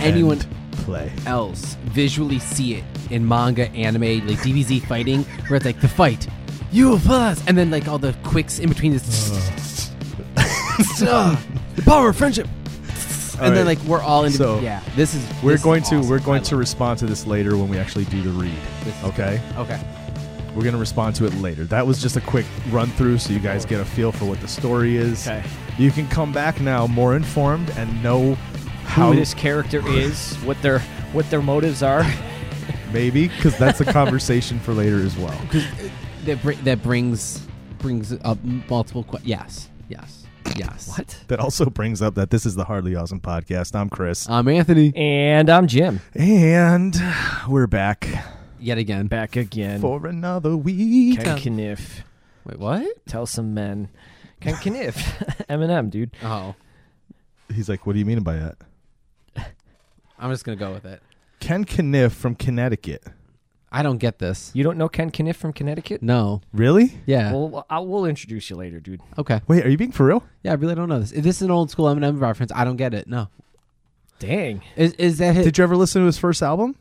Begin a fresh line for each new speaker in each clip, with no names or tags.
anyone
Play.
else visually see it in manga, anime, like DBZ fighting, where it's like the fight, you will pass, and then like all the quicks in between is Ah, the power of friendship, and
All
then
right.
like we're all in.
So,
yeah, this is.
We're
this is
going to
awesome.
we're
I
going
love
to respond to this later when we actually do the read.
This is-
Okay?
it. Okay.
We're going to respond to it later. That was just a quick run through so you guys get a feel for what the story is.
Okay.
You can come back now more informed and know how
Hmm.
who this character is, what their what their motives are.
maybe cuz that's a conversation for later as well.
That br- that brings brings up multiple. Que- yes. Yes. Yes. What?
That also brings up that this is the Hardly Awesome podcast. I'm Chris.
I'm Um, Anthony.
And I'm Jim.
And we're back
Yet again.
Back again.
for another week.
Ken Kniff.
Wait, what?
Tell some men. Ken Kniff. Eminem, dude.
Oh,
He's like, "What do you mean by that?"
I'm just gonna go with it.
Ken Kniff from Connecticut.
I don't get this.
You don't know Ken Kniff from Connecticut?
No.
Really?
Yeah.
Well, I will introduce you later, dude.
okay.
Wait, are you being for real?
Yeah, I really don't know this. This is an old school Eminem reference. I don't get it. No,
Dang.
is is that his,
Did you ever listen to his first album?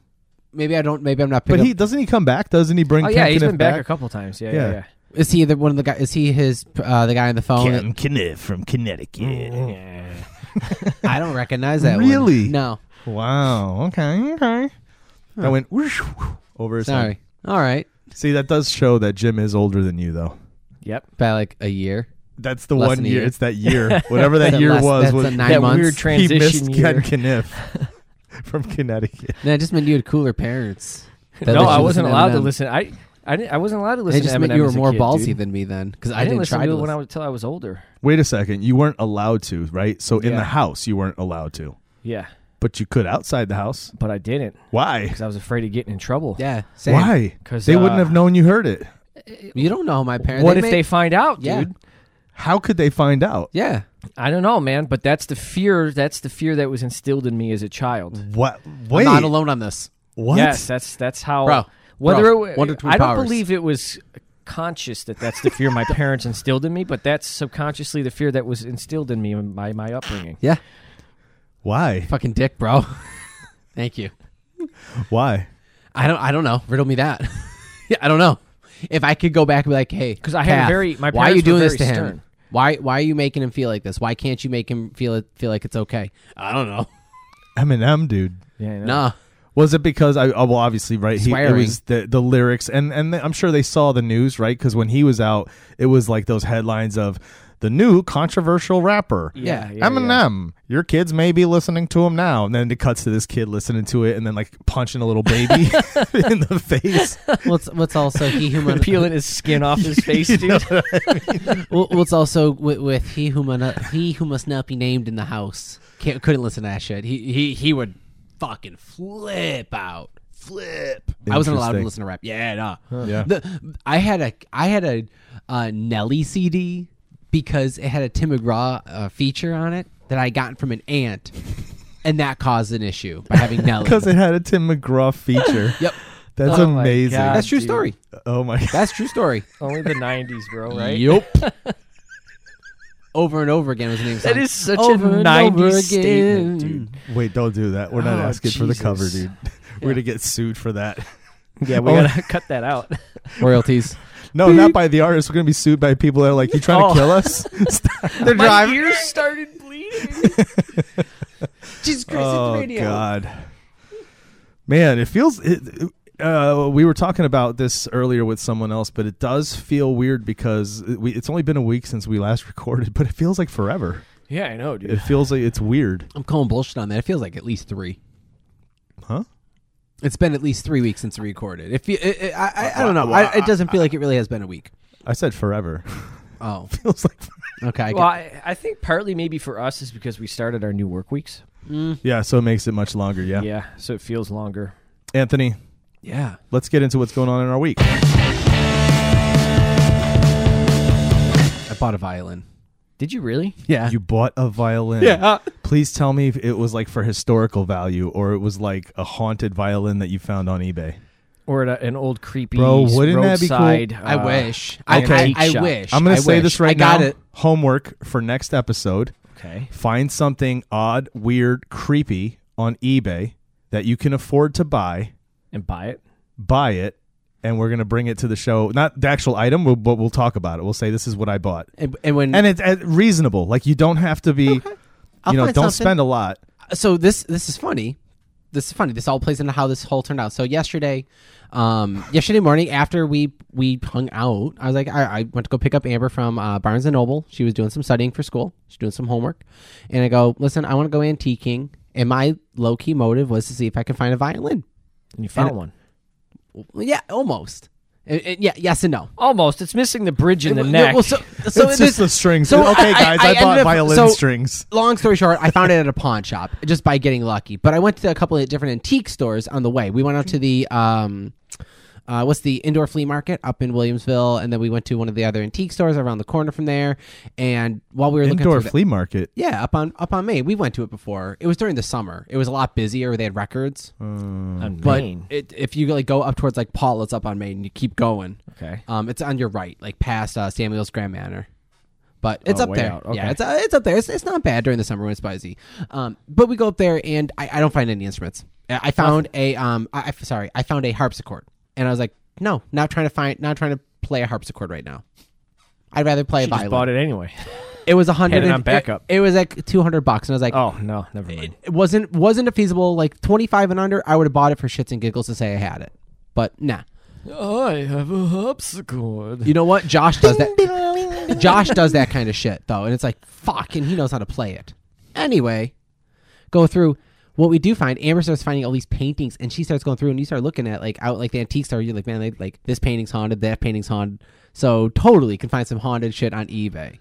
maybe I don't. Maybe I'm not.
But
Picking
he doesn't he come back? Doesn't he bring?
Oh
Ken
yeah, he's
Kniff
been back, a couple times. Yeah, yeah,
Yeah.
yeah.
up, is he the one of the guy? Is he his uh, the guy on the
Ken
phone?
Kniff from Connecticut.
Yeah.
I don't recognize that. one.
Really?
No.
oh. Wow. Okay. Okay. That went whoosh, whoosh, over. his
Sorry.
head.
All right.
See, that does show that Jim is older than you, though.
Yep.
By like a year.
That's the
Less
one
than a
year.
year.
It's that year. Whatever that
That's
year
less-
was.
That's
was
a nine
that
months.
weird
he
transition
missed Ken
year.
Kniff from Connecticut.
no, it just meant you had cooler parents. that let
no,
you
I
listen
wasn't allowed to
Eminem.
listen. I I, didn't, I wasn't allowed to
It
listen
just
to
meant
Eminem.
you were
as a
more
kid,
ballsy
dude.
than me then, because I,
I didn't
didn't
listen
try
to
to
it when I
listen.
was till I was older.
Wait a second. You weren't allowed to, right? So in
Yeah.
the house, you weren't allowed to,
Yeah,
but you could outside the house.
but I didn't
Why?
because I was afraid of getting in trouble.
Yeah. Same.
Why?
'Cause,
they wouldn't
uh,
have known you heard it.
You don't know my parents.
What if
made-
they find out,
Yeah.
dude?
How could they find out?
Yeah.
I don't know, man, but that's the fear. That's the fear that was instilled in me as a child.
What? Wait.
I'm not alone on this.
What?
Yes, that's that's how.
Bro,
whether
bro,
it,
Wonder Twin
I don't
powers.
believe it was conscious that that's the fear my parents instilled in me, but that's subconsciously the fear that was instilled in me by my upbringing.
Yeah.
Why?
Fucking dick, bro. Thank you.
Why?
I don't. I don't know. Riddle me that. yeah, I don't know. If I could go back and be like, hey, because
I had a very- my
why are you
parents were
doing this
very
to him?
stern.
Why Why are you making him feel like this? Why can't you make him feel it feel like it's okay? I don't know.
Eminem, dude.
Yeah, I know.
Nah.
Was it because I? oh, Well, obviously, right? He, it
Swearing.
was the the lyrics, and and I'm sure they saw the news, right? Because when he was out, it was like those headlines of the new controversial rapper.
Yeah,
Yeah.
yeah, yeah.
Eminem, your kids may be listening to him now. And then it cuts to this kid listening to it and then like punching a little baby in the face.
What's What's also he who mon-
peeling his skin off his face, dude.
Well, What's also with, with he who mon- he who must not be named in the house Can't, couldn't listen to that shit. He he he would fucking flip out. Flip. I wasn't allowed to
Interesting.
listen to rap. Yeah, nah.
Yeah.
The, I had a I had a, uh Nelly CD because it had a Tim McGraw uh, feature on it that I got from an aunt, and that caused an issue by having Nelly.
Because it had a Tim McGraw feature.
yep,
That's
Oh my
amazing.
God.
that's true
Dude.
story.
oh my God.
That's true story.
Only the '90s, bro. Right?
Yep. over and over again was the name. Of the
That
song.
is such
Over
a
and over
'90s
again.
statement, dude.
Wait, don't do that. We're not
Oh,
asking for the
Jesus.
cover, dude. We're going to get sued for that.
Mm.
Yeah, we
Oh.
gotta cut that out.
royalties.
No, not by the artist. We're going to be sued by people that are like, you trying
Oh.
to kill us? They're
My
driving.
ears started bleeding.
Jesus Christ,
Oh God, man, it feels. It, uh, we were talking about this earlier with someone else, but it does feel weird because it- we, it's only been a week since we last recorded, but it feels like forever.
Yeah, I know,
It
dude.
feels like it's weird,
I'm calling bullshit on that. It feels like at least three.
huh?
It's been at least three weeks since we recorded. If you, it, it, I, I, I don't know, I, it doesn't feel like it really has been a week.
I said forever.
Oh,
feels like
okay. I
Well,
get,
I, I think partly maybe for us is because we started our new work weeks.
yeah. So it makes it much longer. Yeah.
Yeah, so it feels longer.
Anthony,
Yeah.
let's get into what's going on in our week.
I bought a violin.
Did you really?
Yeah.
You bought a violin. Please tell me if it was like for historical value or it was like a haunted violin that you found on eBay.
Or at a, an old creepy
Bro, wouldn't that be cool?
roadside,
I
uh,
wish. I,
okay.
I, I
Shop.
wish.
I'm gonna
I
say
wish.
this right
I got
now.
it.
Homework for next episode.
Okay.
Find something odd, weird, creepy on eBay that you can afford to buy.
And buy it.
Buy it, and we're gonna bring it to the show. Not the actual item, we'll, but we'll talk about it. We'll say this is what I bought,
And, and when
and it's uh, reasonable. Like you don't have to be,
I'll
you know,
find
don't
something.
spend a lot.
so this this is funny. This is funny. This all plays into how this whole turned out. So yesterday, um, yesterday morning after we we hung out, I was like, I, I went to go pick up Amber from uh, Barnes and Noble. She was doing some studying for school. She's doing some homework, and I go, listen, I want to go antiquing, and my low key motive was to see if I can find a violin.
And you found
And-
one.
Well, yeah, almost. And- and yeah, yes and no.
Almost. It's missing the bridge in the
Well,
neck.
Well, so, so
it's
it
just
is-
the strings.
so
okay,
I- I-
guys, I,
I ended
bought
up-
violin
so-
strings.
long story short, I found it at a pawn shop just by getting lucky. But I went to a couple of different antique stores on the way. We went out to the um, uh, what's the indoor flea market up in Williamsville, and then we went to one of the other antique stores around the corner from there. And while we were looking
Indoor
through the-
flea market.
yeah, up on up on Maine, we went to it before. It was during the summer. It was a lot busier. They had records,
Hmm. on
but
Maine.
it, if you like go up towards like Paula's up on Maine, you keep going.
Okay.
Um, it's on your right, like past uh, Samuel's Grand Manor. But it's
Oh,
up
way
there.
out, okay.
Yeah, it's uh, it's up there. It's, it's not bad during the summer when it's busy. Um, but we go up there and I, I don't find any instruments. I I found a um, I, I- sorry, I found a harpsichord, and I was like, no, not trying to find, not trying to play a harpsichord right now. I'd rather play
I
a
just
violin.
bought it anyway.
It was a hundred.
Had it
and-
on backup.
It, it was like two hundred bucks, and I was like,
Oh, no. Never mind.
it wasn't wasn't a feasible like twenty five and under. I would have bought it for shits and giggles to say I had it, but nah.
I have a harpsichord.
You know what? Josh does that. Josh does that kind of shit though, and it's like fuck, and he knows how to play it. Anyway, go through what we do find. Amber starts finding all these paintings, and she starts going through, and you start looking at like out like the antique store. You're like, man, they, like this painting's haunted, that painting's haunted. So totally can find some haunted shit on eBay.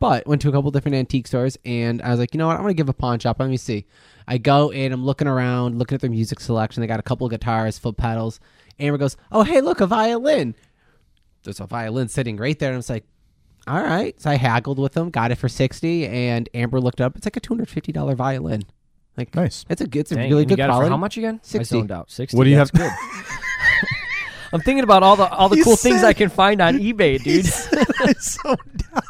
But went to a couple different antique stores, and I was like, you know what? I'm gonna give a pawn shop. Let me see. I go and I'm looking around, looking at their music selection. They got a couple guitars, foot pedals. Amber goes, "Oh, hey, look, a violin." there's a violin sitting right there. And I was like, all right. So I haggled with them, got it for 60 and Amber looked up. It's like a $250 violin. Like,
Nice.
It's a, good- it's a
Dang,
really
and you
good
got it
quality.
for how much again?
Sixty.
I zoned out. 60.
What do you
That's
have?
Good. I'm thinking about all the all the
You
cool things
said-
I can find on eBay, dude.
so down.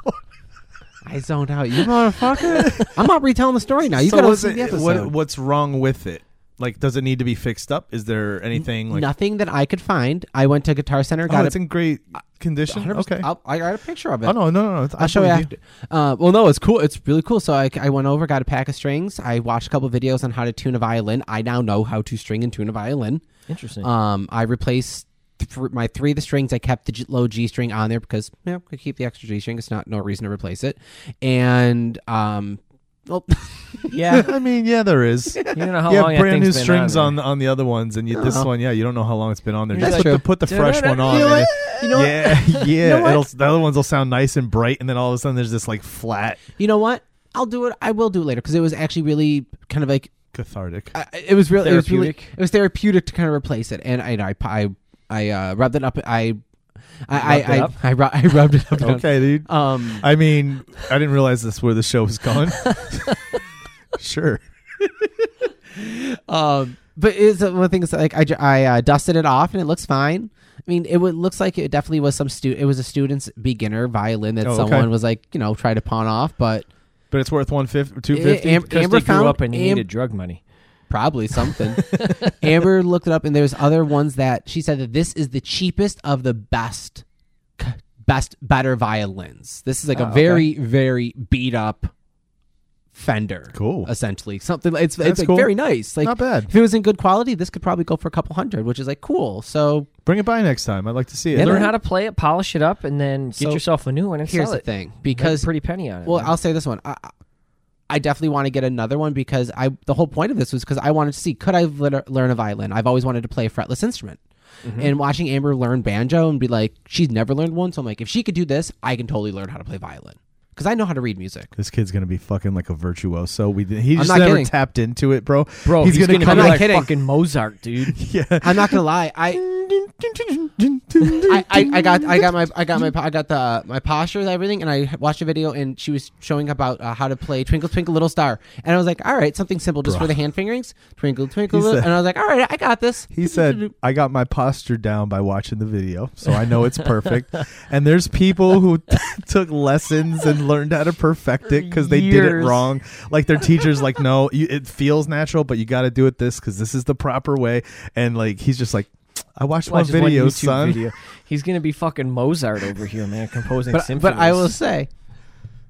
I zoned out. You motherfucker. I'm not retelling the story now. You
so
got to
was
listen to the
it-
episode.
what, what's wrong with it? Like, does it need to be fixed up? Is there anything like?
Nothing that I could find. I went to Guitar Center,
Oh,
got
it's
it.
in great condition. Okay.
I'll, I got a picture of it.
oh no, no, no, no.
I'll show you after. Uh, well, no, it's cool. It's really cool. So I, I went over, got a pack of strings. I watched a couple videos on how to tune a violin. I now know how to string and tune a violin.
Interesting.
Uh,
Um, I replaced th- my three of the strings. I kept the G- low G string on there because yeah, I keep the extra G string. It's not no reason to replace it. And um, well,
yeah.
I mean, yeah, there is.
You don't know how
you
long
have
that
brand new
thing's been
strings
on.
on on, the other ones, and you, this
No.
one, yeah, you don't know how long it's been on there.
You're
Just
like-
put the, put the fresh one on.
You know
and
what?
it-
You know what?
yeah, yeah.
know what?
It'll the other ones will sound nice and bright, and then all of a sudden there's this like flat,
you know what? I'll do it. I will do it later because it was actually really kind of like
cathartic.
I- it was really it was really
Therapeutic.
it was therapeutic to kind of replace it. And I I I, I uh, rubbed it up. I I
Rubbed it
I, I,
up? Oh.
I, ru- I rubbed it up.
okay, dude.
Um,
I mean, I didn't realize this where the show was going. sure.
Um, but it's uh, one of the things that, like I, ju- I uh, dusted it off and it looks fine. I mean, it would, looks like it definitely was some stu- It was a student's beginner violin that
Oh, okay.
someone was like, you know, try to pawn off, but
But it's worth one fifty, two fifty.
Am-
Because
Amber
they grew
found
up and
Am-
needed drug money.
probably something. Amber looked it up, and there's other ones that she said that this is the cheapest of the best, c- best, better violins. This is like
Oh,
a
okay.
very, very beat up Fender.
Cool.
Essentially, something. It's it's
That's
like
cool.
very nice. Like
Not bad.
If it was in good quality, this could probably go for a couple hundred, which is like cool. So
Bring it by next time. I'd like to see it.
Yeah,
Learn
man.
how to play it, polish it up, and then get
So,
yourself a new one and
here's
sell
the
it.
thing
Make a
because
pretty penny on it.
well
man.
i'll say this one i, I- I definitely want to get another one because i the whole point of this was because i wanted to see could i lit- learn a violin i've always wanted to play a fretless instrument
Mm-hmm.
and watching Amber learn banjo and be like, she's never learned one. So I'm like, if she could do this, I can totally learn how to play violin because I know how to read music.
This kid's gonna be fucking like a virtuoso. We did, he
I'm
just
not
never
kidding.
tapped into it, bro.
Bro,
he's, gonna, come
be
be
out-
like
kidding.
fucking Mozart, dude.
yeah.
I'm not gonna lie, I. I, I, I got I got my I got my I got the uh, my posture and everything, and I watched a video, and she was showing about uh, how to play Twinkle Twinkle Little Star, and I was like, all right, something simple, just for the hand fingerings, Twinkle Twinkle,
He
little,
said-
and I was like, all right, I got this.
He said, I got my posture down by watching the video, so I know it's perfect. and there's people who took lessons and learned how to perfect it because they did it
Years.
wrong. Like their teacher's like, no, you, it feels natural, but you got to do it this because this is the proper way. And like, he's just like, I watched
Watch
my
this one
video,
YouTube
son.
video. He's gonna be fucking Mozart over here, man, composing
But,
symphonies.
but I will say,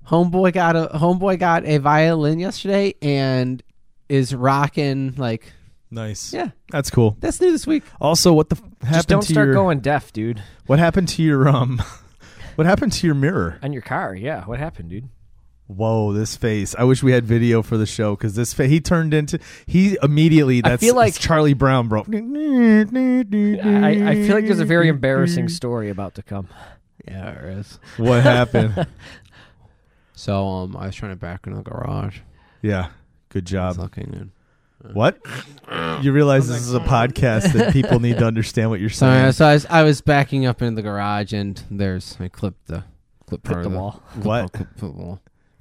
homeboy got a homeboy got a violin yesterday, and is rocking like
Nice.
yeah,
That's cool.
that's new this week.
Also, what the f- happened
just don't
to
start
your
going deaf, dude.
what happened to your um what happened to your mirror?
On your car, yeah. What happened, dude?
Whoa, this face! I wish we had video for the show because this face he turned into he immediately. That's
feel like-
it's Charlie Brown, bro.
I,
I,
I feel like there's a very embarrassing story about to come.
Yeah, it is.
what happened?
So um, I was trying to back in the garage.
Yeah, good
It's
job.
looking good.
What? You realize this is a podcast that people need to understand what you're
Sorry,
saying.
so I was, I was backing up in the garage, and there's I clipped the clip
Clip the wall.
What?
Clip, the wall.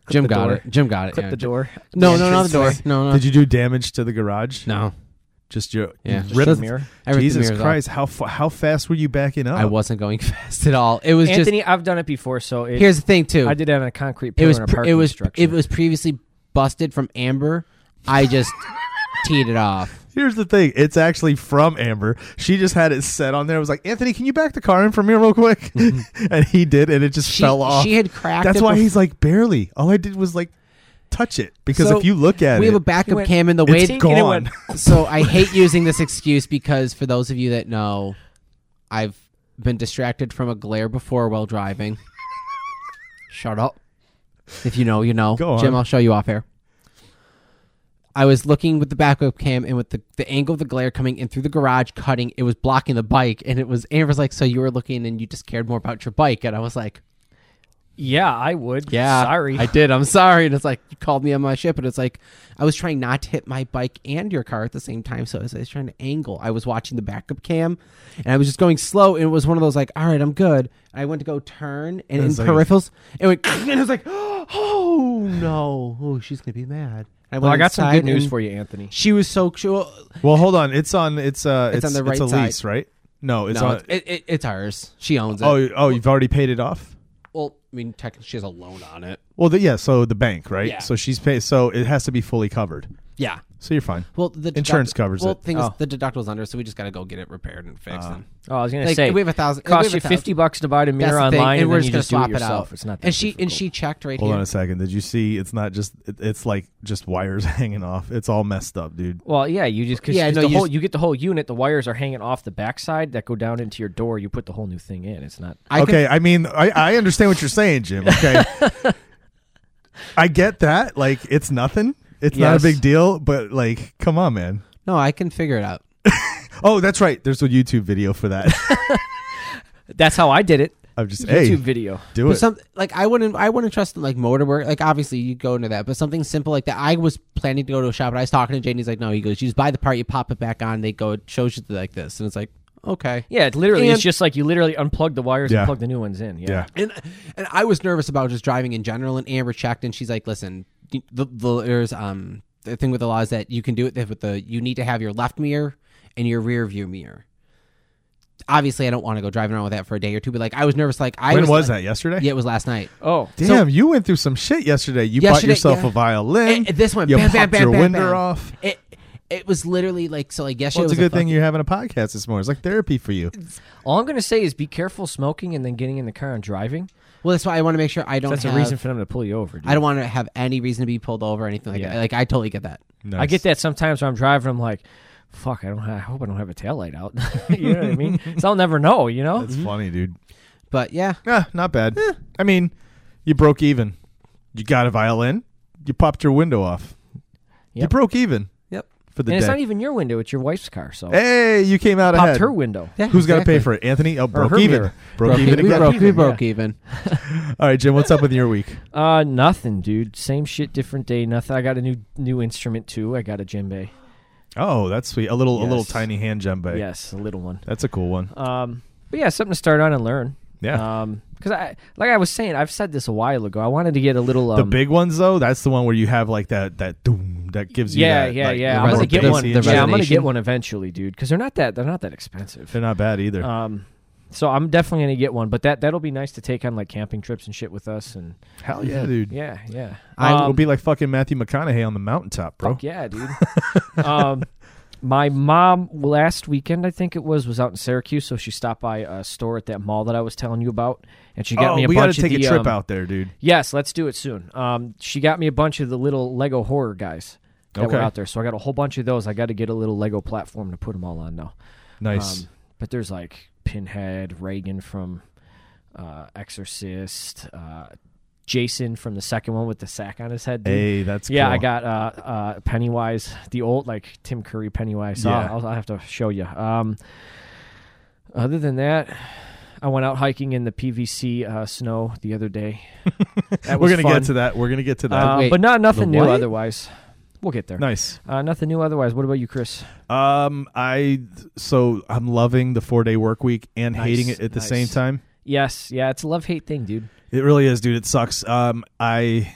Jim
the
got
door.
it. Jim got it.
Clip
yeah.
the
Jim-
door.
No,
The
no, not the door.
entrance.
No, no,
Did you do damage to the garage?
uh, no.
just your
Yeah.
you
Just
ripped-
the
Mirror.
I ripped the
Jesus
mirrors off.
Christ! How fa- how fast were you backing up?
I wasn't going fast at all. It was
Anthony, I've done it before, so
just.
it,
Here's the thing, too.
I did it on a concrete
it
pillar
was.
in a
pre-
parking
it was.
structure.
It was previously busted from Amber. I just teed it off.
Here's the thing. It's actually from Amber. She just had it set on there. It was like, Anthony, can you back the car in for me real quick? and he did, and it just
Mm-hmm. She,
fell off.
she had cracked.
That's
it
why
bef-
he's like, barely. All I did was like touch it. Because
So,
if you look at
We
it,
have a backup
He went-
cam in the way.
it's
waiting, and it
gone.
went-
so I hate using this excuse because for those of you that know, I've been distracted from a glare before while driving. Shut up. If you know, you know.
Go on.
Jim, I'll show you off air. I was looking with the backup cam and with the, the angle of the glare coming in through the garage, cutting, it was blocking the bike. And it was, Amber's like, So you were looking and you just cared more about your bike. And I was like,
yeah, I would.
yeah.
Sorry.
I did. I'm sorry. And it's like, you called me on my ship. And it's like, I was trying not to hit my bike and your car at the same time. So I was, I was trying to angle. I was watching the backup cam and I was just going slow. And it was one of those like, all right, I'm good. And I went to go turn and in
It's like-
peripherals, it went, and I was like, oh no. Oh, she's going to be mad. And
well, I got some good news
you.
for you, Anthony.
She was so cool.
well, hold on. It's on it's uh
It's
it's,
on the
it's
right
a
side.
lease, right? No, it's
No,
on
it's, it, it, it's ours. She owns it.
Oh oh you've already paid it off?
well, I mean, technically, she has a loan on it.
Well the, yeah, so the bank, right?
Yeah.
So she's paid so it has to be fully covered.
Yeah.
So you're fine.
Well, the deduct-
Insurance covers
well,
it. Ah.
thing is,
Oh.
the deductible's under, so we just got to go get it repaired and fixed. and
Oh, I was gonna
Like,
say
we have a thousand- we
Cost
have
you
a thousand.
fifty bucks to buy the
That's
mirror
the
online,
thing,
and,
and we're just
then you
gonna
just do
swap
it
it
yourself.
out.
It's not. That
and she and
difficult.
she checked right
Hold
here.
on a second. Did you see it's not just it, it's like just wires hanging off. It's all messed up, dude.
Well, yeah, you just because
Yeah, no,
the
you
whole
just-
you get the whole unit. The wires are hanging off the backside that go down into your door. You put the whole new thing in. It's not.
I
okay, I mean, I, I understand what you're saying, Jim. Okay, I get that. Like, it's nothing. It's not a
Yes.
big deal. But like, come on, man.
Can, no, I can figure it out.
Oh, that's right. There's a YouTube video for that.
That's how I did it.
I'm just hey,
YouTube video.
do
But
it.
some like I wouldn't I wouldn't trust like motor work. Like obviously you go into that, but something simple like that. I was planning to go to a shop and I was talking to Jay and he's like, no, he goes, you just buy the part, you pop it back on, they go it shows you like this, and it's like okay.
Yeah, it's literally.
And-
it's just like you literally unplug the wires
Yeah.
and plug the new ones in. Yeah.
yeah.
And and I was nervous about just driving in general. And Amber checked, and she's like, "Listen, the, the there's um the thing with the law is that you can do it with the you need to have your left mirror and your rear view mirror." Obviously, I don't want to go driving around with that for a day or two. But like, I was nervous. Like, I
when was,
like-
that? Yesterday.
Yeah, it was last night.
Oh,
Damn, you went through some shit yesterday. You bought
Yesterday,
yourself
yeah.
a violin.
And- and this one,
you
bam, bam,
popped
bam,
your
bam,
window
bam.
off.
It it was literally like so. Like yesterday
Well, it's
was
a good
fuck-
thing you're having a podcast this morning. It's like therapy for you.
all I'm gonna say is be careful smoking and then getting in the car and driving.
Well, that's why I want to make sure I don't.
That's
have,
a reason for them to pull you over. Dude.
I don't want to have any reason to be pulled over or anything like
Yeah.
that. Like, I totally get that.
Nice.
I get that sometimes when I'm driving. I'm like, fuck. I don't. I hope I don't have a taillight out. you know what I mean? So I'll never know. You
oh,
know.
mm-hmm.
That's funny, dude.
But yeah,
Yeah, Eh, not bad.
Eh.
I mean, you broke even. You got a violin. You popped your window off. You
Yep.
broke even.
Yep.
for the
and it's
day.
not even your window; it's your wife's car. So
hey, you came out
popped
ahead.
her window.
Yeah,
Who's got to pay
exactly.
for it? Anthony? Oh, broke
her
even.
mirror.
Broke
Broke
even
We
again.
broke, we
Even,
broke even.
All right, Jim, what's up with your week?
Uh, nothing, dude. Same shit, different day. Nothing. I got a new new instrument too. I got a djembe.
Oh, that's sweet. A little a little
Yes.
tiny hand djembe.
Yes, a little one.
That's a cool one.
Um, but yeah, something to start on and learn.
Yeah.
Um, because I like I was saying, I've said this a while ago. I wanted to get a little um,
the big ones though, that's the one where you have like that that doom that gives you
Yeah,
that,
yeah,
like,
yeah.
the
I'm gonna
more
get
bassy
one.
and
Yeah,
the
shit.
I'm gonna
resonation.
get one eventually, dude. Because they're not that they're not that expensive.
They're not bad either.
Um, so I'm definitely gonna get one, but that that'll be nice to take on like camping trips and shit with us. And
Hell yeah, dude.
yeah, yeah.
I will
Um,
be like fucking Matthew McConaughey on the mountaintop, bro.
Fuck yeah, dude. um, my mom last weekend, I think it was, was out in Syracuse, so she stopped by a store at that mall that I was telling you about, and she got
oh,
me a
we
bunch
gotta take
of the,
a trip
um,
out there, dude.
Yes, let's do it soon. Um, she got me a bunch of the little Lego horror guys that
Okay.
were out there, so I got a whole bunch of those. I got to get a little Lego platform to put them all on now.
Nice.
Um, but there's like Pinhead, Reagan from uh, Exorcist, uh, Jason from the second one with the sack on his head. dude.
hey, that's
yeah,
cool.
I got uh, uh, Pennywise, the old like Tim Curry Pennywise. So
Yeah.
I'll, I'll have to show you. Um, other than that, I went out hiking in the PVC uh, snow the other day.
We're
That was
gonna
fun.
get to that. We're gonna get to that.
Uh,
Wait,
but not nothing new
what?
otherwise. We'll get there.
nice.
Uh, nothing new otherwise. What about you, Chris?
Um, I so I'm loving the four day work week and
Nice,
hating it at the
nice.
same time.
Yes, yeah, it's a love hate thing, dude.
It really is, dude. It sucks. Um, I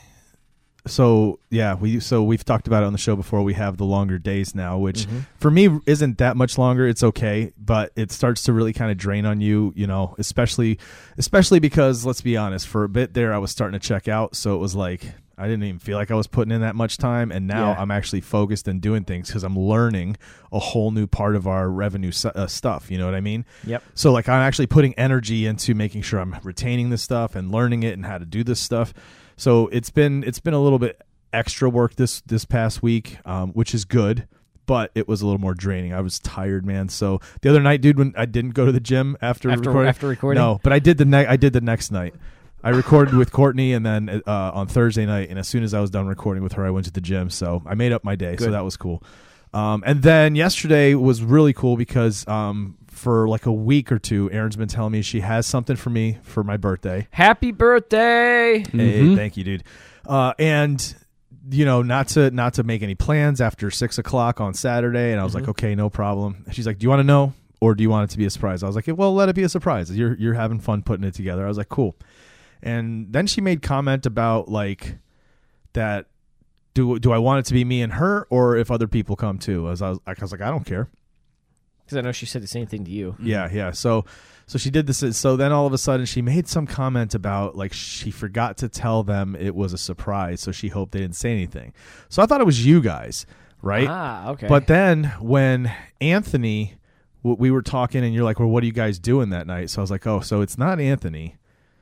so yeah, we so we've talked about it on the show before. We have the longer days now, which for me isn't that much longer. It's okay, but it starts to really kind of drain on you, you know, especially especially because let's be honest, for a bit there I was starting to check out, so it was like I didn't even feel like I was putting in that much time, and now
Yeah.
I'm actually focused and doing things because I'm learning a whole new part of our revenue s- uh, stuff. You know what I mean?
Yep.
So like I'm actually putting energy into making sure I'm retaining this stuff and learning it and how to do this stuff. So it's been it's been a little bit extra work this this past week, um, which is good, but it was a little more draining. I was tired, man. So the other night, dude, when I didn't go to the gym after
After-
recording,
after recording?
no, but I did the ne- I did the next night. I recorded with Courtney and then uh, on Thursday night, and as soon as I was done recording with her, I went to the gym. So I made up my day. So
Good.
that was cool. Um, and then yesterday was really cool because um, for like a week or two, Erin's been telling me she has something for me for my birthday.
Happy birthday!
Hey, thank you, dude. Uh, and you know, not to not to make any plans after six o'clock on Saturday. And I was like, okay, no problem. And She's like, do you want to know or do you want it to be a surprise? I was like, well, let it be a surprise. You're you're having fun putting it together. I was like, cool. And then she made comment about like that. Do, do I want it to be me and her, or if other people come too? As I was, I was like, I don't care.
Because I know she said the same thing to you.
Mm-hmm. Yeah, yeah. So so she did this so then all of a sudden she made some comment about like she forgot to tell them it was a surprise, so she hoped they didn't say anything. So I thought it was you guys, right?
Ah, okay.
But then when Anthony w- we were talking and you're like, "Well, what are you guys doing that night?" So I was like, "Oh, so it's not Anthony."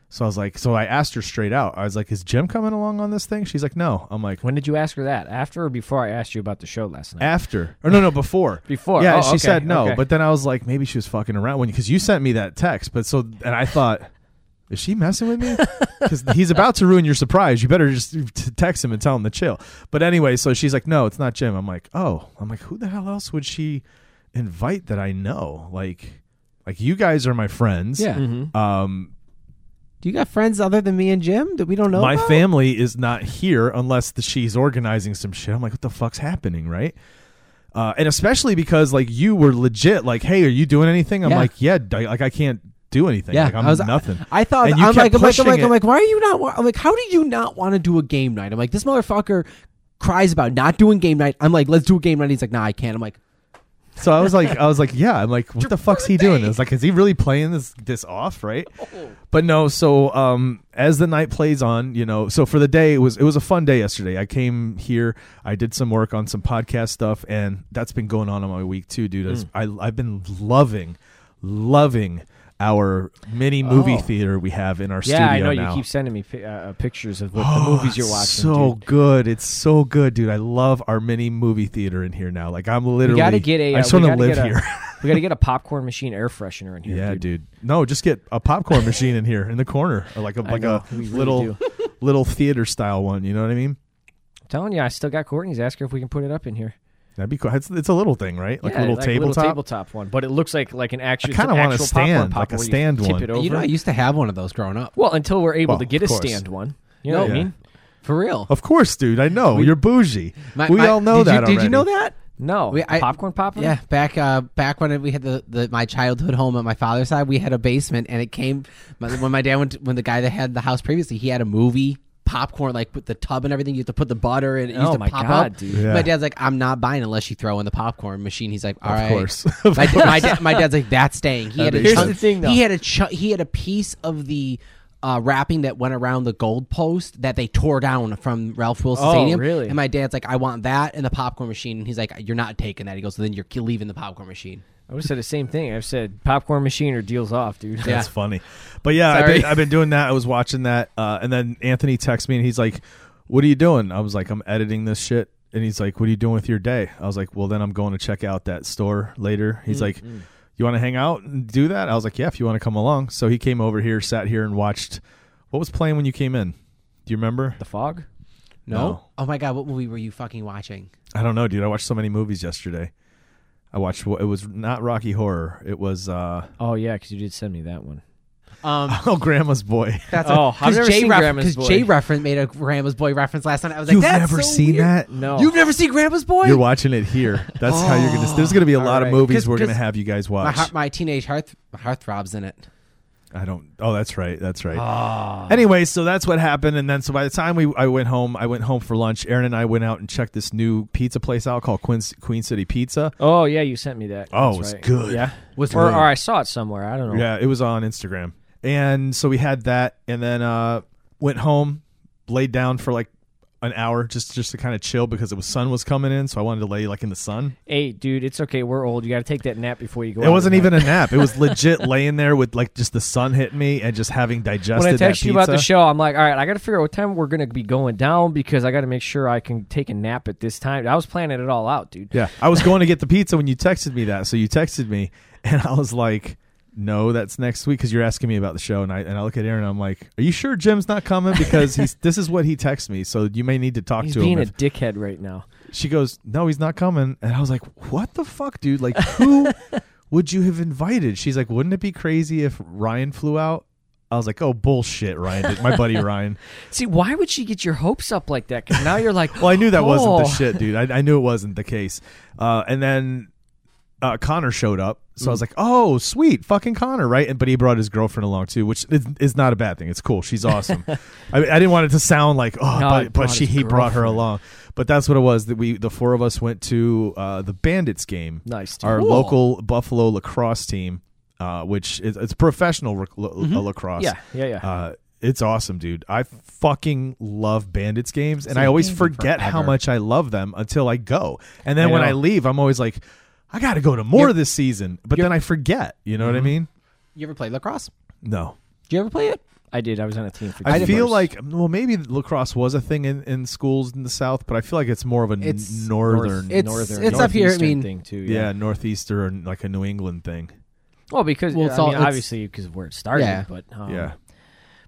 So I was like, so I asked her straight out. I was like, "Is Jim coming along on this thing?" She's like, "No." I'm like,
when did you ask her that? After or before I asked you about the show last night?
after or no no before
Before.
yeah
Oh,
she
okay,
said no
okay.
but then i was like maybe she was fucking around when because you sent me that text but so and i thought is she messing with me because he's about to ruin your surprise you better just t- text him and tell him to chill but anyway so she's like no it's not jim i'm like oh i'm like who the hell else would she invite that i know like like you guys are my friends
Yeah.
um
Do you got friends other than me and Jim that we don't know?
my
about?
family is not here unless the, she's organizing some shit. I'm like, what the fuck's happening, right? Uh, and especially because like you were legit, like, hey, are you doing anything? I'm
Yeah.
like, yeah, d- like I can't do anything.
Yeah,
like, I'm
I was-
nothing.
I thought
And you
I'm
kept
like, I'm like, I'm
pushing
like,
it.
I'm like, why are you not? wa- I'm like, how do you not want to do a game night? I'm like, this motherfucker cries about not doing game night. I'm like, let's do a game night. He's like, nah, I can't. I'm like,
so I was like, I was like, yeah. I'm like, what the fuck's he doing? It's like, is he really playing this this off, right?
Oh.
But no. So um, as the night plays on, you know, so for the day it was it was a fun day yesterday. I came here, I did some work on some podcast stuff, and that's been going on on my week too, dude. It's-
Mm.
I I've been loving, loving our mini movie
Oh.
theater we have in our studio
yeah, I know
now. Oh,
you keep sending me pi- uh, pictures of what the movies you're watching.
so
dude.
good, it's so good, dude. I love our mini movie theater in here now. Like I'm literally,
we gotta get a.
I
uh,
just
we
want to
gotta
live
get a-
here.
we gotta get a popcorn machine air freshener in here.
Yeah, dude. No, just get a popcorn machine in here in the corner, or like a
I
like
know,
a
we really
little
do.
little theater style one. You know what I mean?
I'm telling you, I still got Courtney's. Ask her if we can put it up in here.
That'd be cool. It's, it's a little thing, right? Like
Yeah,
a little tabletop.
tabletop one, but it looks like like an action.
I kinda
want
want a
to
stand, like a stand
tip
one.
It
You
over.
You know, I used to have one of those growing up.
well, until we're able
Well,
to get a
of course.
stand one. You know what I
Yeah. Oh.
mean?
For real.
Of course, dude. I know you're bougie.
My-
we
my-
all know
did
that.
You, did you
already.
know that?
No,
We- I-
popcorn popper.
Yeah, back uh, back when we had the, the my childhood home at my father's side, we had a basement, and it came my, when my dad went to- when the guy that had the house previously, he had a movie popcorn like with the tub and everything. You had to put the butter and it used
Oh
to
my
pop
God,
up.
dude.
Yeah.
My dad's like, I'm not buying unless you throw in the popcorn machine. He's like, all
Of
right.
course. Of
my, da- my, da- my dad's like, that's staying. He had a
makes
chunk-
sense. Here's the thing, though.
He had a chu- he had a piece of the. Uh, wrapping that went around the gold post that they tore down from Ralph Wilson
Oh,
Stadium.
really?
And my dad's like, I want that and the popcorn machine. And he's like, You're not taking that. He goes, Then you're leaving the popcorn machine.
I would have said the same thing. I've said popcorn machine or deals off, dude.
That's funny. But yeah, I've
Sorry.
been, I've been doing that. I was watching that, uh, and then Anthony texts me and he's like, "What are you doing?" I was like, "I'm editing this shit." And he's like, "What are you doing with your day?" I was like, "Well, then I'm going to check out that store later." He's like,
Mm-hmm.
"You want to hang out and do that?" I was like, "Yeah, if you want to come along." So he came over here, sat here, and watched. What was playing when you came in? Do you remember?
The fog.
No.
Oh my God, what movie were you fucking watching?
I don't know, dude. I watched so many movies yesterday. I watched. It was not Rocky Horror. It was uh,
Oh yeah, because you did send me that one.
Um,
Oh Grandma's Boy.
that's
Oh, I've never
Jay
seen
ref-
Grandma's
'cause
Boy.
Jay reference made a Grandma's Boy reference last night. I was like,
You've
That's
never
so
seen
weird.
that?
No,
You've never seen Grandma's Boy?
You're watching it here. That's how you're gonna. There's gonna be a lot of
Alright.
movies
Oh. 'Cause-
we're gonna
'cause
have you guys
my,
watch.
heart, my teenage hearth heartthrob's in it.
I don't. Oh, that's right. That's right.
Ah.
Anyway, so that's what happened, and then so by the time we I went home, I went home for lunch. Aaron and I went out and checked this new pizza place out called Queen, Queen City Pizza.
Oh yeah, you sent me that.
Oh,
That's
it's
right.
good.
Yeah,
Was
or,
good.
or I saw it somewhere. I don't
Oh.
know.
Yeah, it was on Instagram, and so we had that, and then uh, went home, laid down for like an hour just just to kind of chill because it was sun was coming in, so I wanted to lay like in the sun.
Hey, dude, it's okay. We're old. You got to take that nap before you go.
It
out
wasn't
tonight.
even a nap. It was legit laying there with like just the sun hitting me and just having digested
when I
that
text you about the
pizza.
show, I'm like, all right, I got to figure out what time we're going to be going down because I got to make sure I can take a nap at this time. I was planning it all out, dude.
Yeah, I was going to get the pizza when you texted me that. So you texted me, and I was like, "No, that's next week," because you're asking me about the show, and I and I look at Aaron, and I'm like, "Are you sure Jim's not coming?" Because he's this is what he texts me, so you may need to talk
He's
to
being
him.
a
if-
dickhead right now.
she goes, "No, he's not coming," and I was like, "What the fuck, dude? Like, who would you have invited?" She's like, "Wouldn't it be crazy if Ryan flew out?" I was like, "Oh bullshit, Ryan! did- My buddy Ryan."
See, why would she get your hopes up like that? 'Cause now you're like,
Well, I knew that wasn't
Oh.
the shit, dude. I, I knew it wasn't the case. Uh, and then uh, Connor showed up, so I
Mm.
was like, "Oh, sweet, fucking Connor, right?" And, but he brought his girlfriend along too, which is, is not a bad thing. It's cool. She's awesome. I, I didn't want it to sound like, "Oh,
No, he
but, but
brought
she
his
he brought her
girlfriend.
along." But that's what it was. That we the four of us went to uh, the Bandits game.
Nice, dude.
Our
Cool.
local Buffalo lacrosse team, uh, which is it's professional rac- la- uh, lacrosse.
Mm-hmm. Yeah, yeah, yeah.
Uh, it's awesome, dude. I fucking love Bandits games, and I always forget how much I love them until I go. And then
I
when I
know.
leave, I'm always like, I got to go to more this season. But then I forget. You know what I mean?
You ever played lacrosse?
No.
Did you ever play it?
I did. I was on a team for.
I,
two
feel
years.
like, well, maybe lacrosse was a thing in, in schools in the South, but I feel like it's more of a n-
It's-
northern.
it's-
northern,
it's up here, I
northeastern
mean-
thing too.
yeah, northeastern or like a New England thing.
Well, because
Well,
I
it's all-
mean,
it's-
obviously because of where it started,
Yeah.
but um,
yeah.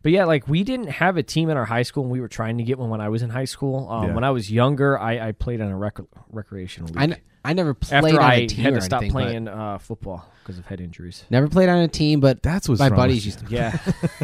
But yeah, like we didn't have a team in our high school, and we were trying to get one when I was in high school. Um,
Yeah.
When I was younger, I, I played on a rec- recreational league.
I, n- I never played
After
on
I
a team
had
or
to stop
anything, but-
playing uh, football because of head injuries.
Never played on a team, but
That's what's
my
wrong with
buddies
you.
used to
Yeah,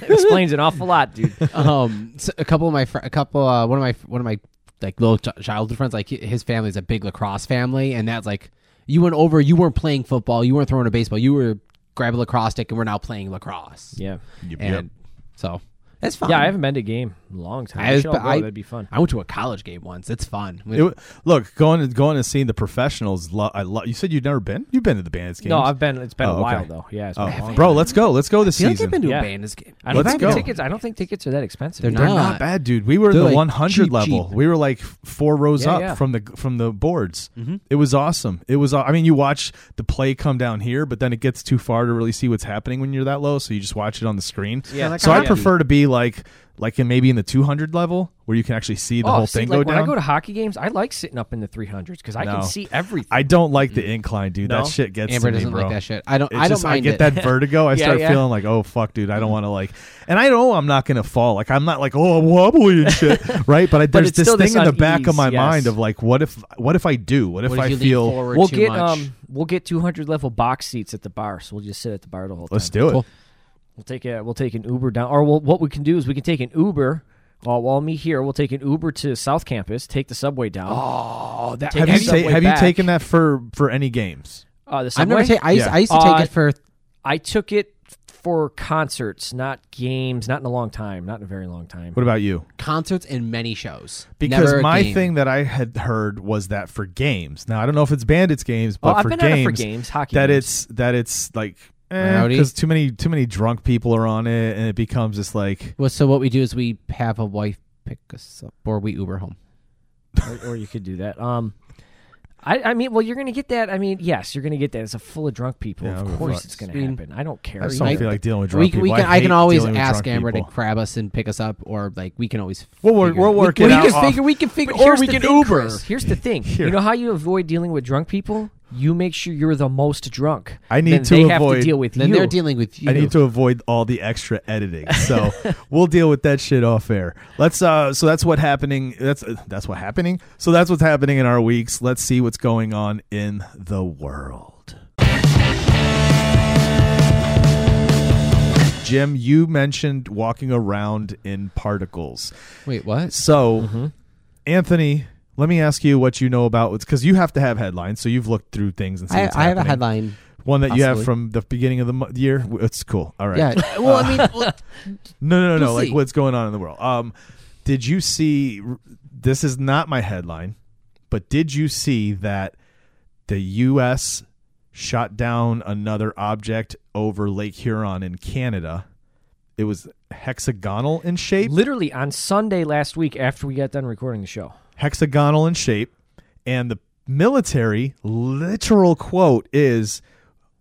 explains an awful lot, dude.
um so a couple of my fr- a couple uh, one of my one of my like little ch- childhood friends like hi- his family's a big lacrosse family and that's like you went over you weren't playing football you weren't throwing a baseball you were grab a lacrosse stick and we're now playing lacrosse
Yeah,
and so that's fun
yeah. I haven't been to a game in a long time.
I
I
was-
should all
but
go.
I-
That'd be fun.
I went to a college game once it's fun
It w- look, going and going and seeing the professionals. Lo- I love. You said you've never been. You've been to the bandits games.
No, I've been. It's been
Oh,
a
okay.
while though. Yeah, it's been a
Oh,
long
bro,
time.
let's go. Let's go this
I feel like
season.
I've been to
Yeah.
a bandits game
I don't
let's
think
go.
tickets. I don't think tickets are that expensive.
They're
dude.
They're
not.
not, bad, dude. We were in
They're
the
like
100
cheap,
level.
cheap.
We were like f- four rows
Yeah, Mm-hmm.
up
yeah.
from the from the boards. It was awesome. It was. aw- I mean, you watch the play come down here, but then it gets too far to really see what's happening when you're that low. So you just watch it on the screen.
Yeah, like
so
how
I
we
prefer to be like like in maybe in the 200 level where you can actually see the
oh,
whole
see,
thing
like
go
when
down.
I go to hockey games, I like sitting up in the 300s because I
No.
can see everything.
I don't like the incline, dude.
Mm. No?
That shit gets
Amber
to me,
doesn't
bro.
like that shit. I don't.
It's
I don't
just,
mind
I get
it.
that vertigo. I
Yeah,
start
yeah.
feeling like, oh fuck, dude, I don't want to like, and I know I'm not gonna fall. Like I'm not like, oh, I'm wobbly and shit, right? But I, there's
it's
this
still
thing
this
in the back of
unease,
my
yes.
mind of like, what if, what if I do? What if
What if
I
you lean
feel?
forward
we'll
too
get
much?
um we'll get 200 level box seats at the bar, so we'll just sit at the bar the whole time.
Let's do it.
Cool.
We'll take a we'll take an Uber down, or we'll, what we can do is we can take an Uber. Uh, while me here, we'll take an Uber to South Campus, take the subway down.
Oh, that
Have
Take the
you
I've-
ta-
subway
have you
back.
taken that for for any games?
Uh, the subway.
I've never taken. I, used-
Yeah.
I used to take
Uh,
it for.
I took it for concerts, not games, not in a long time, not in a very long time.
What about you?
concerts and many shows.
Because
Never a
my
game.
thing that I had heard was that for games. Now I don't know if it's Bandits games, but
oh, I've
for,
been
games,
on it for games, hockey.
that
games.
it's that it's like
Rowdy?
because too many too many drunk people are on it, and it becomes just like
Well, so what we do is we have a wife pick us up, or we Uber home.
or, or you could do that. Um, I, I mean, well, you're gonna get that. I mean, yes, you're gonna get that. It's a full of drunk people.
Yeah, I'm
of
gonna
course,
fuck.
it's gonna
I mean,
happen. I don't care.
I just
You
don't
might-
feel like dealing with drunk
We,
people.
we can. I,
hate
can always
dealing with
ask
drunk
Amber
people.
to grab us and pick us up, or like we can always.
We'll work-
figure
we'll
it-
work
we,
it
we
out
Can
off-
figure, we can figure,
But
or
here's
we
the
can
thing,
Uber.
Chris. Here's the thing.
Here.
You know how you avoid dealing with drunk people? You make sure you're the most drunk.
I need
then
to
they have
avoid-
to deal with
Then
you.
they're dealing with you.
I need to avoid all the extra editing, so we'll deal with that shit off air. Let's. Uh, so that's what happening. That's uh, that's what happening. So that's what's happening in our weeks. Let's see what's going on in the world. Jim, you mentioned walking around in particles.
Wait, what?
So, Anthony, let me ask you what you know about because you have to have headlines. So you've looked through things and seen
I,
what's
I have a
happening.
headline.
One that you have
Possibly.
from the beginning of the mo- year. W- It's cool. All right.
Yeah. Well, I mean, well,
No, no, no, no.
We'll
Like
see.
what's going on in the world. Um, did you see? This is not my headline, but did you see that the U.S. shot down another object over Lake Huron in Canada? It was hexagonal in shape.
Literally on Sunday last week, after we got done recording the show,
hexagonal in shape and the military literal quote is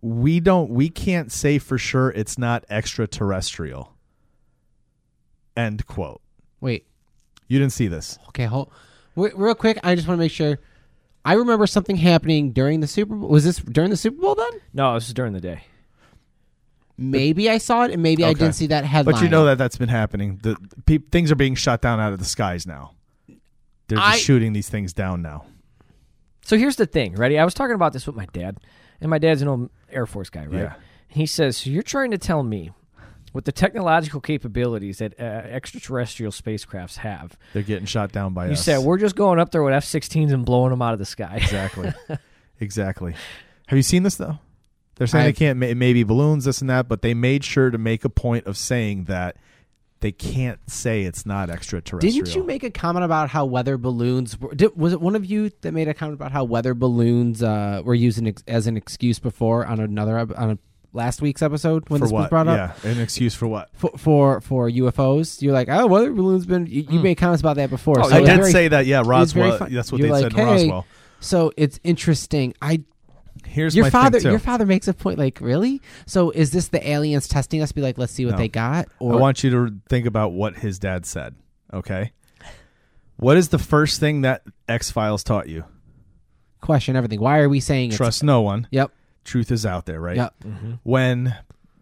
we don't we can't say for sure it's not extraterrestrial end quote
wait.
you didn't see this
Okay, hold. Wait, real quick, I just want to make sure. I remember something happening during the Super Bowl. Was this during the Super Bowl then?
no, this is during the day.
Maybe I saw it, and maybe I
Okay.
didn't see that headline.
but you know that that's been happening the pe- things are being shot down out of the skies now they're just
I-
shooting these things down now
So here's the thing, ready? I was talking about this with my dad, and my dad's an old Air Force guy, right?
Yeah.
And he says, "So you're trying to tell me, with the technological capabilities that uh, extraterrestrial spacecrafts have,
they're getting shot down by
you
us
said we're just going up there with F-16s and blowing them out of the sky."
exactly exactly have you seen this though they're saying
I've-
they can't ma- maybe balloons this and that but they made sure to make a point of saying that they can't say it's not extraterrestrial
Didn't you make a comment about how weather balloons were? Did, was it one of you that made a comment about how weather balloons uh, were used an ex- as an excuse before on another ep- on a, last week's episode when
for
this
what
was brought up
yeah an excuse for what
for, for for UFOs? You're like, oh, weather balloons been. You, you made comments about that before.
Oh,
Hmm.
so
yeah.
i
it's
did
very-
say that yeah
was very
roswell
fun-
that's what
you're
they
like,
said in
"Hey,
roswell
So it's interesting. I
here's
your
my
father
thing too.
your father makes a point like really so is this the aliens testing us be like let's see what
No.
they got or
I want you to think about what his dad said. Okay. What is the first thing that X Files taught you?
question everything why are we saying it's-
Trust no one.
yep
Truth is out there, right?
yep
When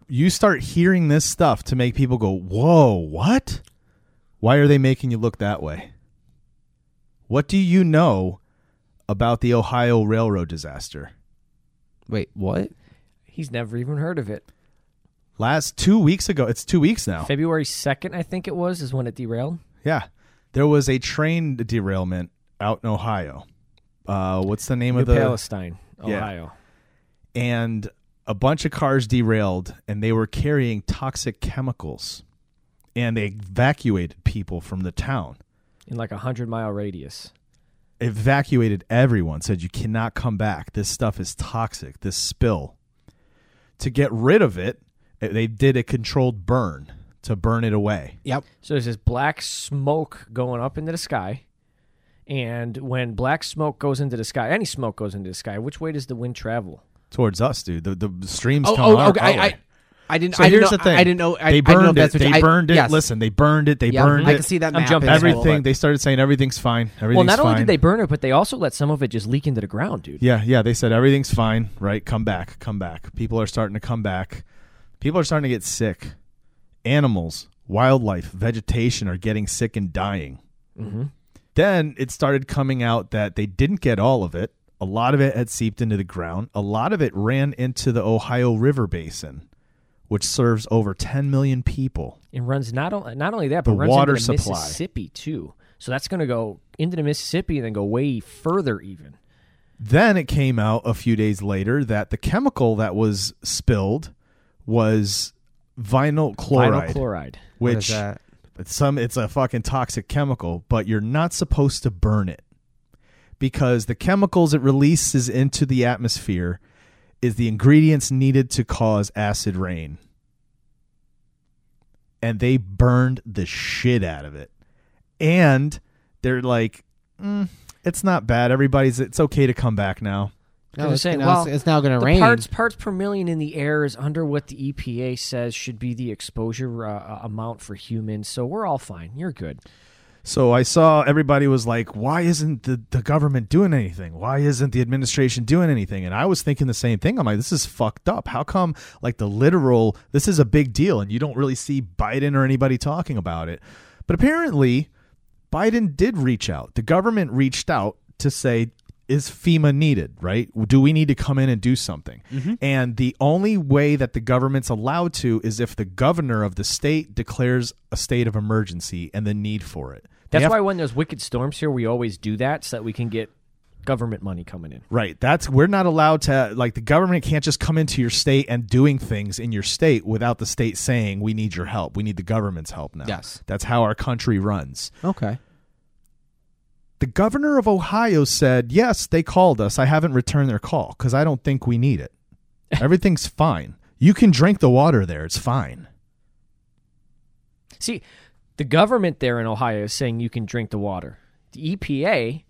you start hearing this stuff to make people go, whoa, what? Why are they making you look that way? What do you know about the Ohio Railroad disaster?
wait what
He's never even heard of it.
Last two weeks ago, it's two weeks now.
February 2nd, I think it was, is when it derailed.
Yeah. There was a train derailment out in Ohio. Uh, what's the name
New
of the
Palestine,
Yeah.
Ohio.
and a bunch of cars derailed and they were carrying toxic chemicals and they evacuated people from the town
In like a 100 mile radius.
evacuated everyone said you cannot come back this stuff is toxic this spill to get rid of it eh, they did a controlled burn to burn it away
yep
So there's this black smoke going up into the sky. And when black smoke goes into the sky, any smoke goes into the sky, which way does the wind travel?
towards us dude the, the streams
oh
come
oh
our-
okay
our
I,
way.
I I didn't.
So
I
here's
didn't know,
the thing.
I didn't know. I,
they
I didn't know if
burned it.
that's what
They
you- I,
burned it.
yes.
Listen, they burned it. They
Yep.
burned
I
it.
can see that
I'm
map.
jumping
as well,
everything.
but-
They started saying everything's fine. Everything's
Well, not
fine.
only did they burn it, but they also let some of it just leak into the ground, dude.
Yeah, yeah. They said everything's fine, right? Come back, come back. People are starting to come back. People are starting to get sick. Animals, wildlife, vegetation are getting sick and dying. Then it started coming out that they didn't get all of it. A lot of it had seeped into the ground. A lot of it ran into the Ohio River basin, which serves over 10 million people.
It runs not only not only that, but
The
runs
water
into the
supply.
Mississippi too. So that's going to go into the Mississippi and then go way further even.
Then it came out a few days later that the chemical that was spilled was vinyl
Vinyl
chloride.
chloride.
which
What is that?
But some it's a fucking toxic chemical, but you're not supposed to burn it because the chemicals it releases into the atmosphere is the ingredients needed to cause acid rain. And they burned the shit out of it. And they're like, mm, it's not bad. Everybody's, it's okay to come back now.
I was
it's,
saying,
now
well,
it's, it's now going
The
to rain.
parts parts per million in the air is under what the EPA says should be the exposure uh, uh, amount for humans. So we're all fine. You're good.
So I saw everybody was like, why isn't the, the government doing anything? Why isn't the administration doing anything? And I was thinking the same thing. I'm like, this is fucked up. How come, like, the literal, this is a big deal and you don't really see Biden or anybody talking about it? But apparently, Biden did reach out. The government reached out to say, is FEMA needed, right? Do we need to come in and do something?
Mm-hmm.
And the only way that the government's allowed to is if the governor of the state declares a state of emergency and the need for it. They
That's
have-
why when there's wicked storms here, we always do that so that we can get government money coming in.
Right. That's we're not allowed to like the government can't just come into your state and doing things in your state without the state saying we need your help. We need the government's help now.
Yes.
That's how our country runs.
okay.
The governor of Ohio said, Yes, they called us. I haven't returned their call because I don't think we need it. Everything's fine. You can drink the water there. It's fine.
See, the government there in Ohio is saying you can drink the water. The EPA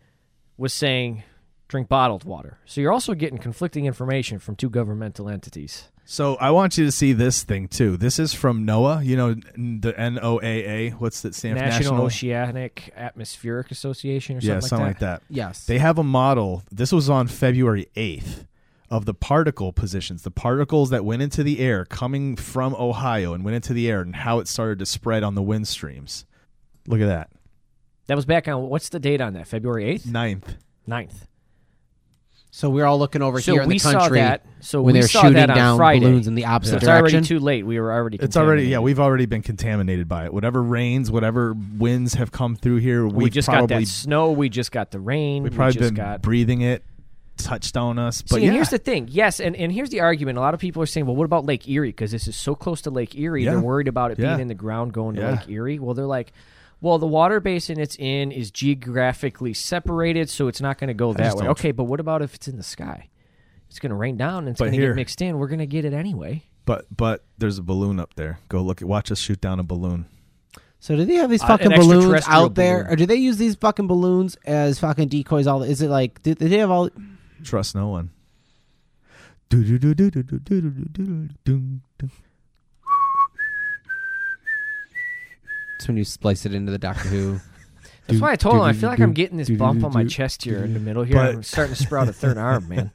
was saying drink bottled water. So you're also getting conflicting information from two governmental entities.
So I want you to see this thing too. This is from NOAA, you know, n- the NOAA. What's that stand for?
National, Oceanic Atmospheric Association or something,
Yeah, something
like,
like
that.
that.
Yes.
They have a model. This was on February 8th of the particle positions, the particles that went into the air coming from Ohio and went into the air and how it started to spread on the wind streams. Look at that.
That was back on what's the date on that? February 8th?
Ninth.
9th.
so we're all looking over
So
here in
we
the
saw
country
that- so
when
we
they're
saw
shooting
that on
down
Friday.
balloons in the opposite
It's
direction.
already too late. We were already
It's already yeah.
contaminated.
We've already been contaminated by it. Whatever rains, whatever winds have come through here, we've
we just
probably,
got that snow, we just got the rain,
We've probably been
just got
breathing it, touched on us. But
See,
yeah,
and here's the thing. Yes, and, and here's the argument. A lot of people are saying, well, what about Lake Erie? Because this is so close to Lake Erie.
Yeah.
They're worried about it
Yeah.
being in the ground going to
Yeah.
Lake Erie. Well, they're like, well, the water basin it's in is geographically separated, so it's not going to go that
just
way.
don't-
Okay, but what about if it's in the sky? It's going to rain down and it's
But
going to
here-
get mixed in. We're going to get it anyway.
but but there's a balloon up there. Go look. at Watch us shoot down a balloon.
So do they have these
Uh,
fucking
an
balloons
extraterrestrial
out there,
balloon.
or do they use these fucking balloons as fucking decoys? All is it like? Do, do they have all?
Trust no one. That's
It's when you splice it into the Doctor Who.
That's why I told him I feel like I'm getting this bump on my chest here in the middle here.
But-
I'm starting to sprout a third arm, man.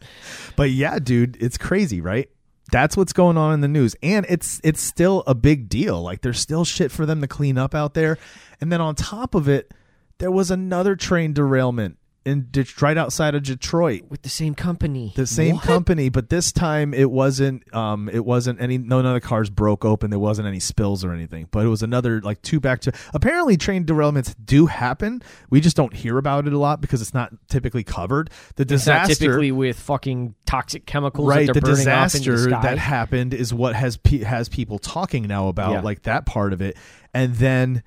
But yeah, dude, it's crazy, right? That's what's going on in the news, and it's it's still a big deal. Like there's still shit for them to clean up out there, and then on top of it, there was another train derailment in Det- right outside of Detroit.
With the same company.
The same
What?
company, but this time it wasn't. Um, it wasn't any. No, none of the cars broke open. There wasn't any spills or anything. But it was another like two back to. Apparently, train derailments do happen. We just don't hear about it a lot because it's not typically covered. The
It's not
disaster
typically with fucking toxic chemicals
right
that
the
they're burning off into
disaster
the sky.
that happened is what has pe- has people talking now about
Yeah.
like that part of it and then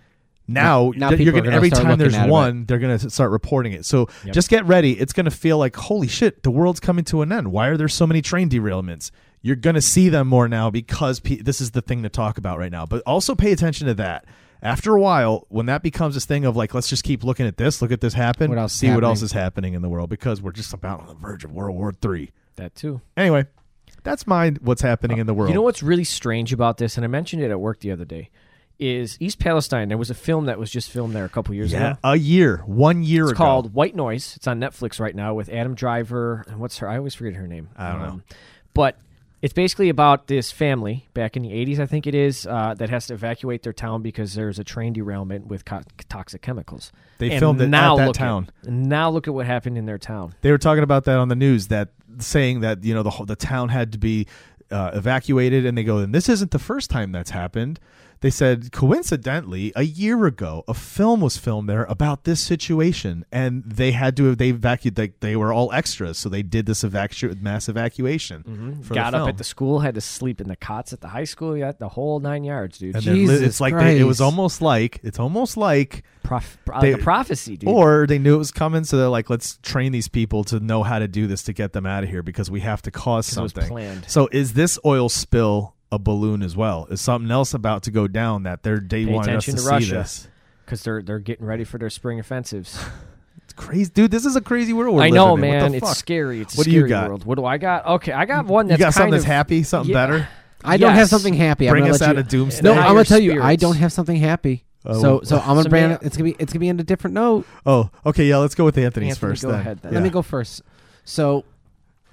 now,
Now
th-
people
you're
are
gonna,
gonna
every
start
time
looking
there's
at it.
one they're going to start reporting it so
Yep.
just get ready it's going to feel like holy shit the world's coming to an end why are there so many train derailments you're going to see them more now because pe- this is the thing to talk about right now but also pay attention to that after a while when that becomes this thing of like let's just keep looking at this look at this happen
What else is
see what else
happening?
is happening in the world because we're just about on the verge of world war 3
That too.
Anyway, That's my what's happening in the world.
You know what's really strange about this, and I mentioned it at work the other day, is East Palestine. There was a film that was just filmed there a couple years
Yeah,
ago.
a year, one year
It's
ago.
called White Noise. It's on Netflix right now with Adam Driver and what's her? I always forget her name. I
don't know.
But it's basically about this family back in the '80s, I think it is, uh, that has to evacuate their town because there's a train derailment with co- toxic chemicals.
They
And
filmed it at
now
that
look
town.
and now look at what happened in their town.
They were talking about that on the news that saying that you know the whole, the town had to be uh, evacuated, and they go, and this isn't the first time that's happened. They said coincidentally, a year ago, a film was filmed there about this situation, and they had to they evacuated. They, they were all extras, so they did this evacu- mass evacuation. for
Mm-hmm. Got
the
up
film.
at the school, had to sleep in the cots at the high school, yeah, the whole nine yards, dude.
And they're li-
Jesus
it's like they, it was
Christ.
almost like it's almost like
Prof- uh,
They-
the prophecy, dude.
Or they knew it was coming, so they're like, let's train these people to know how to do this to get them out of here because we have to cause
it was
something.
planned.
So is this oil spill a balloon as well? Is something else about to go down that they're, they
Pay
wanted us to,
attention to
see
Russia.
this?
because they're they're getting ready for their spring offensives.
It's crazy. Dude, this is a crazy world we're
I know,
living in. What
man.
the
It's
fuck?
scary. It's a
What do
scary
you got?
world. What do I got? Okay, I got one
You
that's
got something
kind
that's
of,
happy, something
Yeah.
better?
I don't
Yes.
have something happy. I'm
Bring
gonna
us
let
out
you,
of doomsday?
No,
Now
I'm
you're
gonna tell you, I
spirits.
don't have something happy.
Oh.
so, so I'm
So
gonna brand.
may I-
it. It's gonna be, it's gonna be on a different note.
Oh, okay, yeah, let's go with Anthony's
Anthony,
first
go
then.
ahead then.
Yeah.
Let me go first. So,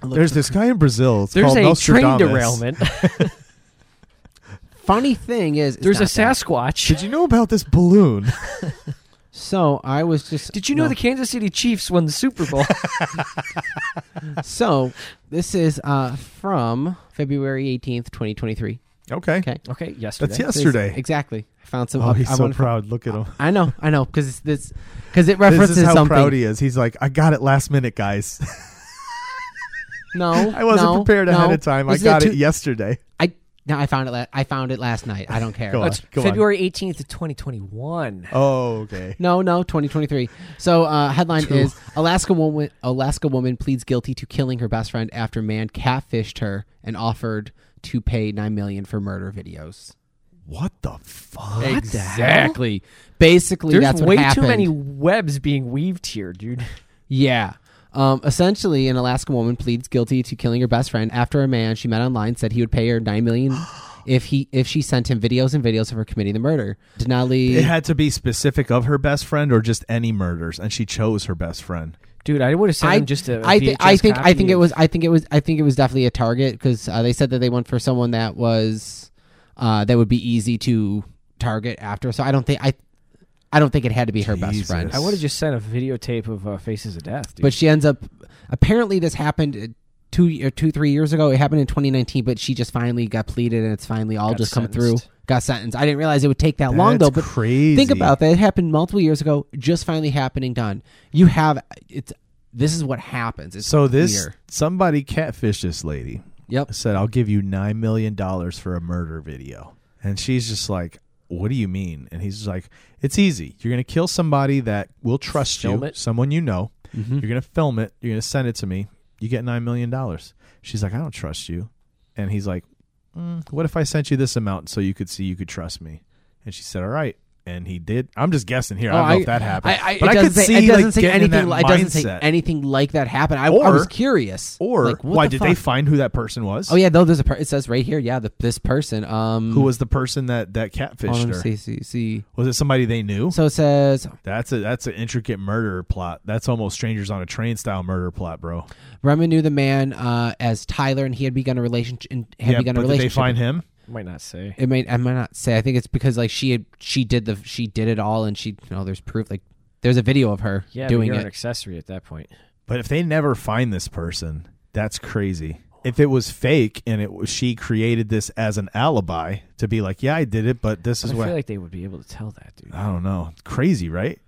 There's this guy in Brazil. It's
There's
called
a train
Nostradamus.
derailment.
funny thing is, it's
There's a
not that.
Sasquatch.
Did you know about this balloon?
So I was just.
Did you know
no.
the Kansas City Chiefs won the Super Bowl?
So this is uh, from February 18th, 2023.
okay.
Okay.
okay, yesterday.
That's
This-
yesterday.
exactly. I found some.
Oh, he's
I,
so
wanna-
proud. Look at him.
I know. I know because this because
This
it references
is how
something.
proud he is. He's like, I got it last minute, guys.
No,
I wasn't
no,
prepared ahead
no.
of time.
This
I
is a
got
two-
it yesterday.
I no, I found it. La- I found it last night. I don't care.
Go on.
That's
Go
February 18th of 2021.
Oh, okay.
No, no, 2023. So uh, headline
Two.
is Alaska woman Alaska woman pleads guilty to killing her best friend after man catfished her and offered to pay nine million for murder videos.
What the fuck?
exactly. Basically,
There's
that's what
way
happened.
too many webs being weaved here, dude.
Yeah. Um, essentially, an Alaska woman pleads guilty to killing her best friend after a man she met online said he would pay her nine million if he if she sent him videos and videos of her committing the murder. Denali.
It had to be specific of her best friend or just any murders, and she chose her best friend.
Dude, I would have sent
I
him just a
I, thi-
VHS
I think I
copy
think it
of-
was I think it was I think it was definitely a target because uh, they said that they went for someone that was uh, that would be easy to target after. So I don't think I I don't think it had to be her best
Jesus.
friend.
I would have just sent a videotape of uh, Faces of Death, dude.
But she ends up apparently this happened uh, two or two three years ago. It happened in 2019, but she just finally got pleaded and it's finally all
Got
just come through.
sentenced.
Got sentenced. I didn't realize it would take that long though.
That's
But
crazy.
Think about that. It happened multiple years ago, just finally happening done. You have it's this is what happens. It's
So this
weird.
somebody catfished this lady.
Yep.
Said, "I'll give you nine million dollars for a murder video," and she's just like, "What do you mean?" And he's just like, "It's easy. You're gonna kill somebody that will trust
Film
you,
it.
someone you know.
Mm-hmm.
You're gonna film it. You're gonna send it to me. You get nine million dollars." She's like, "I don't trust you," and he's like, "Mm, "What if I sent you this amount so you could see you could trust me?" And she said, "All right." And he did. I'm just guessing here. I
Oh,
don't know
I-
if that happened,
I, I,
but
it
I
doesn't
could
say,
see
it doesn't
like,
say
getting in
anything.
that
It doesn't say
mindset.
anything like that happened. I, I
Or-
was curious.
Or
like, what
why
the
did
fuck?
they find who that person was?
Oh yeah, though there's a per- it says right here. Yeah, the, this person. Um,
who was the person that that catfished
Oh, let me
her?
see, see, see.
Was it somebody they knew?
So it says.
That's a that's an intricate murder plot. That's almost strangers on a train style murder plot, bro.
Bremen knew the man uh, as Tyler, and he had begun a relationship. And had
yeah,
begun
but
a
did they
relationship.
find him?
might not say.
It might. I might not say. I think it's because like she had, she did the she did it all, and she you know there's proof. Like there's a video of her
Yeah, but
doing
you're
it.
an accessory at that point.
But if they never find this person, that's crazy. If it was fake and it was she created this as an alibi to be like, yeah, I did it, but this
But
is
I
what
feel like they would be able to tell that, dude.
Uh,
I don't know. Crazy, right?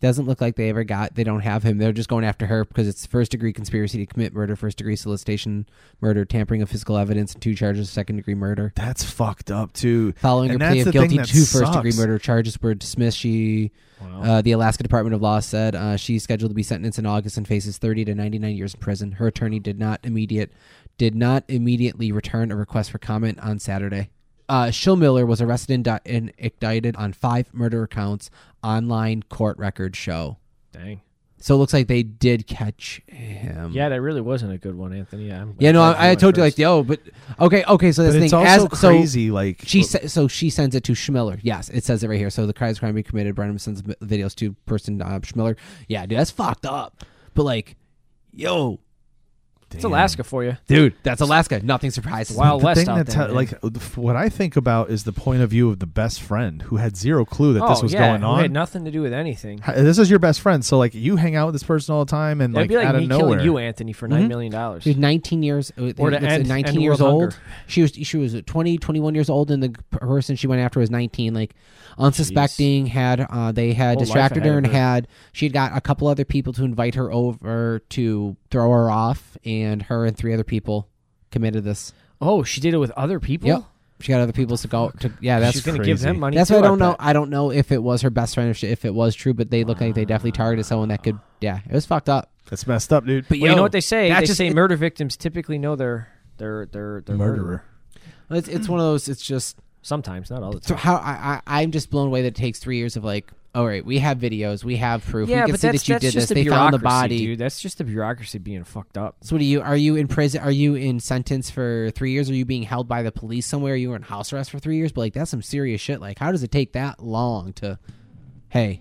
doesn't look like they ever got they don't have him they're just going after her because it's first degree conspiracy to commit murder first degree solicitation murder tampering of physical evidence and two charges of second degree murder
That's fucked up too.
following
And
her plea
that's
of
the thing
guilty
that
to first degree
sucks.
murder charges were dismissed she
Wow.
uh, the alaska department of law said uh, she's scheduled to be sentenced in august and faces 30 to 99 years in prison her attorney did not immediate did not immediately return a request for comment on saturday uh, Schillmiller was arrested and, di- and indicted on five murder counts. Online court records show.
Dang.
So it looks like they did catch him.
Yeah, that really wasn't a good one, Anthony. Yeah, I'm glad
Yeah, no,
you
I, I
went
told you
first.
like, the, oh, but okay, okay. So this
But
thing
it's also
as, so
crazy. like
She sa- so she sends it to Schmiller. Yes, it says it right here. So the crimes crime being committed. Brennan sends m- videos to person uh, Schmiller. Yeah, dude, that's fucked up. But like, yo,
It's Alaska for you.
dude, that's Alaska. Nothing surprises. me.
Wild
the
West
thing
out
that
there.
te-
man.
like f- what I think about is the point of view of the best friend who had zero clue that
oh,
this was
yeah,
going
who
on.
had nothing to do with anything.
Hi- this is your best friend, so like you hang out with this person all the time, and
That'd
like,
be like
out
me
of nowhere,
killing you, Anthony, for
Mm-hmm.
nine million dollars.
She was 19 years uh,
Or to
it's
end-
19
end
years
world
old.
hunger.
She was she was 20, 21 years old and the person she went after was 19 like unsuspecting had uh, they had
Whole life
distracted her
ahead of
and
her.
had she had got a couple other people to invite her over to throw her off and her and three other people committed this.
oh, she did it with other people.
Yep. She got other people to go to yeah, that's
She's gonna give
crazy.
them money.
that's
too,
what I don't know.
bet.
I don't know if it was her best friend, if, she, if it was true, but they look like they definitely targeted someone that could. Yeah, it was fucked up.
That's messed up, dude.
But
Well, you know what they say?
that
They
just-
say murder victims typically know their their their, their
Murderer.
It's, it's one of those. It's just
Sometimes, not all the time.
So how I, I I'm just blown away that it takes three years of like, all right, we have videos, we have proof, we
yeah,
can
but
see
that's
that you
that's
did
just
this.
the
They
bureaucracy,
found the body.
dude. That's just the bureaucracy being fucked up.
So what do you? Are you in prison? Are you in sentence for three years? Are you being held by the police somewhere? You were in house arrest for three years, but like that's some serious shit. Like, how does it take that long to? Hey,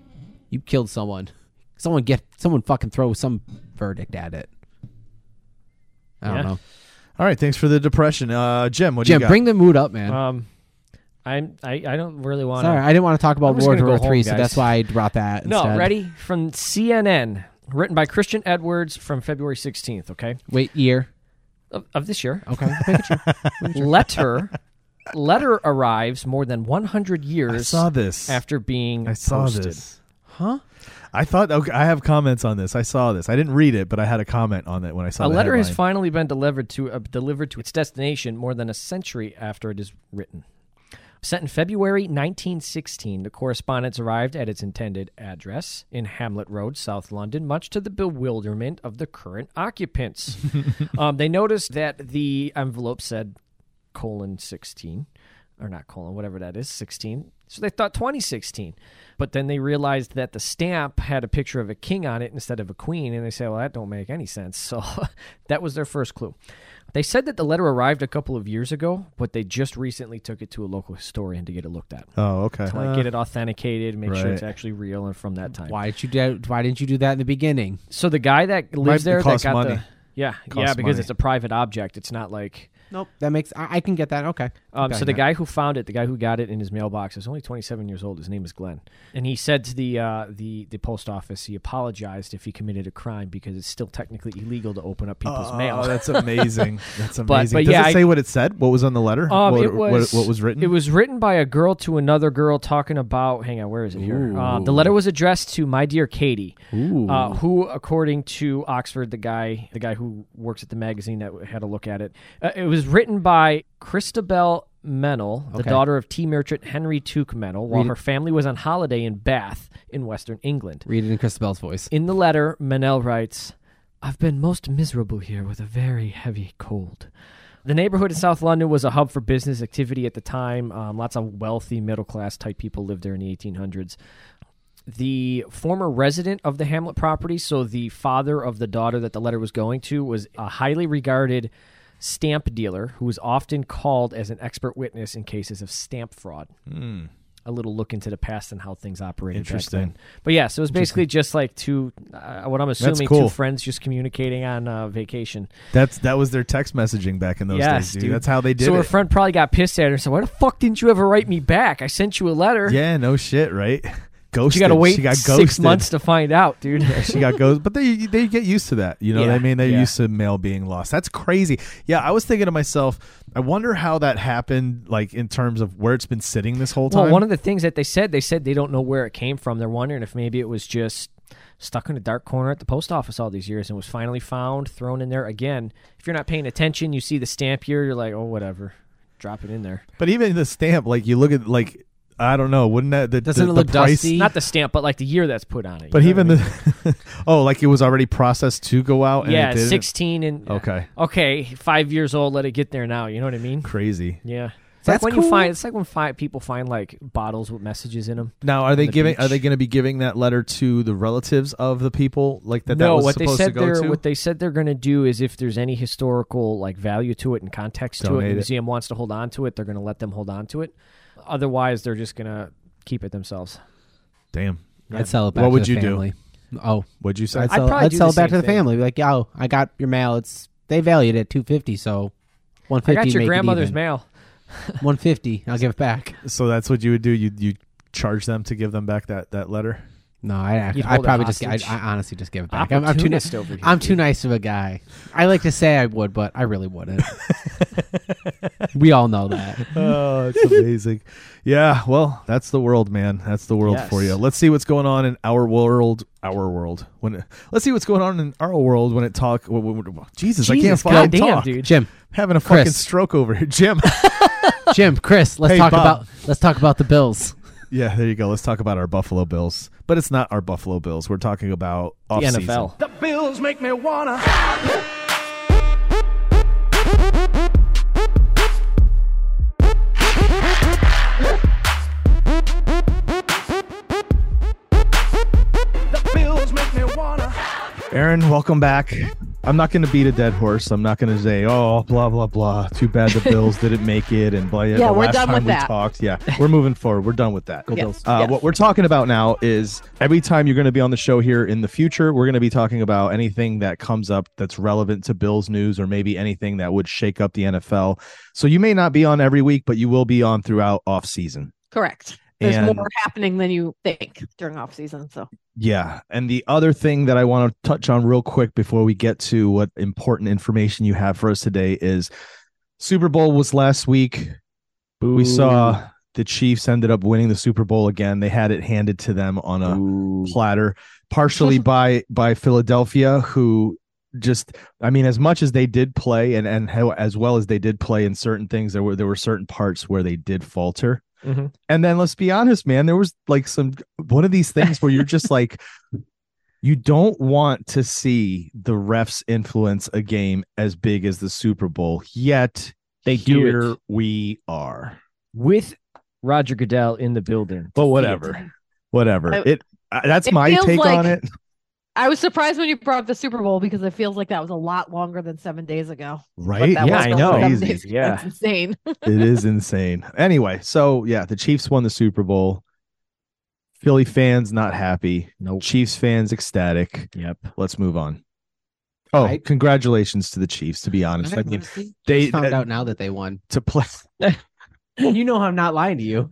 you killed someone. Someone get someone fucking throw some verdict at it. I don't
Yeah.
know,
All right, thanks for the depression, uh, Jim. What do you
Jim.
got?
Bring the mood up, man.
Um, I'm I, I don't really want
Sorry,
to.
I didn't want to talk about
I'm just
World
gonna
War
go
Three,
home,
so
guys.
that's why I brought that.
No,
instead.
ready from CNN, written by Christian Edwards from February 16th. Okay,
Wait, year.
of, of this year.
Okay.
letter letter arrives more than 100
I
years
saw this.
after being
I saw
posted.
this. Huh? I thought. Okay, I have comments on this. I saw this. I didn't read it, but I had a comment on it when I saw.
A
the
letter has
headline.
finally been delivered to uh, delivered to its destination more than a century after it is written. Sent in February 1916, the correspondence arrived at its intended address in Hamlet Road, South London, much to the bewilderment of the current occupants. um, they noticed that the envelope said colon 16 or not colon whatever that is 16 so they thought 2016 but then they realized that the stamp had a picture of a king on it instead of a queen and they said well that don't make any sense so that was their first clue they said that the letter arrived a couple of years ago but they just recently took it to a local historian to get it looked at
Oh, okay.
to like get it authenticated make sure it's
right.
actually real and from that time
Why did you do? Why didn't you do that in the beginning?
so the guy that lives
be-
there that
cost
got
money.
the yeah yeah
Cost
because
money.
it's a private object it's not like
Nope. That makes. I, I can get that. Okay.
Um,
Okay,
so the
yeah.
guy who found it, the guy who got it in his mailbox, is only 27 years old. His name is Glenn, and he said to the uh, the the post office he apologized if he committed a crime because it's still technically illegal to open up people's
Oh,
mail.
that's amazing. That's amazing.
but
Does
yeah,
it
I-
say what it said? What was on the letter?
Um,
what,
it
what-
was-
what was written?
It was written by a girl to another girl talking about. Hang on, where is it here? Um, the letter was addressed to my dear Katie, uh, who, according to Oxford, the guy, the guy who works at the magazine that had a look at it, uh, it was written by Christabel Mennel, the
Okay.
daughter of tea merchant Henry Tuke Mennel, while
Read it.
her family was on holiday in Bath in Western England.
Read it in Christabel's voice.
In the letter, Manel writes, I've been most miserable here with a very heavy cold. The neighborhood in South London was a hub for business activity at the time. Um, lots of wealthy, middle class type people lived there in the 1800s. The former resident of the Hamlet property, so the father of the daughter that the letter was going to, was a highly regarded stamp dealer who was often called as an expert witness in cases of stamp fraud a little look into the past and how things operated. back
Interesting.
then. But yeah, so it was basically just like two, uh, what I'm assuming,
cool.
two friends just communicating on uh, vacation.
That's that was their text messaging back in those
yes,
days, dude. That's how they did
so
it.
her friend probably got pissed at her and said, "Why the fuck didn't you ever write me back? I sent you a letter.
yeah, no shit, right? Ghosted.
you got to wait
She got ghosted.
six months to find out, dude."
she got goes but they they get used to that you know what i
Yeah,
mean they're
yeah.
used to mail being lost that's crazy yeah i was thinking to myself i wonder how that happened like in terms of where it's been sitting this whole time
Well, one of the things that they said, they said they don't know where it came from. They're wondering if maybe it was just stuck in a dark corner at the post office all these years and was finally found, thrown in there again. If you're not paying attention, you see the stamp here, you're like, oh, whatever. Drop it in there.
but even the stamp like you look at like i don't know wouldn't that the,
Doesn't
the,
it look
the price,
dusty?
Not the stamp, but like the year that's put on it. you
but
know
even
what I mean?
the oh like it was already processed to go out Oh, and
yeah,
it didn't? Oh.
16 and
okay
okay, five years old. Let it get there now. You know what I mean?
crazy
Yeah. It's like
That's
when
cool.
you find it's like when fi- people find like bottles with messages in them.
Now, are they
the
giving? Are
beach.
they going to be giving that letter to the relatives of the people like that? that
no,
was
what they
supposed
said
to go
they're
to.
what they said they're going to do is if there's any historical like value to it and context to it, and
Donate
the
it.
museum wants to hold on to it, they're going to let them hold on to it. Otherwise, they're just going to keep it themselves.
Damn,
I'd sell it back
What
to
would
the
you do?
family. Oh,
what'd you say?
I'd
I'd
sell,
probably
I'd
do
sell it
the
back to
same
the
thing.
family. Be like, yo, I got your mail. It's they valued it at two fifty, so one
I
fifty.
got your grandmother's mail.
One fifty. I'll give it back.
so that's what you would do. You you charge them to give them back that that letter.
No, I
You'd
I
hold it
probably just I,
hostage.
I honestly just give it back. I'm, I'm too nice.
Opportunist over here,
I'm too
dude.
nice of a guy. I like to say I would, but I really wouldn't. we all know that.
oh, it's amazing. Yeah, well, that's the world, man. That's the world for
Yes.
you. Let's see what's going on in our world. Our world. When it, let's see what's going on in our world when it talk. When, when, when- Jesus, I can't
Jesus,
fucking
goddamn,
talk.
dude.
Jim,
Having a
Chris.
fucking stroke over here, Jim.
Jim, Chris, let's
Hey,
talk
Bob.
about let's talk about the Bills.
yeah, there you go. Let's talk about our Buffalo Bills, but it's not our Buffalo Bills. We're talking about off
The NFL.
The bills make me wanna. The bills make me wanna.
Aaron, welcome back. I'm not going to beat a dead horse. I'm not going to say, oh, blah, blah, blah. Too bad the Bills didn't make it. And blah, yeah, the
we're
last
done
time
with
we
that.
talked. Yeah, we're moving forward. We're done with that. Go
Bills.
Uh,
Yes.
What we're talking about now is every time you're going to be on the show here in the future, we're going to be talking about anything that comes up that's relevant to Bills news or maybe anything that would shake up the NFL. So you may not be on every week, but you will be on throughout off season.
Correct. There's
And-
more happening than you think during off season. So
Yeah. And the other thing that I want to touch on real quick before we get to what important information you have for us today is Super Bowl was last week. We saw the Chiefs ended up winning the Super Bowl again. They had it handed to them on a
Mm.
platter, partially by by Philadelphia, who just I mean, as much as they did play and and how, as well as they did play in certain things, there were there were certain parts where they did falter.
Mhm.
And then let's be honest, man, there was like some one of these things where you're just like, you don't want to see the refs influence a game as big as the Super Bowl. Yet
They do
here
it
we are.
with Roger Goodell in the building.
But whatever, whatever.
I-
it uh, that's
It
my
feels
take
like-
on it.
I was surprised when you brought up the Super Bowl because it feels like that was a lot longer than seven days ago.
Right?
That
Yeah,
was
I
only
know.
seven
Crazy.
days.
Yeah.
That's insane.
it is insane. Anyway, so yeah, the Chiefs won the Super Bowl. Philly fans not happy.
Nope.
Chiefs fans ecstatic.
Yep.
Let's move on. Oh,
I-
congratulations to the Chiefs. To be honest, I mean they
Just found
uh,
out now that they won.
to play.
You know I'm not lying to you.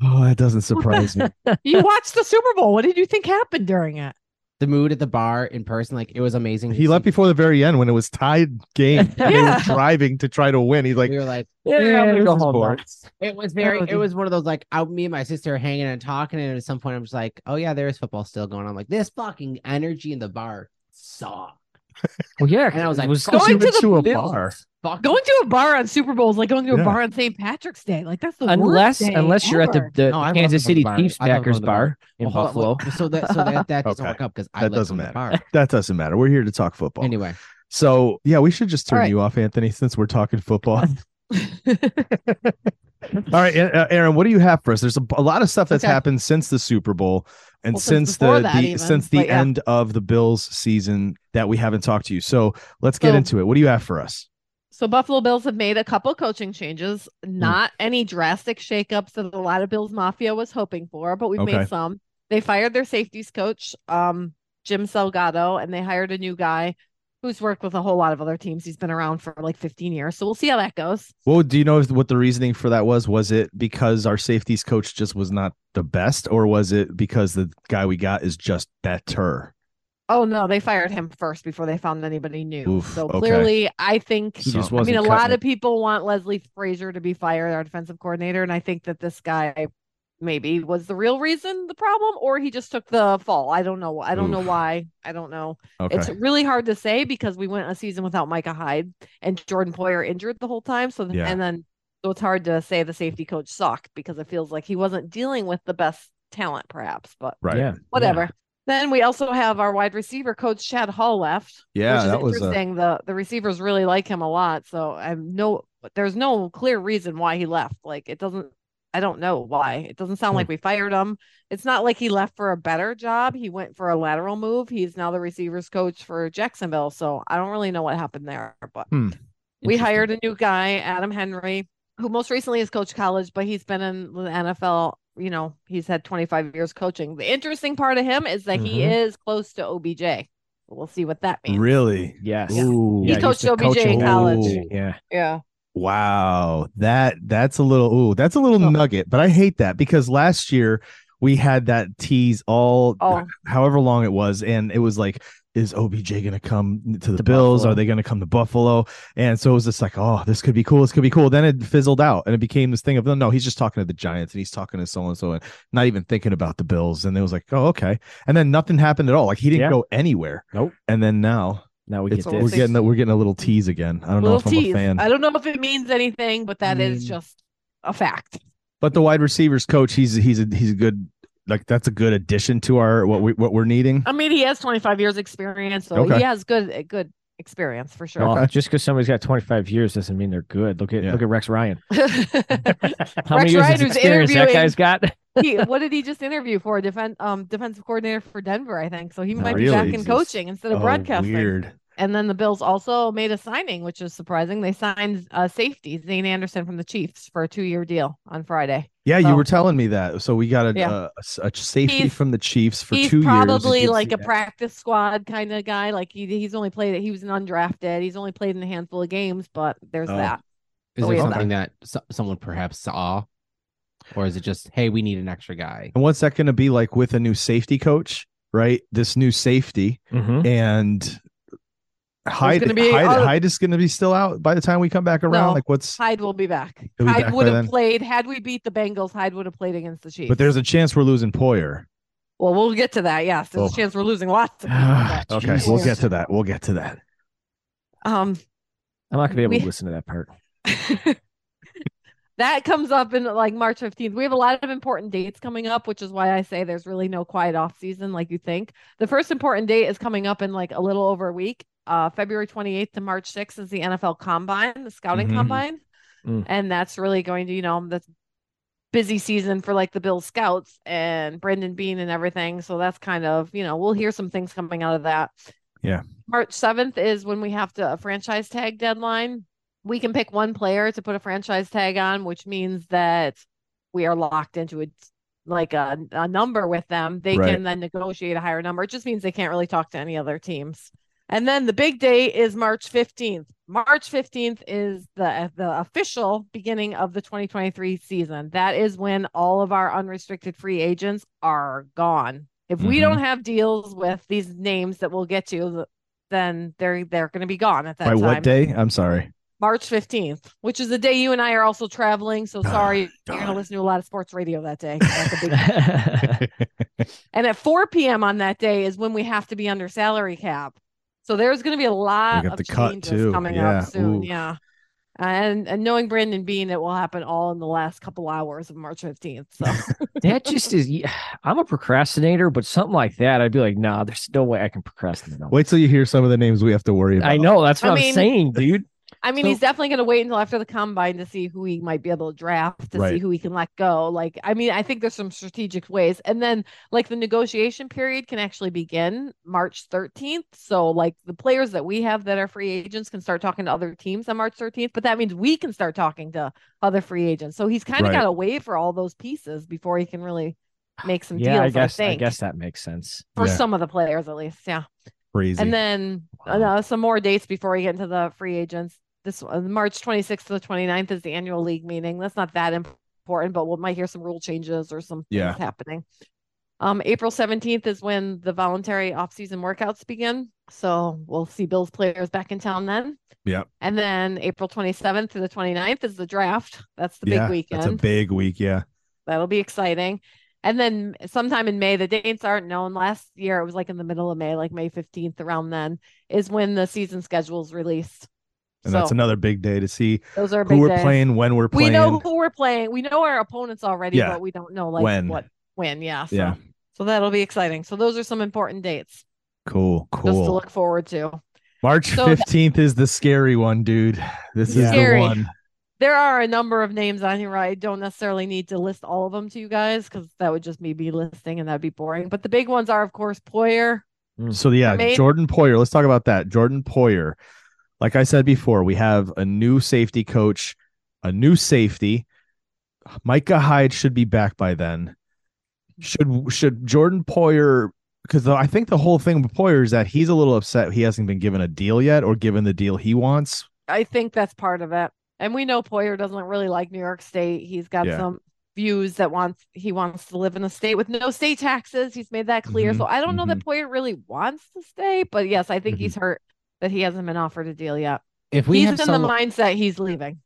Oh, that doesn't surprise me.
you watched the Super Bowl. What did you think happened during it?
The mood at the bar in person, like it was amazing.
He left before the very end when it was tied game. and They were
Yeah.
driving to try to win. He's like,
we were like,
Yeah, I'm gonna go home. now.
it was very,
Oh,
it
dude.
was one of those like, I, me and my sister were hanging and talking, and at some point I'm just like, oh yeah, there is football still going on. like this fucking energy in the bar sucked.
Well, yeah,
And I was like,
it was
Going
"Even
to the
a
Bills.
bar.
Fuck.
Going to a bar on Super Bowl is like going to a
Yeah.
bar on St. Patrick's Day. Like that's the worst
unless
day
unless you're at the,
ever.
the
No, I love
Kansas
going to
City
bars.
Chiefs
I love going
Packers
to the bar.
bar in
Well, hold on,
Buffalo.
wait, so that so that, that doesn't
Okay.
work up because I
That
left on
doesn't
the
matter.
bar.
That doesn't matter. We're here to talk football.
Anyway,
So yeah, we should just turn
All right.
you off, Anthony, since we're talking football. All right, A- uh, Aaron, what do you have for us? There's a, b- a lot of stuff that's
Okay.
happened since the Super Bowl and
Well, since
since,
before
the,
that
the
even,
since the
but yeah.
end of the Bills season that we haven't talked to you. So let's get
So-
into it. What do you have for us?
So Buffalo Bills have made a couple coaching changes,
Hmm.
not any drastic shakeups that a lot of Bills Mafia was hoping for, but we've
Okay.
made some. They fired their safeties coach, um, Jim Salgado, and they hired a new guy who's worked with a whole lot of other teams. He's been around for like 15 years. So we'll see how that goes.
Well, do you know if- what the reasoning for that was? Was it because our safeties coach just was not the best, or was it because the guy we got is just better?
Oh no, they fired him first before they found anybody new.
Oof,
so
okay.
clearly I think
He just
I
wasn't
mean a
cutting
lot
it.
of people want Leslie Frazier to be fired, our defensive coordinator, and I think that this guy maybe was the real reason the problem, or he just took the fall. I don't know. I don't know
Oof.
why. I don't know.
Okay,
It's really hard to say because we went a season without Micah Hyde and Jordan Poyer injured the whole time. So th-
Yeah.
and then so it's hard to say the safety coach sucked because it feels like he wasn't dealing with the best talent, perhaps, but
right?
Yeah.
whatever. Then we also have our wide receiver coach Chad Hall left.
Yeah,
which is
that was a-
interesting. the the receivers really like him a lot, so I have no but there's no clear reason why he left. Like it doesn't I don't know why. It doesn't sound
Hmm.
like we fired him. It's not like he left for a better job. He went for a lateral move. He's now the receivers coach for Jacksonville, so I don't really know what happened there, but
Hmm.
we
Interesting.
hired a new guy, Adam Henry, who most recently has coached college, but he's been in the NFL. You know, he's had 25 years coaching. The interesting part of him is that
Mm-hmm.
he is close to OBJ. We'll see what that means.
Really?
Yes.
Ooh.
Yeah,
he coached
used to coach
OBJ
him.
in college.
Ooh.
Yeah.
Yeah.
Wow, that that's a little ooh, that's a little
Oh.
nugget, but I hate that because last year we had that tease all
Oh,
however long it was, and it was like, is OBJ gonna come to the Bills?
Buffalo.
Are they gonna come to Buffalo? And so it was just like, oh, this could be cool, this could be cool. Then it fizzled out and it became this thing of no, no, he's just talking to the Giants and he's talking to so and so and not even thinking about the Bills. And it was like, oh, okay. And then nothing happened at all. Like he didn't
Yeah.
go anywhere.
Nope.
And then now
Now we
it's,
get
all
we're
this.
getting we're getting a little tease again. I don't know
little
if I'm a
tease.
fan. Mm.
I don't know if it means anything, but that is
mean-
just a fact.
But the wide receivers coach, he's he's a he's a good like that's a good addition to our what we what we're needing.
I mean, he has 25 years experience, so
Okay.
he has good eh, good experience for sure.
Well, just because somebody's got 25 years doesn't mean they're good. Look at
Yeah.
look at Rex Ryan. How
Rex
many years
Ryan,
of
who's
experience that
interviewing-
guy's got?
he, what did he just interview for? Defense um defensive coordinator for Denver, I think. So he
No,
might be
really?
back in
Jesus.
coaching instead of
Oh,
broadcasting.
Weird.
And then the Bills also made a signing, which is surprising. They signed uh, safety Zane Anderson from the Chiefs for a two-year deal on Friday.
Yeah,
So-
you were telling me that. So we got a,
Oh. Yeah.
uh, a s- a safety
He's-
from the Chiefs for
he's
two
probably
years.
like a practice squad kind of guy. Like he, he's only played. He was an undrafted. He's only played in a handful of games, but there's
Oh.
that.
Is
Oh,
there
yeah.
something that so- someone perhaps saw, or is it just hey, we need an extra guy?
And what's that going to be like with a new safety coach? Right, this new safety
Mm-hmm.
and Hyde.
Hmm. gonna be
Hyde,
all-
Hyde is going to be still out by the time we come back around.
No.
Like what's?
Hyde will be back.
He'll be back
Hyde
by
would have
then.
played had we beat the Bengals. Hyde would have played against the Chiefs.
But there's a chance we're losing Poyer.
well, we'll get to that. Yes, there's
Oh.
a chance we're losing lots. Of people,
Okay,
Jeez.
we'll get to that. We'll get to that.
but, um,
I'm not gonna be able
We-
to listen to that part.
that comes up in like March 15th. We have a lot of important dates coming up, which is why I say there's really no quiet off season like you think. The first important date is coming up in like a little over a week. Uh, February 28th to March 6th is the NFL Combine, the scouting
Mhm.
combine.
Mm.
And that's really going to, you know, that's busy season for like the Bill Scouts and Brendan Bean and everything. So that's kind of, you know, we'll hear some things coming out of that.
Yeah.
March 7th is when we have to a franchise tag deadline. We can pick one player to put a franchise tag on, which means that we are locked into a like a, a number with them. They
Right.
can then negotiate a higher number. It just means they can't really talk to any other teams. And then the big day is March 15th. March 15th is the the official beginning of the 2023 season. That is when all of our unrestricted free agents are gone. If we
Mhm.
don't have deals with these names that we'll get to, then they're they're going to be gone at that
By
time.
what day? I'm sorry.
March 15th, which is the day you and I are also traveling. So
Ah,
sorry, you're going to
darn.
listen to a lot of sports radio that day. 'cause that's a big and at 4 p.m. on that day is when we have to be under salary cap. So there's going to be a lot
We got
of
the cut,
changes
too.
coming
Yeah,
up soon.
ooh.
Yeah. And, and knowing Brandon Bean, it will happen all in the last couple hours of March 15th. So
that just is. yeah, I'm a procrastinator, but something like that, I'd be like, nah, there's no way I can procrastinate. on
Wait till you hear some of the names we have to worry about.
I know that's what
I
I am
mean-
saying, dude.
I mean,
So-
he's definitely going to wait until after the combine to see who he might be able to draft, to see
Right.
who he can let go. Like, I mean, I think there's some strategic ways. And then, like, the negotiation period can actually begin March 13th. So, like, the players that we have that are free agents can start talking to other teams on March 13th, but that means we can start talking to other free agents. So, he's kind of
Right.
got to wait for all those pieces before he can really make some
yeah, I
deals, I,
guess I,
think,
guess that makes sense.
for
Yeah.
some of the players at least. Yeah.
Crazy.
And then uh,
Wow.
some more dates before we get into the free agents. This uh, March 26th to the 29th is the annual league meeting. That's not that important, but we might hear some rule changes or some
Yeah.
things happening. Um, April 17th is when the voluntary offseason workouts begin. So we'll see Bills players back in town then.
Yep.
And then April 27th to the 29th is the draft. That's the
yeah,
big weekend.
That's a big week. Yeah.
That'll be exciting. And then sometime in May, the dates aren't known. Last year, it was like in the middle of May, like May 15th, around then, is when the season schedule is released.
And
so
that's another big day to see
those are
who
big
we're
days.
playing, when we're
We
playing.
know who we're playing. We know our opponents already,
Yeah.
but we don't know like
When.
what when. Yeah. So,
Yeah.
So that'll be exciting. So those are some important dates
Cool.
just to
Cool.
look forward to.
March
So that-
15th is the scary one, dude. This is
Scary.
the one.
There are a number of names on here. I don't necessarily need to list all of them to you guys because that would just be me listing and that'd be boring. But the big ones are, of course, Poyer.
So yeah,
I mean-
Jordan Poyer. Let's talk about that. Jordan Poyer. Like I said before, we have a new safety coach, a new safety. Micah Hyde should be back by then. Should should Jordan Poyer because I think the whole thing with Poyer is that he's a little upset he hasn't been given a deal yet or given the deal he wants.
I think that's part of it. And we know Poyer doesn't really like New York State. He's got
Yeah.
some views that wants he wants to live in a state with no state taxes. He's made that clear.
Mhm,
So I don't know that Poyer really wants to stay, but yes, I think
Mhm.
he's hurt that he hasn't been offered a deal yet.
If we
he's in
have some,
the mindset he's leaving.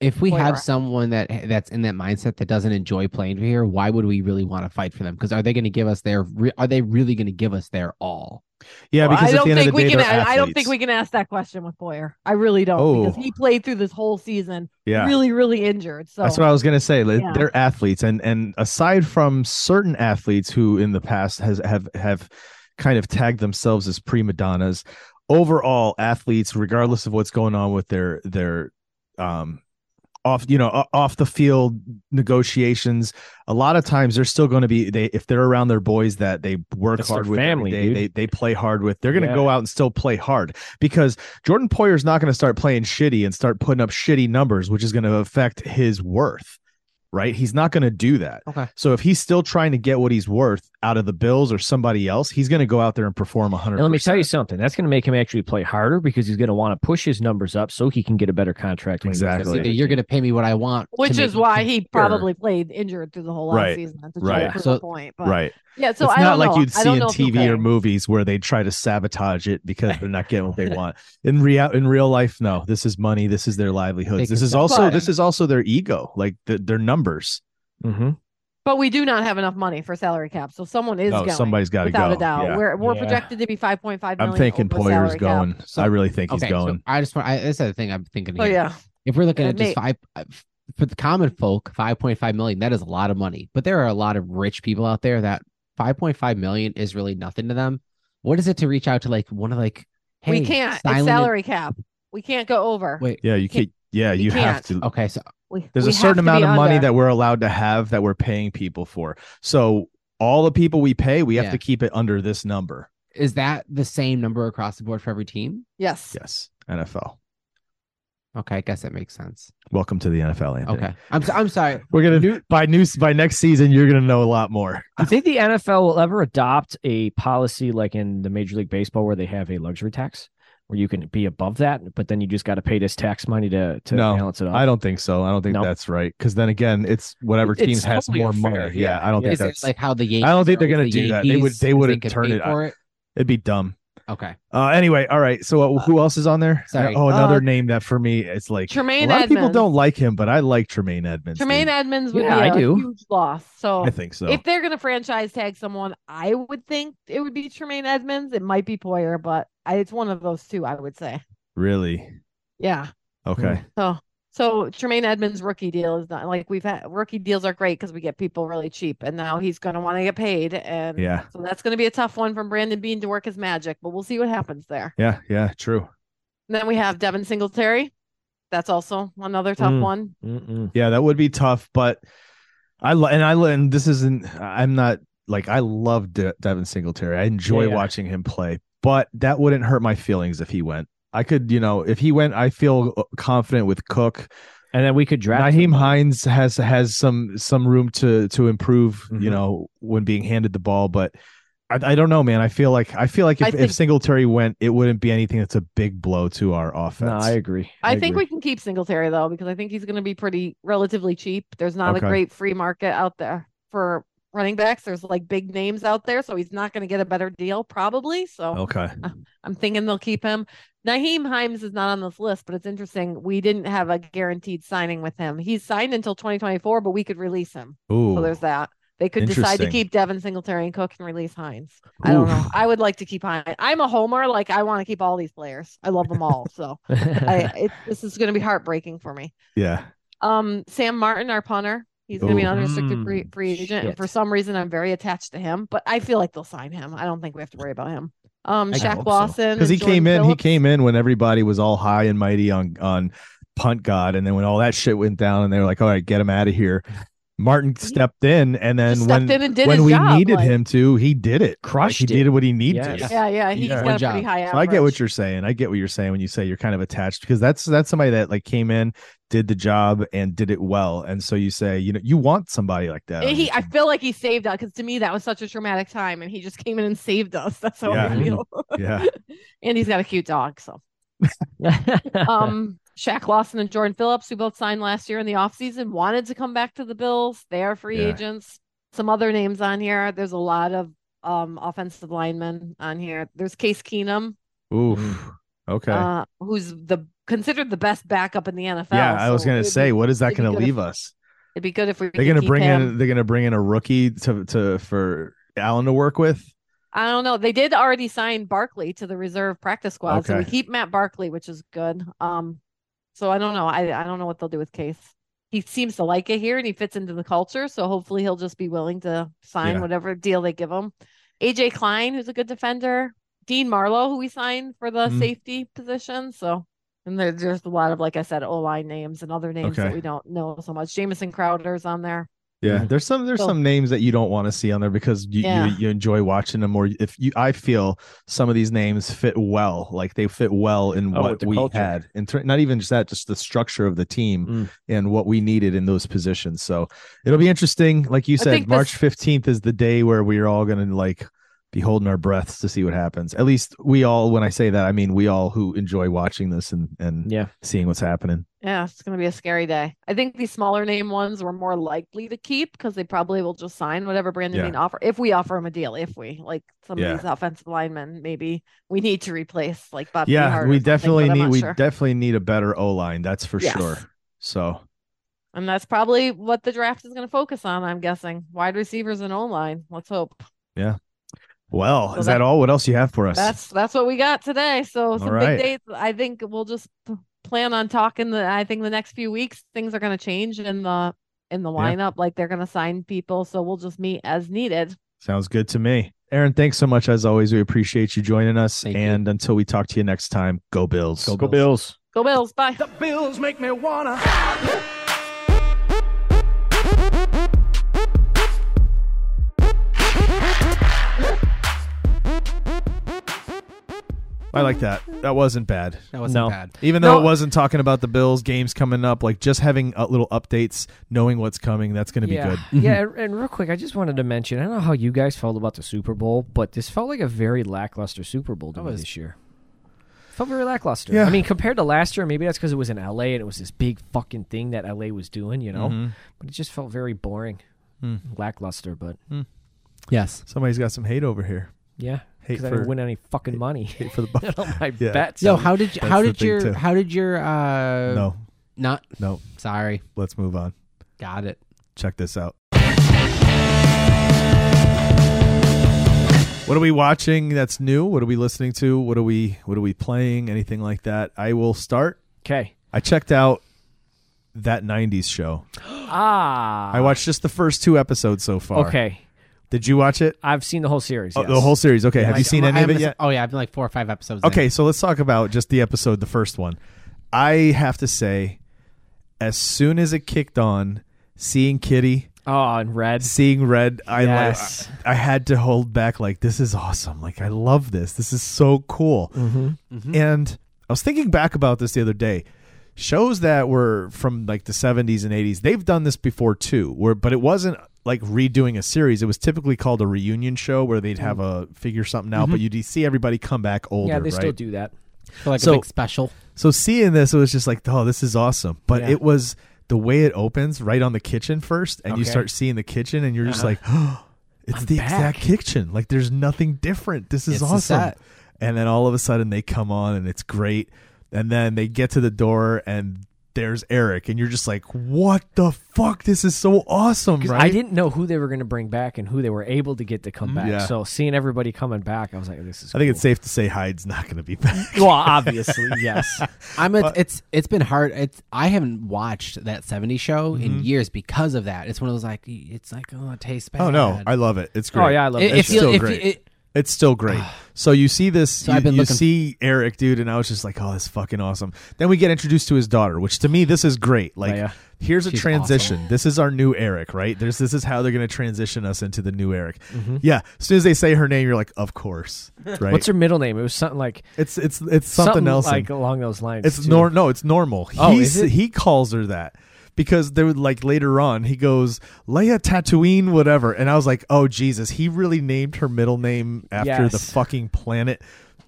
if we
Boy,
have
right.
someone that that's in that mindset that doesn't enjoy playing here, why would we really want to fight for them? Because are they going to give us their? re- Are they really going to give us their all?
Yeah,
Well,
because
I
at
don't
the end
think
of the
we
day,
can
they're
I, I don't think
athletes.
we can ask that question with Poyer. I really don't
Oh.
because he played through this whole season
yeah.
really, really injured. So
That's what I was gonna say. like,
Yeah.
They're athletes, and and aside from certain athletes who in the past has have have kind of tagged themselves as prima donnas, overall athletes, regardless of what's going on with their their um off you know o- off the field negotiations, a lot of times they're still going to be they if they're around their boys that they work
That's their
hard with every
family,
day,
dude.
they they play hard with, they're going to
Yeah.
go out and still play hard because Jordan Poyer's not going to start playing shitty and start putting up shitty numbers, which is going to affect his worth, right? He's not going to do that.
Okay.
So if he's still trying to get what he's worth out of the Bills or somebody else, he's going to go out there and perform 100%.
And let me tell you something. That's going to make him actually play harder because he's going to want to push his numbers up so he can get a better contract. when he goes to
Exactly.
the
Either
other
you're
team.
going to pay me what I want, to
which
make
is
me
why he
compare.
probably played injured through the whole last
Right.
season to
Right.
try to prove
So-
a point. But
Right.
Yeah, so
it's
I
not
don't
like
know.
you'd
I
see
don't
in
know if he'll
TV or
pay.
movies where they try to sabotage it because they're not getting what they want. In real in real life, no. This is money. This is their
They
livelihoods. This
can-
is also
But-
this is also their ego, like the, their numbers.
Mhm.
But we do not have enough money for salary cap, so someone is
No,
going.
somebody's got to go.
without a doubt.
Yeah.
We're we're
Yeah.
projected to be five point five
I'm
million.
thinking
over
Poyer's
salary Cap.
going.
So-
I really think he's
Okay, so
going.
I just want. I, that's the thing I'm thinking.
So
here.
Oh, yeah,
If we're looking
Yeah,
at just
mate.
five uh, f- for the common folk, five point five million, that is a lot of money. But there are a lot of rich people out there that five point five million is really nothing to them. What is it to reach out to like one of like hey,
we can't.
Steinle
It's
and-
salary cap. We can't go over.
Wait,
Yeah, you
Can't-
can't. Yeah,
you
you have
can't.
to.
okay, so
We,
There's
we
a certain
have to be
amount of money
under.
that we're allowed to have that we're paying people for. So all the people we pay, we have
Yeah.
to keep it under this number.
is that the same number across the board for every team?
yes.
Yes, NFL.
Okay, I guess that makes sense.
Welcome to the NFL, Anthony.
Okay, I'm so, I'm sorry.
We're gonna by new by next season. You're gonna know a lot more.
Do you think the NFL will ever adopt a policy like in the Major League Baseball where they have a luxury tax where you can be above that, but then you just got to pay this tax money to, to
No,
balance it out?
I don't think so. I don't think
No.
that's right. Because then again, it's whatever
It's
team has
totally
more
unfair,
money. Yeah,
yeah.
I don't
Yeah.
think
Is it
that's.
like how the Yankees?
I don't think
are
they're gonna
always the
do that. They would-
Yankees,
they
'cause
wouldn't
can
turn
pay
it up.
For it.
it'd be dumb.
Okay,
Uh, anyway, all right. So uh, who else is on there?
sorry.
Oh, another
Uh,
name that for me, it's like
Tremaine
a lot of people
Edmonds.
don't like him, but I like Tremaine Edmonds. dude.
Tremaine Edmonds would
Yeah,
be
I
a
do.
huge loss. So
I think so.
if they're gonna franchise tag someone, I would think it would be Tremaine Edmonds. It might be Poyer, but I, it's one of those two. I would say.
Really?
Yeah.
Okay.
So so Tremaine Edmonds rookie deal is not like we've had rookie deals are great because we get people really cheap, and now he's going to want to get paid, and
Yeah.
so that's going to be a tough one from Brandon Bean to work his magic, but we'll see what happens there.
Yeah. Yeah. True.
And then we have Devin Singletary. That's also another tough
Mm.
one.
Mm-mm.
Yeah, that would be tough, but I lo- and I lo- and this isn't. I'm not like I love De- Devin Singletary. I enjoy
Yeah, yeah.
watching him play, but that wouldn't hurt my feelings if he went. I could, you know, if he went, I feel uh, confident with Cook.
And then we could draft
Naheem Hines has has some some room to to improve, you
Mm-hmm.
Mhm.
know, when being handed the ball, but. I, I don't know, man. I feel like I feel like if,
I
if
think-
Singletary went, it wouldn't be anything that's a big blow to our
No,
offense.
I agree.
I, think we can keep Singletary though, because I think he's going to be pretty relatively cheap. There's not
Okay.
a great free market out there for running backs. There's like big names out there, so he's not going to get a better deal probably. So
okay.
I'm thinking they'll keep him. Naheem Himes is not on this list, but it's interesting. We didn't have a guaranteed signing with him. He's signed until 2024, but we could release him.
Ooh.
So there's that. They could decide to
Interesting.
keep Devin Singletary and Cook and release Hines. I don't know.
Oof.
I would like to keep Hines. I'm a homer. Like I want to keep all these players. I love them all. So I, it, this is going to be heartbreaking for me.
Yeah.
Um, Sam Martin, our punter, he's going to be an
Ooh.
unrestricted free,
Mm,
free agent. And
shit.
for some reason, I'm very attached to him, but I feel like they'll sign him. I don't think we have to worry about him. Um,
I
Shaq
hope so.
Lawson
because he
and Jordan
came in he
Phillips.
came in when everybody was all high and mighty on on punt god. And then when all that shit went down, and they were like, "All right, get him out of here," Martin stepped in, and then
Just
when
stepped in and did
when
his
we
job,
needed
like-
him to, he did it. Like,
Crushed
he
it.
did what he needed
Yes.
to.
Yeah, yeah. He's
Yeah.
got
One
a pretty
job.
high average.
So I get what you're saying. I get what you're saying when you say you're kind of attached because that's that's somebody that like came in, did the job, and did it well. And so you say, you know, you want somebody like that. on
He,
your
Eh, I
team.
feel like he saved us because to me that was such a traumatic time, and he just came in and saved us. That's how
Yeah.
I feel.
yeah.
And he's got a cute dog. So, um, Shaq Lawson and Jordan Phillips, who both signed last year in the offseason, wanted to come back to the Bills. They are free
Yeah.
agents. Some other names on here. There's a lot of um offensive linemen on here. There's Case Keenum,
Oof. Okay.
uh, who's the considered the best backup in the NFL.
yeah, I
so
was gonna
it'd be-
say, what is that
it'd be
gonna
good if-
leave us?
It'd be good if we.
They're
could
gonna
keep
bring
him.
in. They're gonna bring in a rookie to to for Allen to work with.
I don't know. They did already sign Barkley to the reserve practice squad, so we
Okay.
keep Matt Barkley, which is good. Um, so I don't know. I I don't know what they'll do with Case. He seems to like it here, and he fits into the culture. So hopefully, he'll just be willing to sign
Yeah.
whatever deal they give him. AJ Klein, who's a good defender, Dean Marlowe, who we signed for the
Mhm.
safety position. So, and there, there's a lot of like I said, O line names and other names that
Okay.
we don't know so much. Jamison Crowder's on there.
Yeah,
Mhm.
there's some there's
Mm-hmm. So-
some names that you don't want to see on there because you,
Yeah.
you you enjoy watching them or if you I feel some of these names fit well like they fit well in
Oh, with
what
the
we
culture.
had and not even just that just the structure of the team
Mm.
and what we needed in those positions so it'll be interesting like you
think
said
this-
March 15th is the day where we're all gonna like be holding our breaths to see what happens at least we all when I say that I mean we all who enjoy watching this and and
yeah.
seeing what's happening
Yeah, it's going to be a scary day. I think these smaller name ones we're more likely to keep because they probably will just sign whatever Brandon
Yeah.
Bean offer if we offer him a deal. If we like some
Yeah.
of these offensive linemen, maybe we need to replace like Bob.
yeah
Newhart or
we
something,
definitely
but I'm
need
not
we
sure.
definitely need a better O line that's for
Yes.
sure so.
and that's probably what the draft is going to focus on. I'm guessing wide receivers and O line. Let's hope
Well,
So
is that,
that-
all? What else you have for us?
that's that's what we got today. So some
right.
big dates. I think we'll just p- plan on talking. The I think the next few weeks things are going to change in the in the
Yeah.
lineup. Like they're going to sign people, so we'll just meet as needed.
Sounds good to me. Aaron, thanks so much as always. We appreciate you joining us.
Thank you.
and until we talk to you next time, go Bills.
Go Bills.
Go Bills! Bye.
The bills make me wanna.
I like that. That wasn't bad.
That wasn't
No.
bad.
Even though
No.
it wasn't talking about the Bills games coming up, like just having uh, little updates, knowing what's coming, that's going to
yeah.
be good. Mm-hmm.
Yeah, and, and real quick, I just wanted to mention I don't know how you guys felt about the Super Bowl, but this felt like a very lackluster Super Bowl to me
was-
this year. Felt very lackluster.
Yeah.
I mean, compared to last year, maybe that's because it was in LA and it was this big fucking thing that LA was doing, you know?
Mhm.
But it just felt very boring,
Hmm.
lackluster, but
Mm.
Yes.
Somebody's got some hate over here.
yeah.
Hate
Because I
for-
didn't win any fucking money
Hate for the Buff-
on my
Yeah.
bets.
Yo, how did you,
That's
how
the
did
thing,
your
too.
how did your uh
No,
not
no.
sorry
Let's move on.
got it
Check this out. What are we watching that's new? What are we listening to? What are we what are we playing? Anything like that? I will start.
Okay.
I checked out that 90s show.
Ah.
I watched just the first two episodes so far.
Okay.
Did you watch it?
I've seen the whole series.
Oh,
yes.
the whole series. Okay. Have you
Like,
seen
I'm-
any of
I'm-
it yet?
Oh yeah, I've been like four or five episodes. in.
Okay, so let's talk about just the episode, the first one. I have to say, as soon as it kicked on, seeing Kitty,
Oh, and red.
seeing Red, I li-
Yes.
I, I had to hold back. Like this is awesome. Like I love this. This is so cool.
Mm-hmm.
And I was thinking back about this the other day. Shows that were from like the 70s and 80s, they've done this before too. Where but it wasn't like redoing a series. It was typically called a reunion show where they'd have a figure something out, but you'd see everybody come back older.
Mm-hmm. yeah, they
right?
still do that.
so like
so-
a big special.
So seeing this, it was just like, oh, this is awesome. But
Yeah.
it was the way it opens right on the kitchen first, and you
Okay.
start seeing the kitchen, and you're just
Uh-huh.
like, oh, it's
I'm
the
back.
exact kitchen. Like there's nothing different. This is
It's the
awesome.
set.
And then all of a sudden they come on, and it's great. And then they get to the door, and there's Eric, and you're just like, what the fuck? This is so awesome,
'Cause
right?
I didn't know who they were going to bring back and who they were able to get to come back.
Yeah.
So seeing everybody coming back, I was like, this is.
I think
cool.
it's safe to say Hyde's not going to be back.
Well, obviously, yes.
I'm a, it's it's been hard. It's I haven't watched that 70 show
Mm-hmm.
in years because of that. It's one of those like it's like oh it tastes bad.
oh no, I love it. It's great.
Oh yeah, I love
it,
it.
it
It's
feels
still
if
great.
it,
It's still great. So you see this,
So
you,
I've been
you
looking-
see Eric, dude, and I was just like, oh, that's fucking awesome. Then we get introduced to his daughter, which to me, this is great. Like,
Leia.
here's a
She's
transition. This is our new Eric, right? There's this is how they're gonna transition us into the new Eric.
Mm-hmm.
Yeah, as soon as they say her name, you're like, of course, right?
What's her middle name? It was something like
it's it's it's something, else.
like along those lines.
It's
too.
nor no, it's normal.
Oh,
he
is it?
he calls her that because they would like later on he goes Leia Tatooine whatever, and I was like, oh Jesus, he really named her middle name after the
Yes. Mm-hmm.
fucking planet.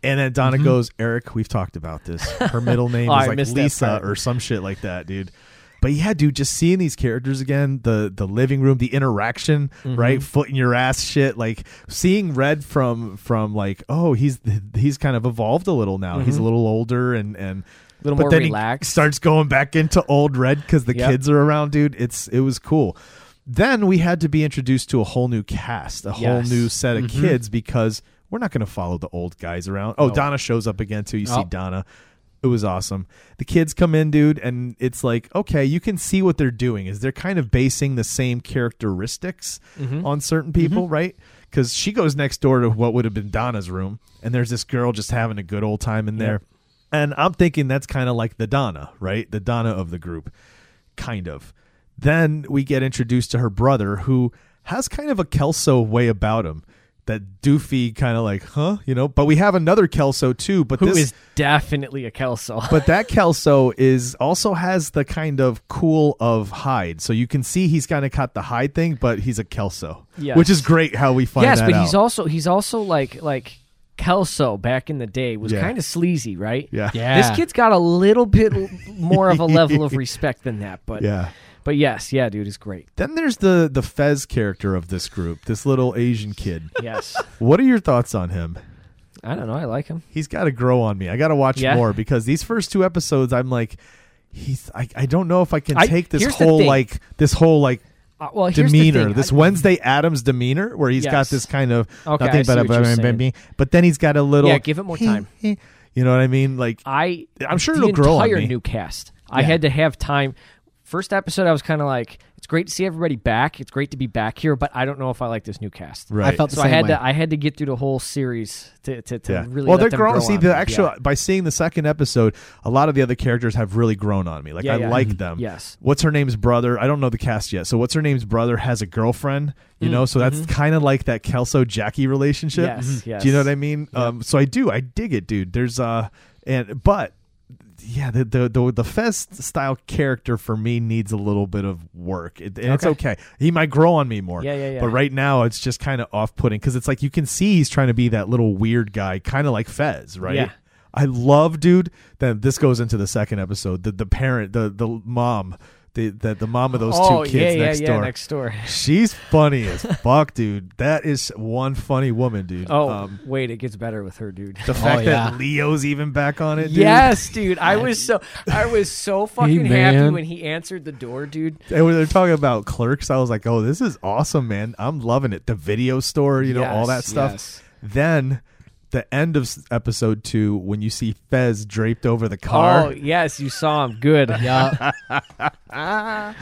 And then Donna goes, Eric, we've talked about this. Her middle name
Oh, I
is like
missed that
Lisa
part.
or some shit like that, dude. But yeah, dude, just seeing these characters again, the the living room, the interaction,
Mm-hmm.
right? Foot in your ass shit, like seeing Red from from like, oh, he's he's kind of evolved a little now. He's a little older and and
Mm-hmm. A little
but
more
then
relaxed.
He starts going back into old red because the
Yep.
kids are around, dude. It's it was cool. Then we had to be introduced to a whole new cast, a whole
Yes.
new set of kids because we're not going to follow the old guys around. Oh, Donna shows up again too. You see
Oh.
Donna. It was awesome. The kids come in, dude, and it's like, okay, you can see what they're doing is they're kind of basing the same characteristics on certain people, right? Because she goes next door to what would have been Donna's room, and there's this girl just having a good old time in there. And I'm thinking that's kind of like the Donna, right? The Donna of the group, kind of. Then we get introduced to her brother, who has kind of a Kelso way about him. That doofy kind of like, huh? You know, but we have another Kelso too. But
who
this,
is definitely a Kelso.
but that Kelso is also has the kind of cool of Hyde. So you can see he's kind of caught the Hyde thing, but he's a Kelso,
Yes.
which is great how we find
yes,
that
but
out.
he's also he's also like like Kelso back in the day was
Yeah.
kind of sleazy, right?
yeah.
Yeah.
This kid's got a little bit l- more of a level of respect than that, but
Yeah.
but yes, yeah, dude is great.
Then there's the the Fez character of this group, this little Asian kid.
Yes,
What are your thoughts on him?
I don't know, I like him.
He's got to grow on me. I got to watch
Yeah.
more because these first two episodes, I'm like, he's. I, I don't know if I can
I-
take this
here's the
whole
thing.
like this whole like
Uh, well, here's the
demeanor,
thing.
this
I-
Wednesday Adams demeanor, where he's got
Yes.
this kind of
Okay, I
nothing
see
but a
what you're saying.
but then he's got a little.
Yeah, give it more time.
You know what I mean? Like
I
I'm sure
the
it'll grow on
entire
me.
new cast. I had to have time. First episode, I was kind of like, it's great to see everybody back. It's great to be back here, but I don't know if I like this new cast.
right.
I felt the
So I
same
had
way.
to I had to get through the whole series to to, to
yeah.
really
well,
let
they're
them
growing.
grow
See,
on
the
me.
actual
Yeah.
by seeing the second episode, a lot of the other characters have really grown on me. Like
Yeah,
I
yeah.
like them.
Yes.
What's her name's brother? I don't know the cast yet. So what's her name's brother has a girlfriend. You know, so that's kind of like that Kelso Jackie relationship.
Mm, mm-hmm.
Mm-hmm.
Yes, Mhm. yes.
Do you know what I mean? Um, so I do. I dig it, dude. There's uh, and but yeah, the the the, the Fez style character for me needs a little bit of work, it, and it's okay. He might grow on me more.
Yeah, yeah, yeah.
But right now, it's just kind of off putting because it's like you can see he's trying to be that little weird guy, kind of like Fez, right?
Yeah.
I love, dude. That this goes into the second episode. The the parent, the the mom, the the, the mom of those two
oh, yeah,
kids
yeah,
next
yeah,
door.
next door.
She's funny as fuck, dude. That is one funny woman, dude.
Oh,
Um,
wait, it gets better with her, dude.
the fact
yeah.
that Leo's even back on it, dude.
Yes, dude. I was so I was so fucking happy
man.
when he answered the door, dude.
And when they're talking about clerks, I was like, oh, this is awesome, man. I'm loving it. The video store, you know, all that
Yes,
stuff.
yes.
Then the end of s- episode two, when you see Fez draped over the
Oh
car.
yes, you saw him. Good.
Yeah.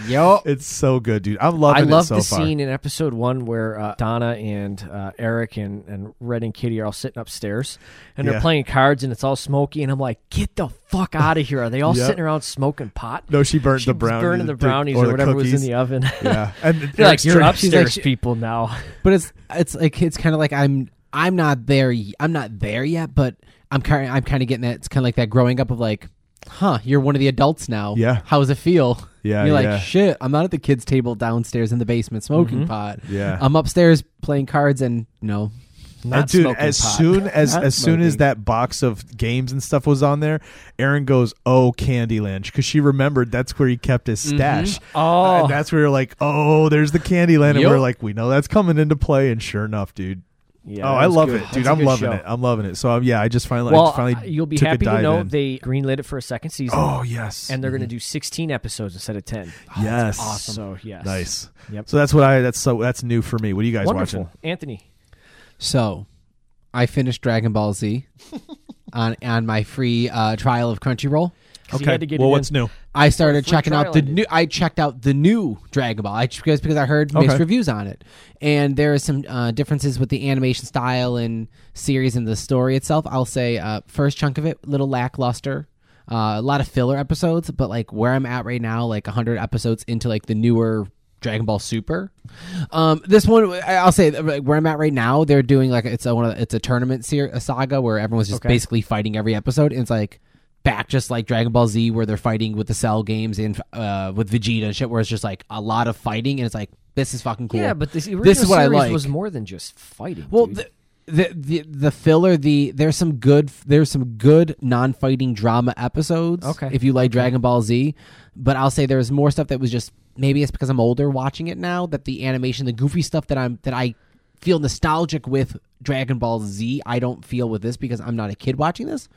Yo.
It's so good, dude. I'm
I
loving
love
it so
the
far.
scene in episode one where uh, Donna and uh, Eric and, and Red and Kitty are all sitting upstairs and
Yeah.
they're playing cards and it's all smoky and I'm like, get the fuck out of here! Are they all
Yep.
sitting around smoking pot?
No, she burnt
She
the
was
brownies.
burning the brownies or,
the
whatever was
cookies.
in the oven.
Yeah. And
They're like, you're
Eric's
upstairs
drink-
she's like-
people now.
But it's it's like it's kind of like I'm I'm not there y- I'm not there yet, but I'm kind I'm kind of getting that it's kind of like that growing up of like, huh, you're one of the adults now.
Yeah.
How does it feel?
Yeah,
You're
yeah. Mm-hmm.
like shit. I'm not at the kids' table downstairs in the basement smoking pot.
Yeah.
I'm upstairs playing cards and you know
And
Not
dude,
smoking
as
pot.
soon as
Not
as soon as
smoking.
that box of games and stuff was on there, Erin goes, "Oh, Candyland," because she remembered that's where he kept his stash.
Mm-hmm. Oh.
and that's where you're like, "Oh, there's the Candyland," and we're
Yup.
like, "We know that's coming into play." And sure enough, dude.
Yeah,
oh,
that
I
was
love
good.
it,
That's
dude.
a
I'm
good
loving
show.
it. I'm loving it. So um, yeah, I just finally, I
Well,
just finally
uh, you'll be
took a
happy to
dive
know
in.
they greenlit it for a second season,
oh yes,
and they're going to do 16 episodes instead of 10.
yes,
So yes,
nice.
Yep.
So that's what I. That's so that's new for me. What are you guys
Wonderful,
watching?
Anthony.
So, I finished Dragon Ball Z on on my free uh, trial of Crunchyroll.
'Cause he
okay.
had to get
well,
it in.
what's new?
I started
free
checking out
trial
the
I did.
new. I checked out the new Dragon Ball. I because because I heard mixed
Okay.
reviews on it, and there are some uh, differences with the animation style and series and the story itself. I'll say uh, first chunk of it little lackluster, uh, a lot of filler episodes, but like where I'm at right now, like 100 episodes into like the newer. Dragon Ball Super. Um, this one, I- I'll say, like, where I'm at right now, they're doing like it's a one of the, it's a tournament ser- a saga where everyone's just basically fighting every episode. And it's like back just like Dragon Ball Z where they're fighting with the Cell games and uh, with Vegeta and shit where it's just like a lot of fighting and it's like this is fucking cool.
Yeah, but this, original
This is what I
series
like.
was more than just fighting.
well
dude.
the, the the the filler the there's some good there's some good non-fighting drama episodes
Okay.
if you like Dragon Ball Z, but I'll say there's more stuff that was just maybe it's because I'm older watching it now that the animation the goofy stuff that I'm that I feel nostalgic with Dragon Ball Z I don't feel with this because I'm not a kid watching this,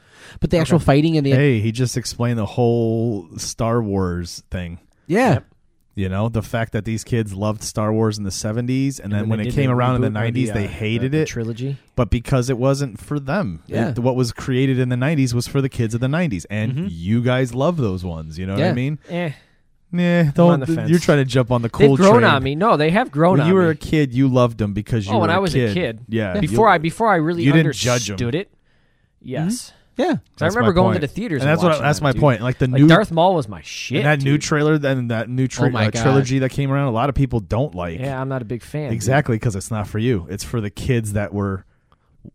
but the actual fighting and the
Hey, he just explained the whole Star Wars thing.
yeah.
You know, the fact that these kids loved Star Wars in the 70s, and, then,
they
when it
did
came
the
around in the
reboot or
90s,
uh,
they hated
the
it.
trilogy.
but because it wasn't for them.
Yeah.
It- what was created in the 90s was for the kids of the 90s. And
Mm-hmm.
you guys love those ones. You know what I
Yeah.
mean?
Eh,
Nah,
on
don't.
the
th-
fence.
You're trying to jump on the cool
they've grown
train.
on me. No, they have grown
When
on
you were a
me.
kid, you loved them because you
oh,
were
when
I
I was a kid.
Yeah.
Before
you-
I before I really
you didn't
understood
judge 'em.
it. Yes.
Yeah.
I
That's my
remember going to
point.
the theaters
And
and
that's what. I-
watching
That's
them,
my
dude.
point. Like the
Like
new
Darth Maul was my shit.
and that new
dude.
trailer and that new tri-
Oh my
uh,
God.
trilogy that came around. A lot of people don't like.
Yeah, I'm not a big fan. dude.
Exactly, because it's not for you. It's for the kids that were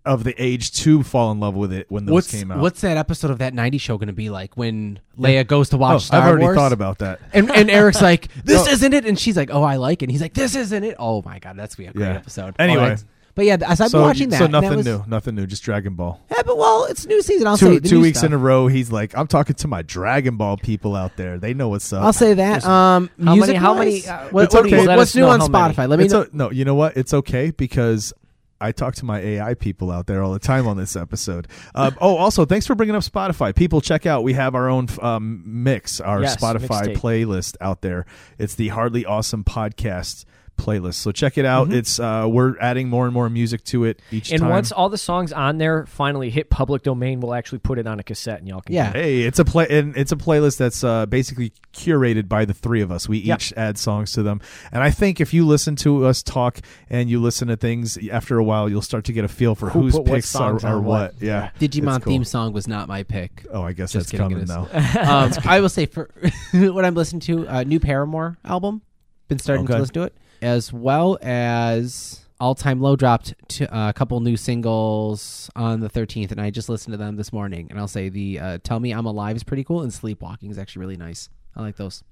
of the age to fall in love with it when those
What's
came out.
what's that episode of that '90s show going to be like when Leia goes to watch
oh,
Star
I've already
Wars?
thought about that.
And, and Eric's like, "This isn't it," and she's like, "Oh, I like it." And he's like, "This isn't it." Oh my god, that's gonna be a great
Yeah.
episode.
Anyway.
All right. but yeah, as I'm
so,
watching that,
so
and that
nothing
was-
new, nothing new, just Dragon Ball.
Yeah, but well, it's new season. I'll say
two
the
two
new
weeks
stuff.
in a row, he's like, I'm talking to my Dragon Ball people out there. They know what's up.
I'll say that. Um,
How many- how
music-wise,
many, uh,
what-
It's
what-
okay.
Let
What's
us
new
know
on
how many.
Spotify? Let me
It's
know.
o- no, you know what? It's okay because I talk to my AI people out there all the time on this episode. Um, oh, also, thanks for bringing up Spotify. People, check out we have our own um, mix, our
Yes,
Spotify
mixtape.
playlist out there. It's the Hardly Awesome Podcast playlist. So check it out. It's uh, we're adding more and more music to it each
Mm-hmm. And
time.
once all the songs on there finally hit public domain, we'll actually put it on a cassette and y'all can.
Yeah.
Hey, it's a play, and it's a playlist that's uh, basically curated by the three of us. We
Yep.
each add songs to them, and I think if you listen to us talk and you listen to things, after a while, you'll start to get a feel for
Who
whose
put what
picks are,
songs
are
on
what.
what.
Yeah,
Digimon
It's cool.
theme song was not my pick.
Oh, I guess
Just
that's
kidding, it
coming
is.
now.
um, I will say for what I'm listening to, uh, new Paramore album. Been starting
Okay.
to listen to it, as well as All Time Low dropped to, uh, a couple new singles on the 13th, and I just listened to them this morning. And I'll say the uh, "Tell Me I'm Alive" is pretty cool, and "Sleepwalking" is actually really nice. I like those.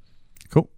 Cool,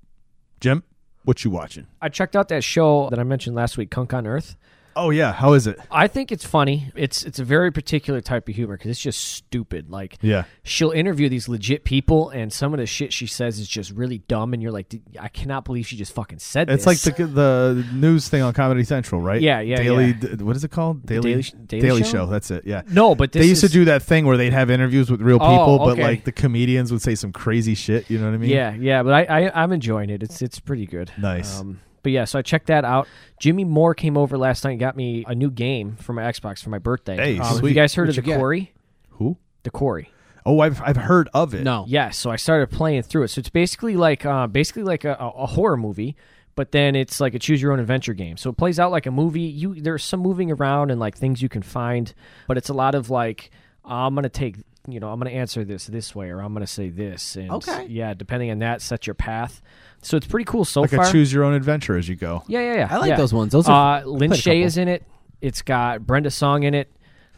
Jim, what you watching?
I checked out that show that I mentioned last week, Kunk on Earth.
Oh yeah, how is it?
I think it's funny. It's it's a very particular type of humor because it's just stupid. Like
Yeah.
she'll interview these legit people, and some of the shit she says is just really dumb, and you're like, "D- I cannot believe she just fucking said
It's
this.
like the the news thing on Comedy Central, right?
Yeah, yeah,
Daily.
yeah.
d- what is it called? Daily
Daily Sh- Daily
Daily
Show?
Show. That's it. Yeah.
no, but this
they used
is-
to do that thing where they'd have interviews with real
Oh,
people, but
okay.
like the comedians would say some crazy shit. You know what I mean?
Yeah, yeah, but I, I I'm enjoying it. It's it's pretty good.
Nice.
Um, but yeah, so I checked that out. Jimmy Moore came over last night and got me a new game for my Xbox for my birthday.
Hey,
um, have
sweet.
You guys heard
What'd
of
you
the
get?
Quarry?
Who?
The Quarry.
Oh, I've I've heard of it.
No,
Yeah, so I started playing through it. So it's basically like uh, basically like a, a a horror movie, but then it's like a choose your own adventure game. So it plays out like a movie. You there's some moving around and like things you can find, but it's a lot of like I'm gonna take you know I'm gonna answer this this way or I'm gonna say this and
Okay.
yeah depending on that set your path. So it's pretty cool so
Like
far.
a choose your own adventure as you go.
yeah, yeah, yeah.
I like
yeah.
those ones. Those are-
uh,
played
Lin
a
Shay
couple.
is in it. It's got Brenda Song in it.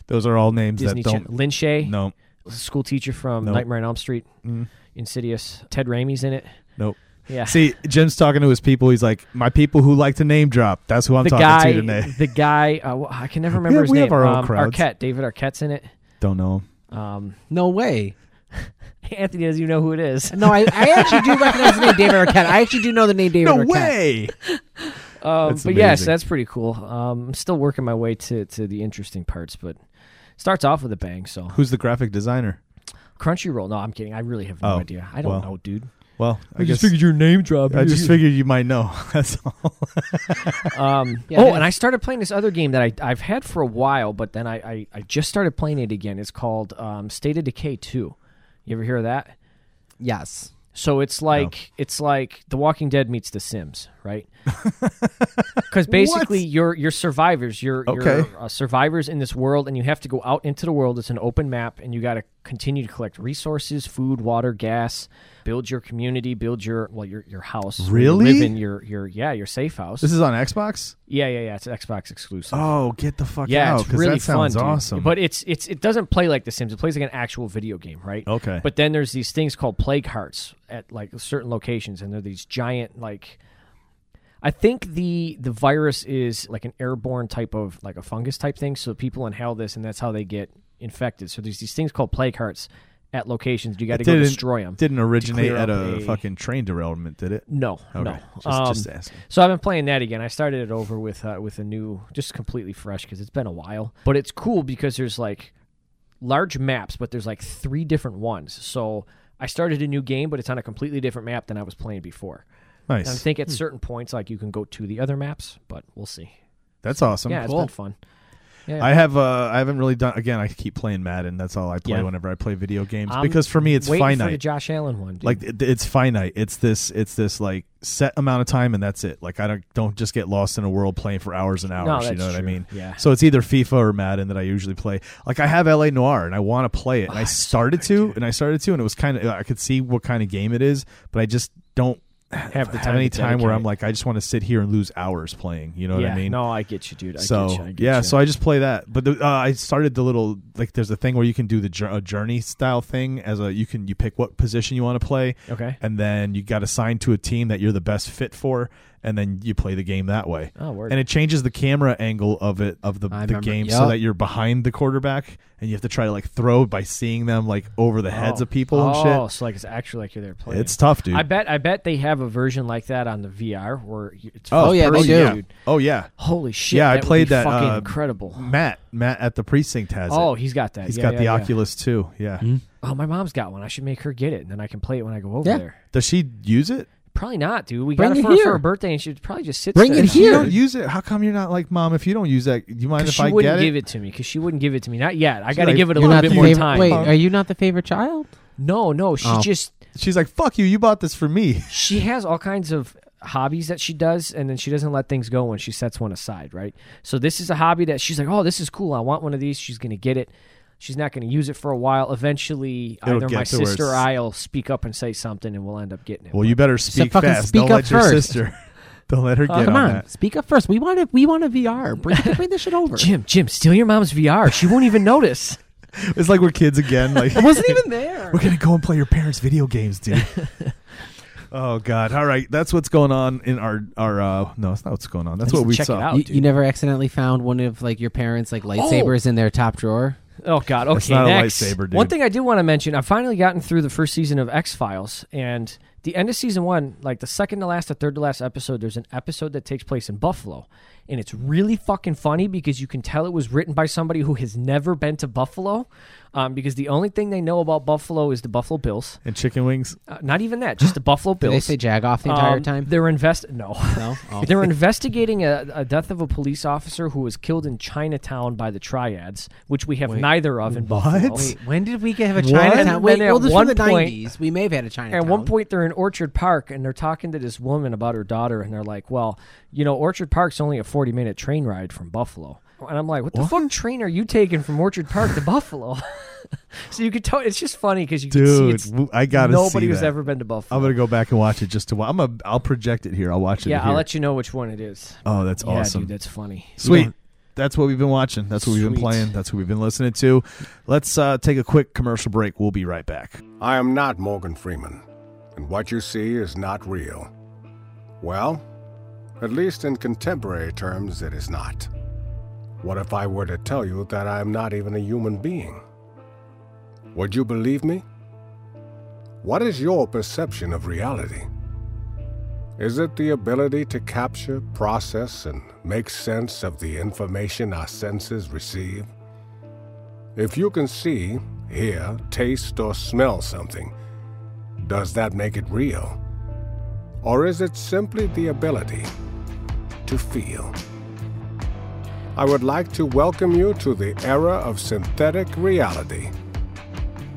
Those are all names
Disney
that
Channel.
don't.
Lin Shay,
No,
school teacher from
Nope. Mm.
Nightmare on Elm Street, Insidious. Ted Raimi's in it.
nope.
Yeah.
See, Jim's talking to his people. He's like, "My people who like to name drop. That's who I'm
the
talking
guy,
to today."
the guy, uh, wh- I can never remember
have-
his
we
name.
have our own
um,
crowds.
Arquette, David Arquette's in it.
don't know him.
Um,
no way.
Anthony doesn't even know who it is.
No, I, I actually do recognize the name David Arquette. I actually do know the name David
No
Arquette.
way.
Um,
That's
but yes,
amazing.
that's pretty cool. Um, I'm still working my way to, to the interesting parts, but starts off with a bang. So
Who's the graphic designer?
Crunchyroll. No, I'm kidding. I really have no
Oh,
idea. I don't
well.
know, dude.
Well, I, guess
your name dropped.
I just figured you might know. That's all.
Um,
Yeah,
oh,
it
and
is.
I started playing this other game that I, I've had for a while, but then I, I, I just started playing it again. It's called um, State of Decay 2. You ever hear of that?
Yes.
So it's like it's like The Walking Dead meets The Sims, right? Because basically, you're you're survivors. You're
Okay.
you're uh, survivors in this world, and you have to go out into the world. It's an open map, and you got to continue to collect resources, food, water, gas, build your community, build your well, your your house. where you
Really?
live in your your yeah your safe house.
This is on Xbox.
yeah, yeah, yeah. It's Xbox exclusive.
Oh, get the fuck
yeah,
out!
it's
'cause
really
that sounds
fun, dude.
awesome.
But it's it's it doesn't play like The Sims. It plays like an actual video game, right?
okay,
But then there's these things called plague hearts at like certain locations, and they're these giant like. I think the the virus is like an airborne type of like a fungus type thing. So people inhale this, and that's how they get infected. So there's these things called plague hearts at locations. You got to go
didn't-
destroy them.
didn't originate
clear
at
up
a,
a-
fucking train derailment, did it?
no,
Okay,
no.
just,
Um,
just asking.
so I've been playing that again. I started it over with uh, with a new, just completely fresh because it's been a while. But it's cool because there's like large maps, but there's like three different ones. So I started a new game, but it's on a completely different map than I was playing before. And I
Nice. Hmm.
think at certain points, like you can go to the other maps, but we'll see.
That's awesome.
yeah,
Cool.
it's been fun. Yeah.
I have uh, I haven't really done again. I keep playing Madden. That's all I play
Yeah.
whenever I play video games
I'm
because for me it's
Waiting for the
finite.
Josh Allen one. Dude.
Like it, it's finite. It's this it's this like set amount of time and that's it. Like I don't don't just get lost in a world playing for hours and hours.
no,
you
that's
know what I
true.
mean?
Yeah.
So it's either FIFA or Madden that I usually play. Like I have LA Noir and I want to play it.
Oh,
And I started to and I started to and it was kind of I could see what kind of game it is, but I just don't
Have the
have
time
any
to
time where
dedicate
I'm
it.
like I just want to sit here and lose hours playing. You know
yeah,
what I mean?
No, I get you, dude. I
so
get you, I get
yeah,
you.
so I just play that. But the, uh, I started the little like there's a thing where you can do the jour- a journey style thing as a you can you pick what position you want to play,
okay.
and then you got assigned to a team that you're the best fit for, and then you play the game that way.
Oh, word.
And it changes the camera angle of it of the,
I
the
remember.
game so
Yup.
that you're behind the quarterback, and you have to try to like throw by seeing them like over the heads of people
oh,
and
so like it's actually like you're there
shit.
playing.
It's tough, dude.
I bet I bet they have a version like that on the VR where you- it's
Oh,
fucking
yeah, they
crazy,
do.
dude.
oh yeah,
Holy shit!
Yeah, I
that would
played
be
that,
Fucking
uh,
incredible.
Matt Matt at the precinct has
Oh,
it.
he's got that.
He's
Yeah,
got
yeah,
the
yeah.
Oculus too. Yeah.
Oh, my mom's got one. I should make her get it, and then I can play it when I go over
Yeah.
there.
Does she use it?
Probably not, dude. We
Bring
got
it
it for, her- for
here.
her birthday, and she probably just sits.
Bring
there.
it
If you
here.
don't use it, how come you're not like, mom? If you don't use that, do you mind
'Cause
if
she
I
wouldn't
get it?
give it to me because she wouldn't give it to me. Not yet. I got to
like,
give it a
"You're
little
not
bit
the
more
favorite-
time.
Wait, are you not the favorite child?
No, no. She
Oh.
just
She's like, fuck you. You bought this for me.
she has all kinds of hobbies that she does and then she doesn't let things go when she sets one aside right so this is a hobby that she's like oh this is cool i want one of these she's gonna get it she's not gonna use it for a while eventually
It'll
either
get
my
to where
sister or
it's-
i'll speak up and say something and we'll end up getting it
Well, you better speak
fucking
fast.
speak
don't
up
let your
first.
sister. Don't let her
Oh,
get
Come
on,
on,
that.
speak up first. We want a, we want a VR. Bring, bring this shit over.
jim jim steal your mom's vr she won't even notice
It's like we're kids again. Like
I wasn't even there.
we're gonna go and play your parents' video games, dude. oh God! All right, that's what's going on in our our. Uh, no, that's not what's going on. That's
Just
what we
check it
saw.
out.
You,
dude.
you never accidentally found one of like your parents' like lightsabers in their top drawer.
Oh God! Okay,
That's not a
next.
lightsaber, dude.
One thing I do want to mention: I've finally gotten through the first season of X Files, and the end of season one, like the second to last to third to last episode, there's an episode that takes place in Buffalo, and it's really fucking funny because you can tell it was written by somebody who has never been to Buffalo, um, because the only thing they know about Buffalo is the Buffalo Bills.
And chicken wings.
Uh, not even that, just the Buffalo
Did
Bills.
they say jag off the entire
Um,
time?
They're invest. No.
No. Oh.
They're investigating a, a death of a police officer who was killed in Chinatown by the Triads, which we have neither of in Buffalo.
What?
when did we have a
Chinatown?
Chinatown?
Wait,
Wait,
well,
well,
this
this
was
was
the
the
90s.
nineties. We may have had a Chinatown.
At one point, they're in Orchard Park and they're talking to this woman about her daughter, and they're like, "Well, you know, Orchard Park's only a forty-minute train ride from Buffalo." And I'm like, "What the fuck train are you taking from Orchard Park to Buffalo?" so you could tell it's just funny because you can see
Dude,
it's
w- I gotta
nobody
see
who's
that.
ever been to Buffalo.
I'm gonna go back and watch it just to. wa- I'm a. I'll project it here. I'll watch it.
yeah,
here.
I'll let you know which one it is.
Oh, that's awesome.
Yeah, dude, that's funny.
Sweet. That's what we've been watching. That's what we've been
Sweet.
playing. That's what we've been listening to. Let's uh, take a quick commercial break. We'll be right back.
I am not Morgan Freeman, and what you see is not real. Well, at least in contemporary terms, it is not. What if I were to tell you that I am not even a human being? Would you believe me? What is your perception of reality? Is it the ability to capture, process, and make sense of the information our senses receive? If you can see, hear, taste, or smell something, does that make it real? Or is it simply the ability to feel? I would like to welcome you to the era of synthetic reality.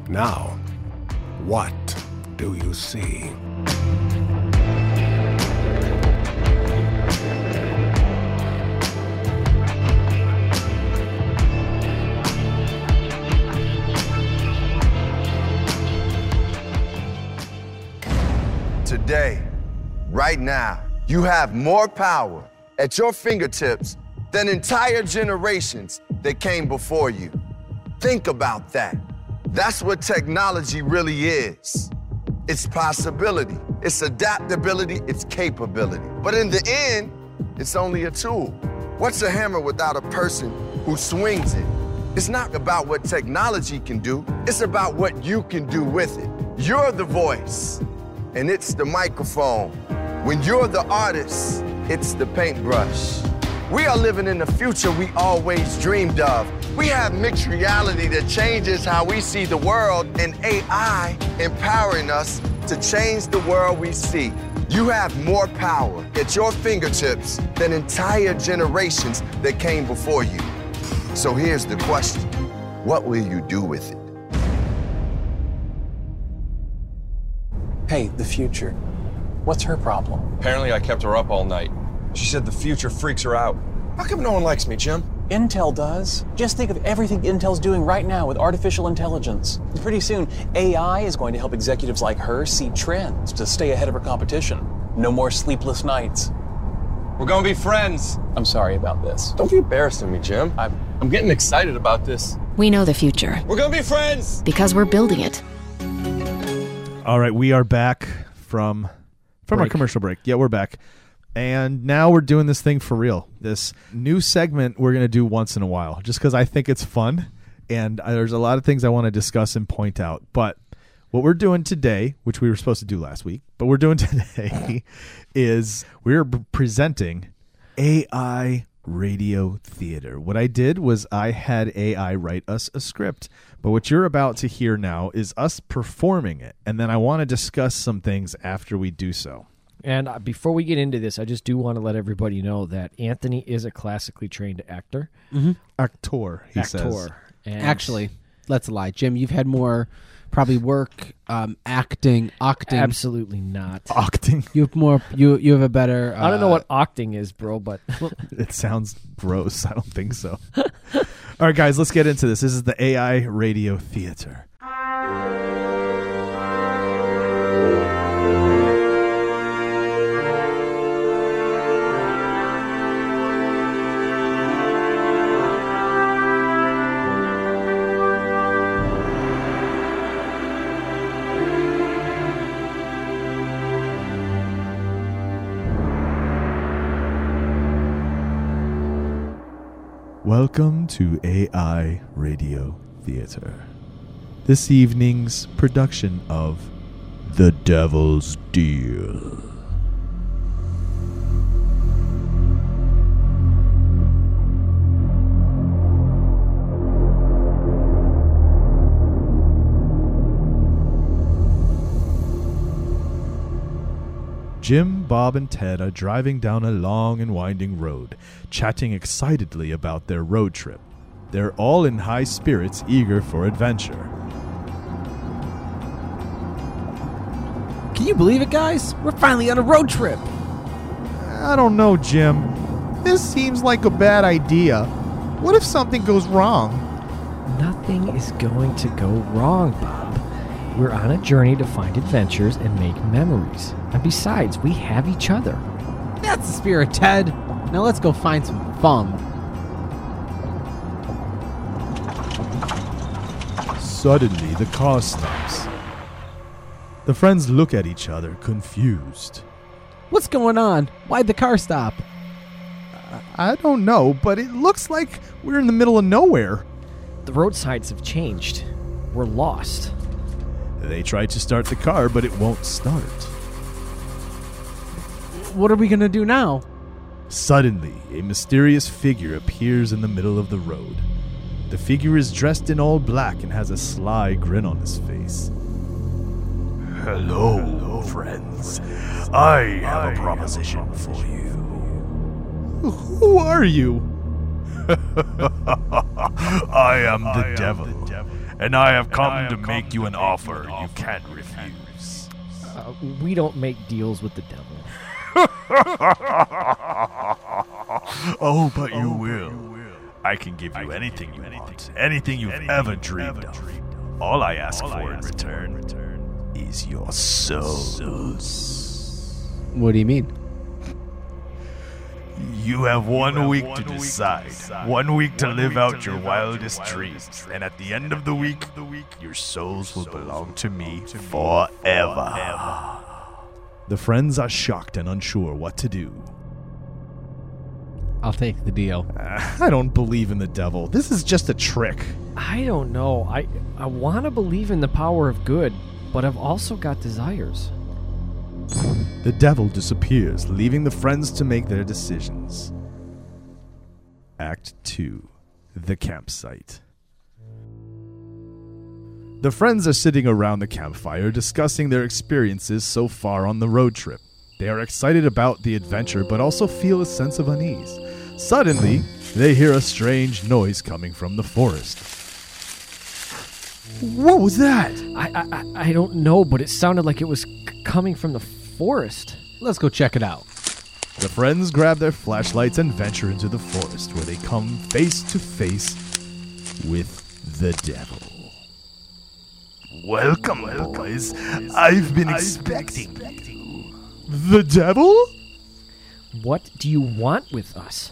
Now, what do you see?
Today, right now, you have more power at your fingertips than entire generations that came before you. Think about that. That's what technology really is it's possibility, it's adaptability, it's capability. But in the end, it's only a tool. What's a hammer without a person who swings it? It's not about what technology can do, it's about what you can do with it. You're the voice and it's the microphone. When you're the artist, it's the paintbrush. We are living in the future we always dreamed of. We have mixed reality that changes how we see the world and AI empowering us to change the world we see. You have more power at your fingertips than entire generations that came before you. So here's the question. What will you do with it?
Hey, the future. What's her problem?
Apparently, I kept her up all night. She said the future freaks her out. How come no one likes me, Jim?
Intel does. Just think of everything Intel's doing right now with artificial intelligence. And Pretty soon, AI is going to help executives like her see trends to stay ahead of her competition. No more sleepless nights.
We're gonna be friends.
I'm sorry about this.
Don't be embarrassing me, Jim. I'm, I'm getting excited about this.
We know the future
We're gonna be friends.
because we're building it.
All right, we are back from from our commercial break. Yeah, we're back. And now we're doing this thing for real. This new segment we're going to do once in a while just cuz I think it's fun and I- there's a lot of things I want to discuss and point out. But what we're doing today, which we were supposed to do last week, but we're doing today is we're presenting AI radio theater. What I did was I had AI write us a script, but what you're about to hear now is us performing it. And then I want to discuss some things after we do so.
And uh, before we get into this, I just do want to let everybody know that Anthony is a classically trained actor.
Actor, he says.
actor. And
Actually, let's lie, Jim. You've had more probably work, um, acting, octing.
absolutely not.
Octing.
You have more. You you have a better. Uh,
I don't know what octing is, bro, but
It sounds gross. I don't think so. All right, guys, let's get into this. This is the AI radio theater. Welcome to AI Radio Theater. This evening's production of The Devil's Deal. Jim, Bob, and Ted are driving down a long and winding road, chatting excitedly about their road trip. They're all in high spirits, eager for adventure.
Can you believe it, guys? We're finally on a road trip.
I don't know, Jim. This seems like a bad idea. What if something goes wrong?
nothing is going to go wrong, Bob. We're on a journey to find adventures and make memories. And besides, we have each other.
That's the spirit, Ted. Now let's go find some fun.
Suddenly, the car stops. The friends look at each other, confused.
What's going on? Why'd the car stop?
I don't know, but it looks like we're in the middle of nowhere.
The roadsides have changed. We're lost.
They try to start the car, but it won't start.
What are we gonna do now?
Suddenly, a mysterious figure appears in the middle of the road. The figure is dressed in all black and has a sly grin on his face. Hello, friends. I have a proposition for you. Who are you? I am the devil, and I have come to make you an offer you can't refuse.
Uh, we don't make deals with the devil.
oh, but you will. I can give you anything you want, anything you've ever dreamed of. All I ask for in return, is your souls.
What do you mean?
You have one week to decide. One week to live out your wildest dreams. And at the end of the week, your souls will belong to me forever.
The friends are shocked and unsure what to do.
I'll take the deal.
I don't believe in the devil. This is just a trick.
I don't know. I I want to believe in the power of good, but I've also got desires.
The devil disappears, leaving the friends to make their decisions. Act 2 The Campsite. The friends are sitting around the campfire discussing their experiences so far on the road trip. They are excited about the adventure but also feel a sense of unease. Suddenly, they hear a strange noise coming from the forest. What was that?
I I, I- I don't know, but it sounded like it was c- coming from the forest.
Let's go check it out.
The friends grab their flashlights and venture into the forest where they come face to face with the devil.
Welcome, boys. I've been expecting
The devil?
What do you want with us?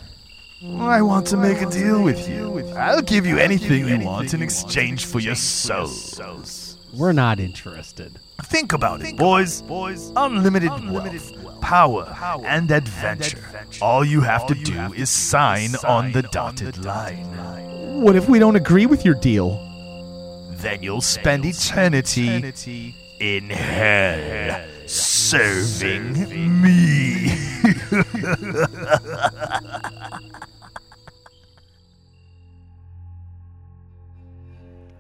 I want to make a deal with you. I'll give you anything you want in exchange for your souls.
We're not interested.
Think about it, boys. Unlimited wealth, power, and adventure. All you have to do is sign on the dotted line.
What if we don't agree with your deal?
Then you'll spend eternity in hell serving me.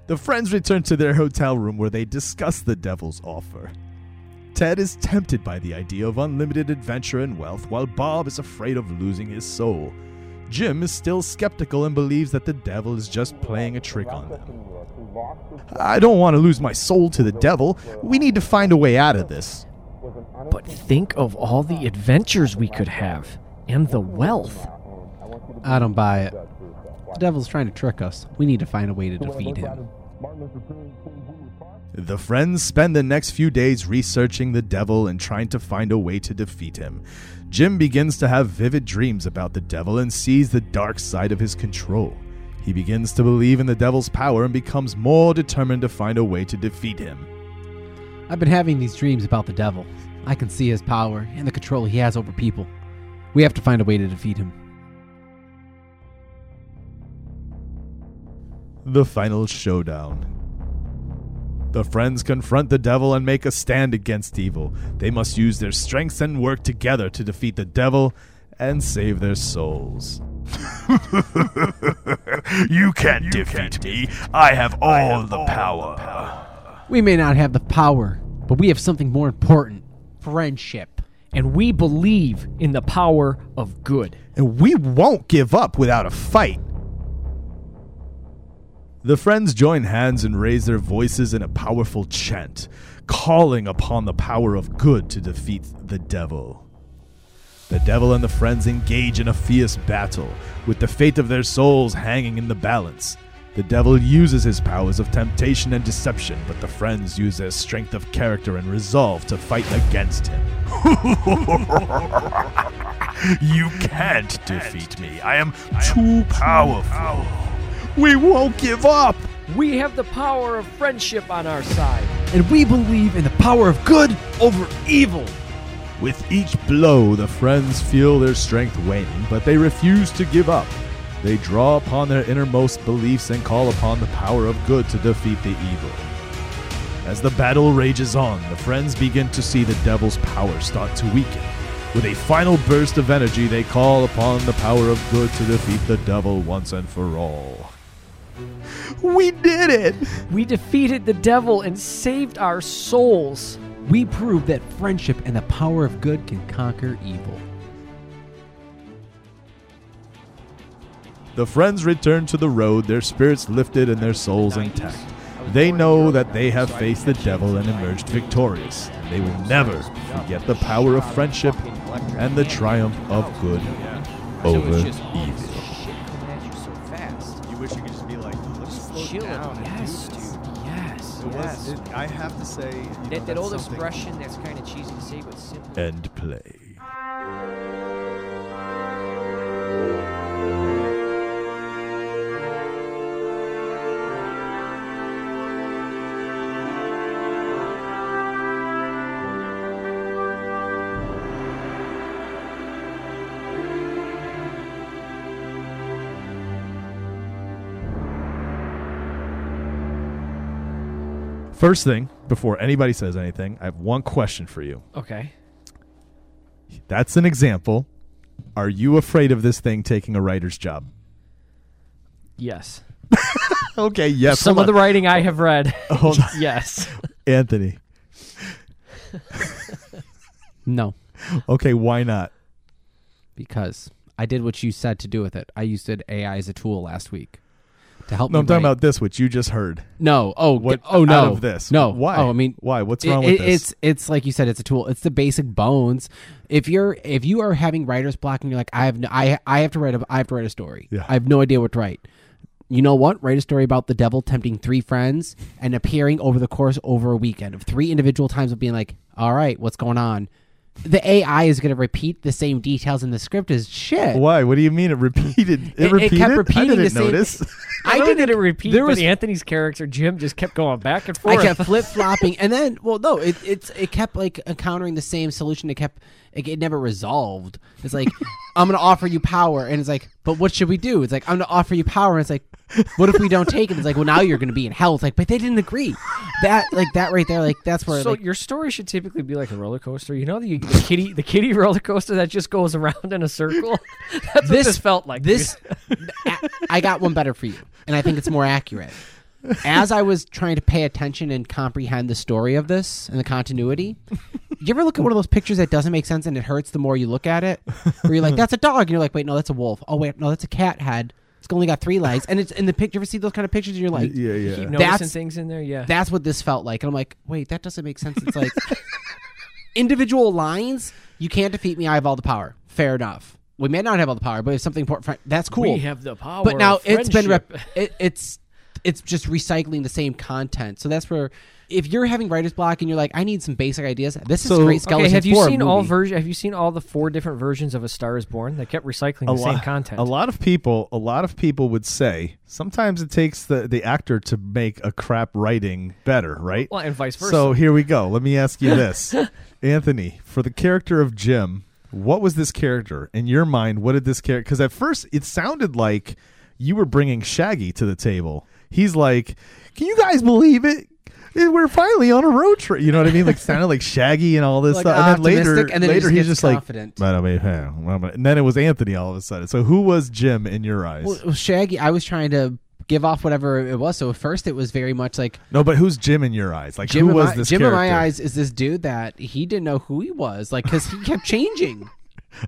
The friends return to their hotel room where they discuss the devil's offer. Ted is tempted by the idea of unlimited adventure and wealth, while Bob is afraid of losing his soul. Jim is still skeptical and believes that the devil is just playing a trick on them. I don't want to lose my soul to the devil. We need to find a way out of this.
But think of all the adventures we could have and the wealth.
I don't buy it. The devil's trying to trick us. We need to find a way to defeat him.
The friends spend the next few days researching the devil and trying to find a way to defeat him. Jim begins to have vivid dreams about the devil and sees the dark side of his control. He begins to believe in the devil's power and becomes more determined to find a way to defeat him.
I've been having these dreams about the devil. I can see his power and the control he has over people. We have to find a way to defeat him.
The final showdown. The friends confront the devil and make a stand against evil. They must use their strengths and work together to defeat the devil and save their souls.
you can't defeat me. I have all the power.
We may not have the power, but we have something more important friendship.
And we believe in the power of good.
and we won't give up without a fight. The friends join hands and raise their voices in a powerful chant, calling upon the power of good to defeat the devil. The devil and the friends engage in a fierce battle, with the fate of their souls hanging in the balance. The devil uses his powers of temptation and deception, but the friends use their strength of character and resolve to fight against him.
You can't defeat me. I am too powerful.
We won't give up!
We have the power of friendship on our side.
And we believe in the power of good over evil.
With each blow, the friends feel their strength waning, but they refuse to give up. They draw upon their innermost beliefs and call upon the power of good to defeat the evil. As the battle rages on, the friends begin to see the devil's power start to weaken. With a final burst of energy, they call upon the power of good to defeat the devil once and for all. We did it!
We defeated the devil and saved our souls.
We prove that friendship and the power of good can conquer evil.
The friends return to the road, their spirits lifted and their souls intact. They know that they have faced the devil and emerged victorious. They will never forget the power of friendship and the triumph of good over evil.
You wish you could just be like, let's slow
Chill it.
down. and do
Yes,
this.
dude. Yes.
It was.
Yes.
It, I have to say, you know,
That, that
that's
old
something-
expression that's kind of cheesy to say, but simple.
End play. First thing, before anybody says anything, I have one question for you.
Okay.
That's an example. Are you afraid of this thing taking a writer's job?
Yes.
Okay, yes.
Some
hold
of the
on.
writing I have read.
Hold on.
yes.
Anthony.
No,
Okay, why not?
because I did what you said to do with it. I used it AI as a tool last week to help.
No,
me
I'm talking
write-
about this, which you just heard.
No. Oh.
What-
What? Oh no.
out of this.
No.
Why?
Oh, I mean,
Why? What's
it-
wrong with
it-
this?
It's it's like you said. It's a tool. It's the basic bones. If you're if you are having writer's block and you're like, I have no, I I have to write a I have to write a story.
Yeah.
I have no idea what to write. You know what? Write a story about the devil tempting three friends and appearing over the course over a weekend of three individual times of being like, all right, what's going on? The AI is going to repeat the same details in the script as shit.
Why? What do you mean it repeated? It,
It- it
repeated.
kept
I
repeating the
didn't
same-
notice.
I,
didn't-
didn't get a repeat,
there
but
was-
Anthony's character Jim just kept going back and
I
forth.
kept flip flopping, and then well, no, it it's it kept like encountering the same solution. It kept it, it never resolved. It's like I'm gonna offer you power, and it's like, but what should we do? It's like I'm gonna offer you power, and it's like, what if we don't take it? It's like, well, now you're gonna be in hell. It's like, but they didn't agree. That like that right there, like that's where
so
like,
your story should typically be like a roller coaster. You know the, the kitty the kitty roller coaster that just goes around in a circle. That's what this felt like.
This, I- I got one better for you, and I think it's more accurate. As I was trying to pay attention and comprehend the story of this and the continuity, you ever look at one of those pictures that doesn't make sense and it hurts the more you look at it? Where you're like, that's a dog. And you're like, wait, no, that's a wolf. Oh, wait, no, that's a cat head. It's only got three legs. And it's in the picture. You ever see those kind of pictures? And you're like,
yeah, yeah.
Keep noticing
That's-
things in there. Yeah.
that's what this felt like. And I'm like, wait, that doesn't make sense. It's like individual lines. You can't defeat me. I have all the power. Fair enough. We may not have all the power, but if something important, that's cool.
We have the power.
But now
of
it's been rep-
friendship.
it, it's it's just recycling the same content. So that's where if you're having writer's block and you're like, I need some basic ideas. This is
So-
great skeleton
Okay, have you
for a
seen all
movie.
version? Have you seen all the four different versions of A Star Is Born? They kept recycling the same content.
A lot of people, a lot of people would say sometimes it takes the the actor to make a crap writing better, right?
Well, and vice versa.
So here we go. Let me ask you this, Anthony, for the character of Jim, what was this character in your mind? What did this character? Because at first it sounded like you were bringing Shaggy to the table. He's like, "Can you guys believe it? Eh, We're finally on a road trip." You know what I mean? Like sounded like Shaggy and all this
Like,
stuff. And then later,
optimistic, and then he
later
just
he's just
gets confident.
like, "But I mean, huh, well, but-" and then it was Anthony all of a sudden. So who was Jim in your eyes?
Well, Shaggy, I was trying to give off whatever it was. So at first, it was very much like
no, but who's Jim in your eyes? Like
Jim,
who
in,
was
my,
this
Jim in
character?
my eyes is this dude that he didn't know who he was, like because he kept changing.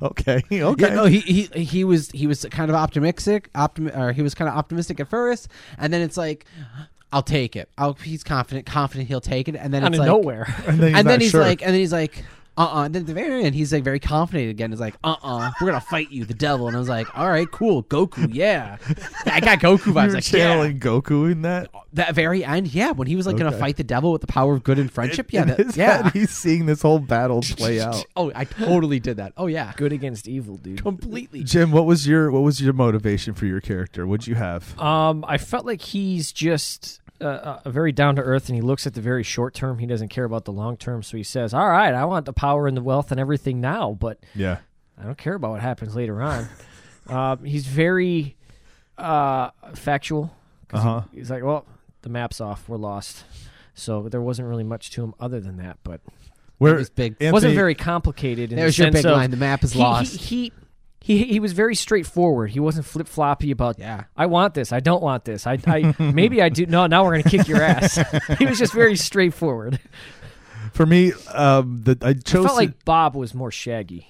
Okay, okay.
Yeah, no, he, he he was he was kind of optimistic, optimi- or he was kind of optimistic at first, and then it's like, I'll take it. I'll, he's confident, confident he'll take it, and then
out
it's
of
like,
nowhere.
and then he's, not
and then he's
sure.
like, and then he's like, uh, uh And then at the very end, he's like very confident again. He's like, uh, uh-uh, uh, we are gonna fight you, the devil. And I was like, all right, cool, Goku, yeah, I got Goku
you
vibes.
were
Like, yeah.
channeling Goku in that.
That very end, yeah, when he was like gonna
Okay.
fight the devil with the power of good and friendship, yeah,
In
that,
his
yeah.
head, he's seeing this whole battle play out.
Oh, I totally did that. Oh yeah,
Good against evil, dude.
completely.
Jim, what was your what was your motivation for your character? What'd you
Uh,
have?
Um, I felt like he's just uh, uh, very down to earth, and he looks at the very short term. He doesn't care about the long term, so he says, "All right, I want the power and the wealth and everything now, but
Yeah.
I don't care about what happens later on." um, he's very uh, factual. 'cause
Uh-huh.
he- He's like, "Well, the map's off. We're lost." So there wasn't really much to him other than that, but
Where
was big.
Anthony,
it wasn't very complicated. In
There's
the
your
sense
big
of-
line. The map is
he,
lost.
He, he he he was very straightforward. He wasn't flip floppy about.
Yeah.
I want this. I don't want this. I, I maybe I do. No, now we're gonna kick your ass. he was just very straightforward.
for me. Um, the I
I
chose.
felt
to-
like Bob was more shaggy.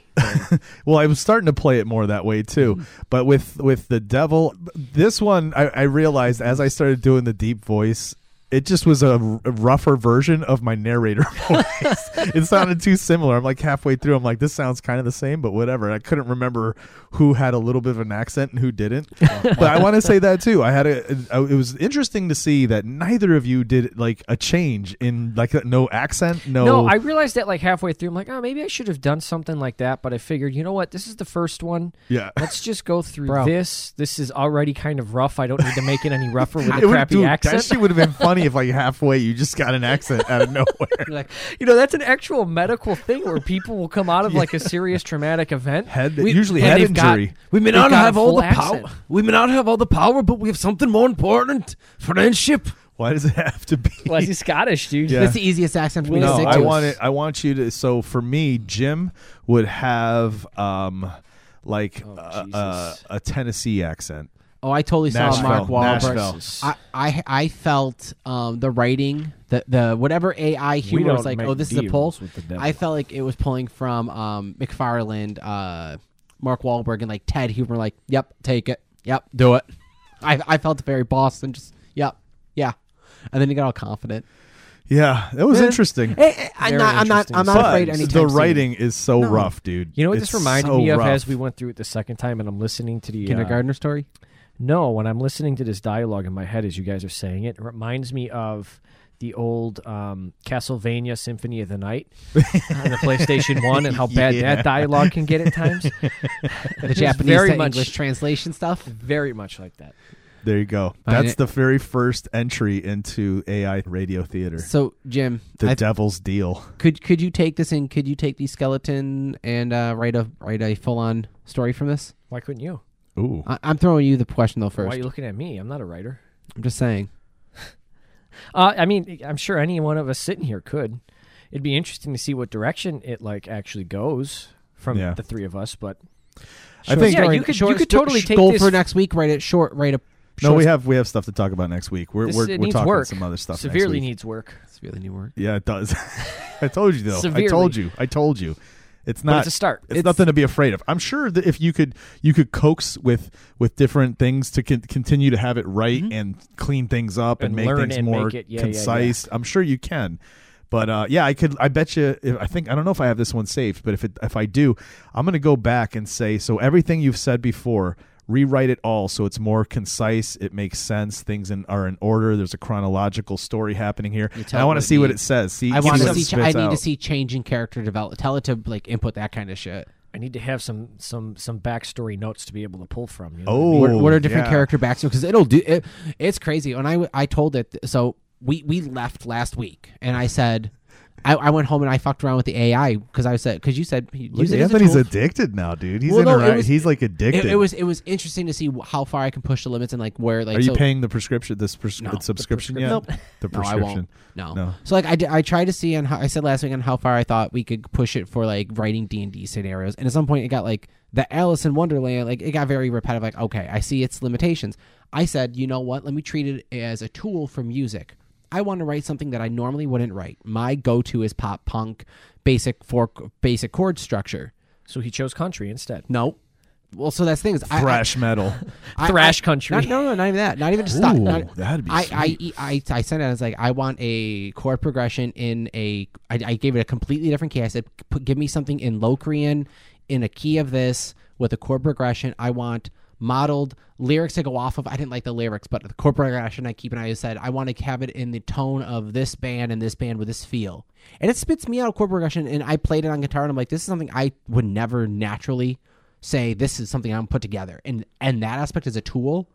well, I was starting to play it more that way too. But with with the devil, this one I, I realized as I started doing the deep voice it just was a, r- a rougher version of my narrator voice. it sounded too similar. I'm like halfway through. I'm like, this sounds kind of the same, but whatever. And I couldn't remember who had a little bit of an accent and who didn't. but I want to say that too. I had a. a- It was interesting to see that neither of you did like a change in like no accent, no.
I realized that like halfway through. I'm like, oh, maybe I should have done something like that. But I figured, you know what? This is the first one.
Yeah.
Let's just go through
Bro.
this. This is already kind of rough. I don't need to make it any rougher with a
It would-
crappy
dude,
accent.
That shit would have been funny if like halfway you just got an accent out of nowhere.
like, you know, that's an actual medical thing where people will come out of like a serious traumatic event.
Head-
We-
usually
and
head
they've got-
injury.
We may
they've
not
got a
have all
full
the
accent.
power. We may not have all the power, but we have something more important: friendship.
Why does it have to be?
Well, he's Scottish, dude.
Yeah. That's the
easiest accent
no, I want it. I want you to. So for me, Jim would have um like uh, uh, a Tennessee accent.
Oh, I totally saw
Nashville,
Mark Wahlberg.
Nashville.
I, I I felt um, the writing, the the whatever AI humor
don't
was like.
make
Oh, this is a poll.
deals with the devil.
I felt like it was pulling from um, McFarland, uh, Mark Wahlberg, and like Ted Humor. Like, yep, take it. Yep, do it. I I felt very Boston. Just yep, yeah. And then he got all confident.
Yeah, that was interesting.
Eh, eh, I'm not. I'm not. I'm not
But
afraid. Anytime
The
soon.
writing is so rough, dude.
You know what
It's
this reminded
so
me of
rough.
as we went through it the second time, and I'm listening to the uh,
Kindergartner story.
No, when I'm listening to this dialogue in my head as you guys are saying it, it reminds me of the old um, Castlevania Symphony of the Night on the PlayStation One, and how bad
Yeah.
that dialogue can get at times.
the
It's
Japanese
very
to
much-
English translation stuff.
Very much like that.
There you go.
I
That's
didn't-
the very first entry into AI radio theater.
So, Jim,
the
I-
devil's deal.
Could could you take this and could you take the skeleton and uh, write a write a full on story from this?
Why couldn't you?
Ooh,
I, I'm throwing you the question though first.
Why are you looking at me? I'm not a writer.
I'm just saying.
Uh, I mean, I'm sure any one of us sitting here could. It'd be interesting to see what direction it like actually goes from
Yeah.
the three of us, but
I think
yeah, you could you could totally take
goal
this
for next week. Write it short. Write a
No,
short
we have we have stuff to talk about next week. We're
This-
we're,
it
we're
needs
talking
work.
some other stuff. next
Severely
week.
needs work.
Severely needs work.
Yeah, it does. I told you though. I
Severely.
told you. I told you. It's
But
not
it's a start.
It's,
It's-
nothing to be afraid of. I'm sure that if you could you could coax with with different things to con- continue to have it right and clean things up and,
And
make
learn
things
and
more
make it- yeah, yeah, yeah.
concise. I'm sure you can. But uh, yeah, I could. I bet you. If, I think I don't know if I have this one saved, but if it, if I do, I'm gonna go back and say so. Everything you've said before, rewrite it all so it's more concise. It makes sense. Things in, are in order. There's a chronological story happening here. And
tell
I want
it
to see what it
needs.
says. See,
I want
see
to
what it
see. I
spits
need to
out.
see change in character develop. Tell it to like input that kind of shit.
I need to have some some some backstory notes to be able to pull from. You know
Oh,
what I
what,
mean?
what are different
yeah.
character backstories? Because it'll do. It, it's crazy. When I w- I told it, so we we left last week, and I said. I, I went home and I fucked around with the AI because I said because you said
Look,
use it as a
Anthony's
tool.
addicted now, dude. He's
Well, no, it
interact-
was-
He's like
it-
addicted.
It, was it was interesting to see how far I can push the limits and like where like
Are you
so-
paying the prescription? This pres- subscription yet?
Nope.
The
No, I
prescription.
won't. No. So like I, did, I tried to see on how I said last week on how far I thought we could push it for like writing D and D scenarios, and at some point it got like the Alice in Wonderland, like it got very repetitive. Like okay, I see its limitations. I said, you know what? Let me treat it as a tool for music. I want to write something that I normally wouldn't write. My go-to is pop punk, basic four basic chord structure.
So he chose country instead.
No. Well, so that's things.
Thrash metal.
Thrash country.
not- no, no, not even that. Not even just that.
Ooh,
Not,
that'd be
I, E,
sweet.
I, I, I sent it as like I want a chord progression in a. I, I gave it a completely different key. I said, put, give me something in Locrian, in a key of this with a chord progression. I want modeled lyrics to go off of. I didn't like the lyrics, but the chord progression I keep an eye. I said I want to have it in the tone of this band and this band with this feel, and it spits me out a chord progression. And I played it on guitar, and I'm like, this is something I would never naturally say. This is something I'm put together, and and that aspect is a tool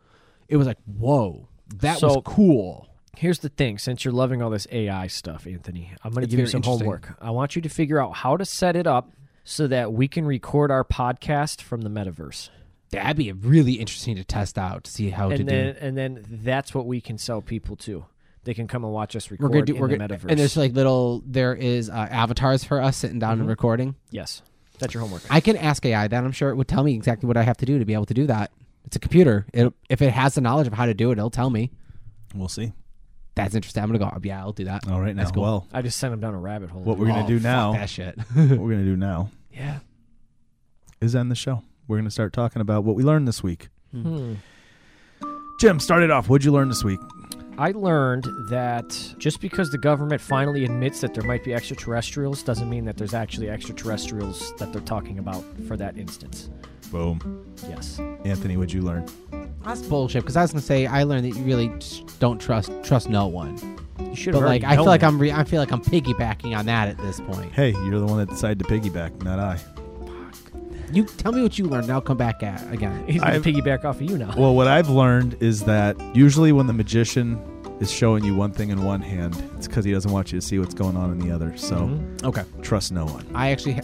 it was like, whoa, that
So-
was cool.
Here's the thing: since you're loving all this AI stuff, Anthony, I'm going to
It's
give you
very
some
interesting.
homework. I want you to figure out how to set it up so that we can record our podcast from the metaverse.
That'd be really interesting to test out to see how to
and
do.
then and then that's what we can sell people to. They can come and watch us record in the metaverse.
and there's like little there is uh, avatars for us sitting down and
Mhm.
recording.
yes, that's your homework.
I can ask AI that. I'm sure it would tell me exactly what I have to do to be able to do that. It's a computer. It, if it has the knowledge of how to do it, it'll tell me.
We'll see.
That's interesting. I'm gonna go. Yeah, I'll do that.
All right, now.
That's cool.
Well,
I just sent him down a rabbit hole.
what we're gonna
Oh,
do
fuck
now?
that shit.
what we're gonna do now
Yeah.
is end the show. We're gonna start talking about what we learned this week.
Hmm.
Jim, start it off. What'd you learn this week?
I learned that just because the government finally admits that there might be extraterrestrials doesn't mean that there's actually extraterrestrials that they're talking about for that instance.
Boom.
Yes.
Anthony, what'd you learn?
That's bullshit. Because I was gonna say I learned that you really just don't trust trust no one. You
should.
But
have
like
already
I feel
known
like
it.
I'm re- I feel like I'm piggybacking on that at this point.
Hey, you're the one that decided to piggyback, not I.
You tell me what you learned. And I'll come back at again.
He's gonna piggyback off of you now.
Well, what I've learned is that usually when the magician is showing you one thing in one hand, it's because he doesn't want you to see what's going on in the other. So,
Mhm. Okay.
trust no one.
I actually, ha-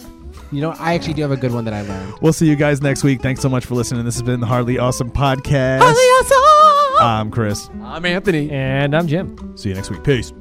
you know, I actually do have a good one that I learned.
We'll see you guys next week. Thanks so much for listening. This has been the Hardly Awesome Podcast.
Hardly Awesome!
I'm Chris.
I'm Anthony.
And I'm Jim.
See you next week. Peace.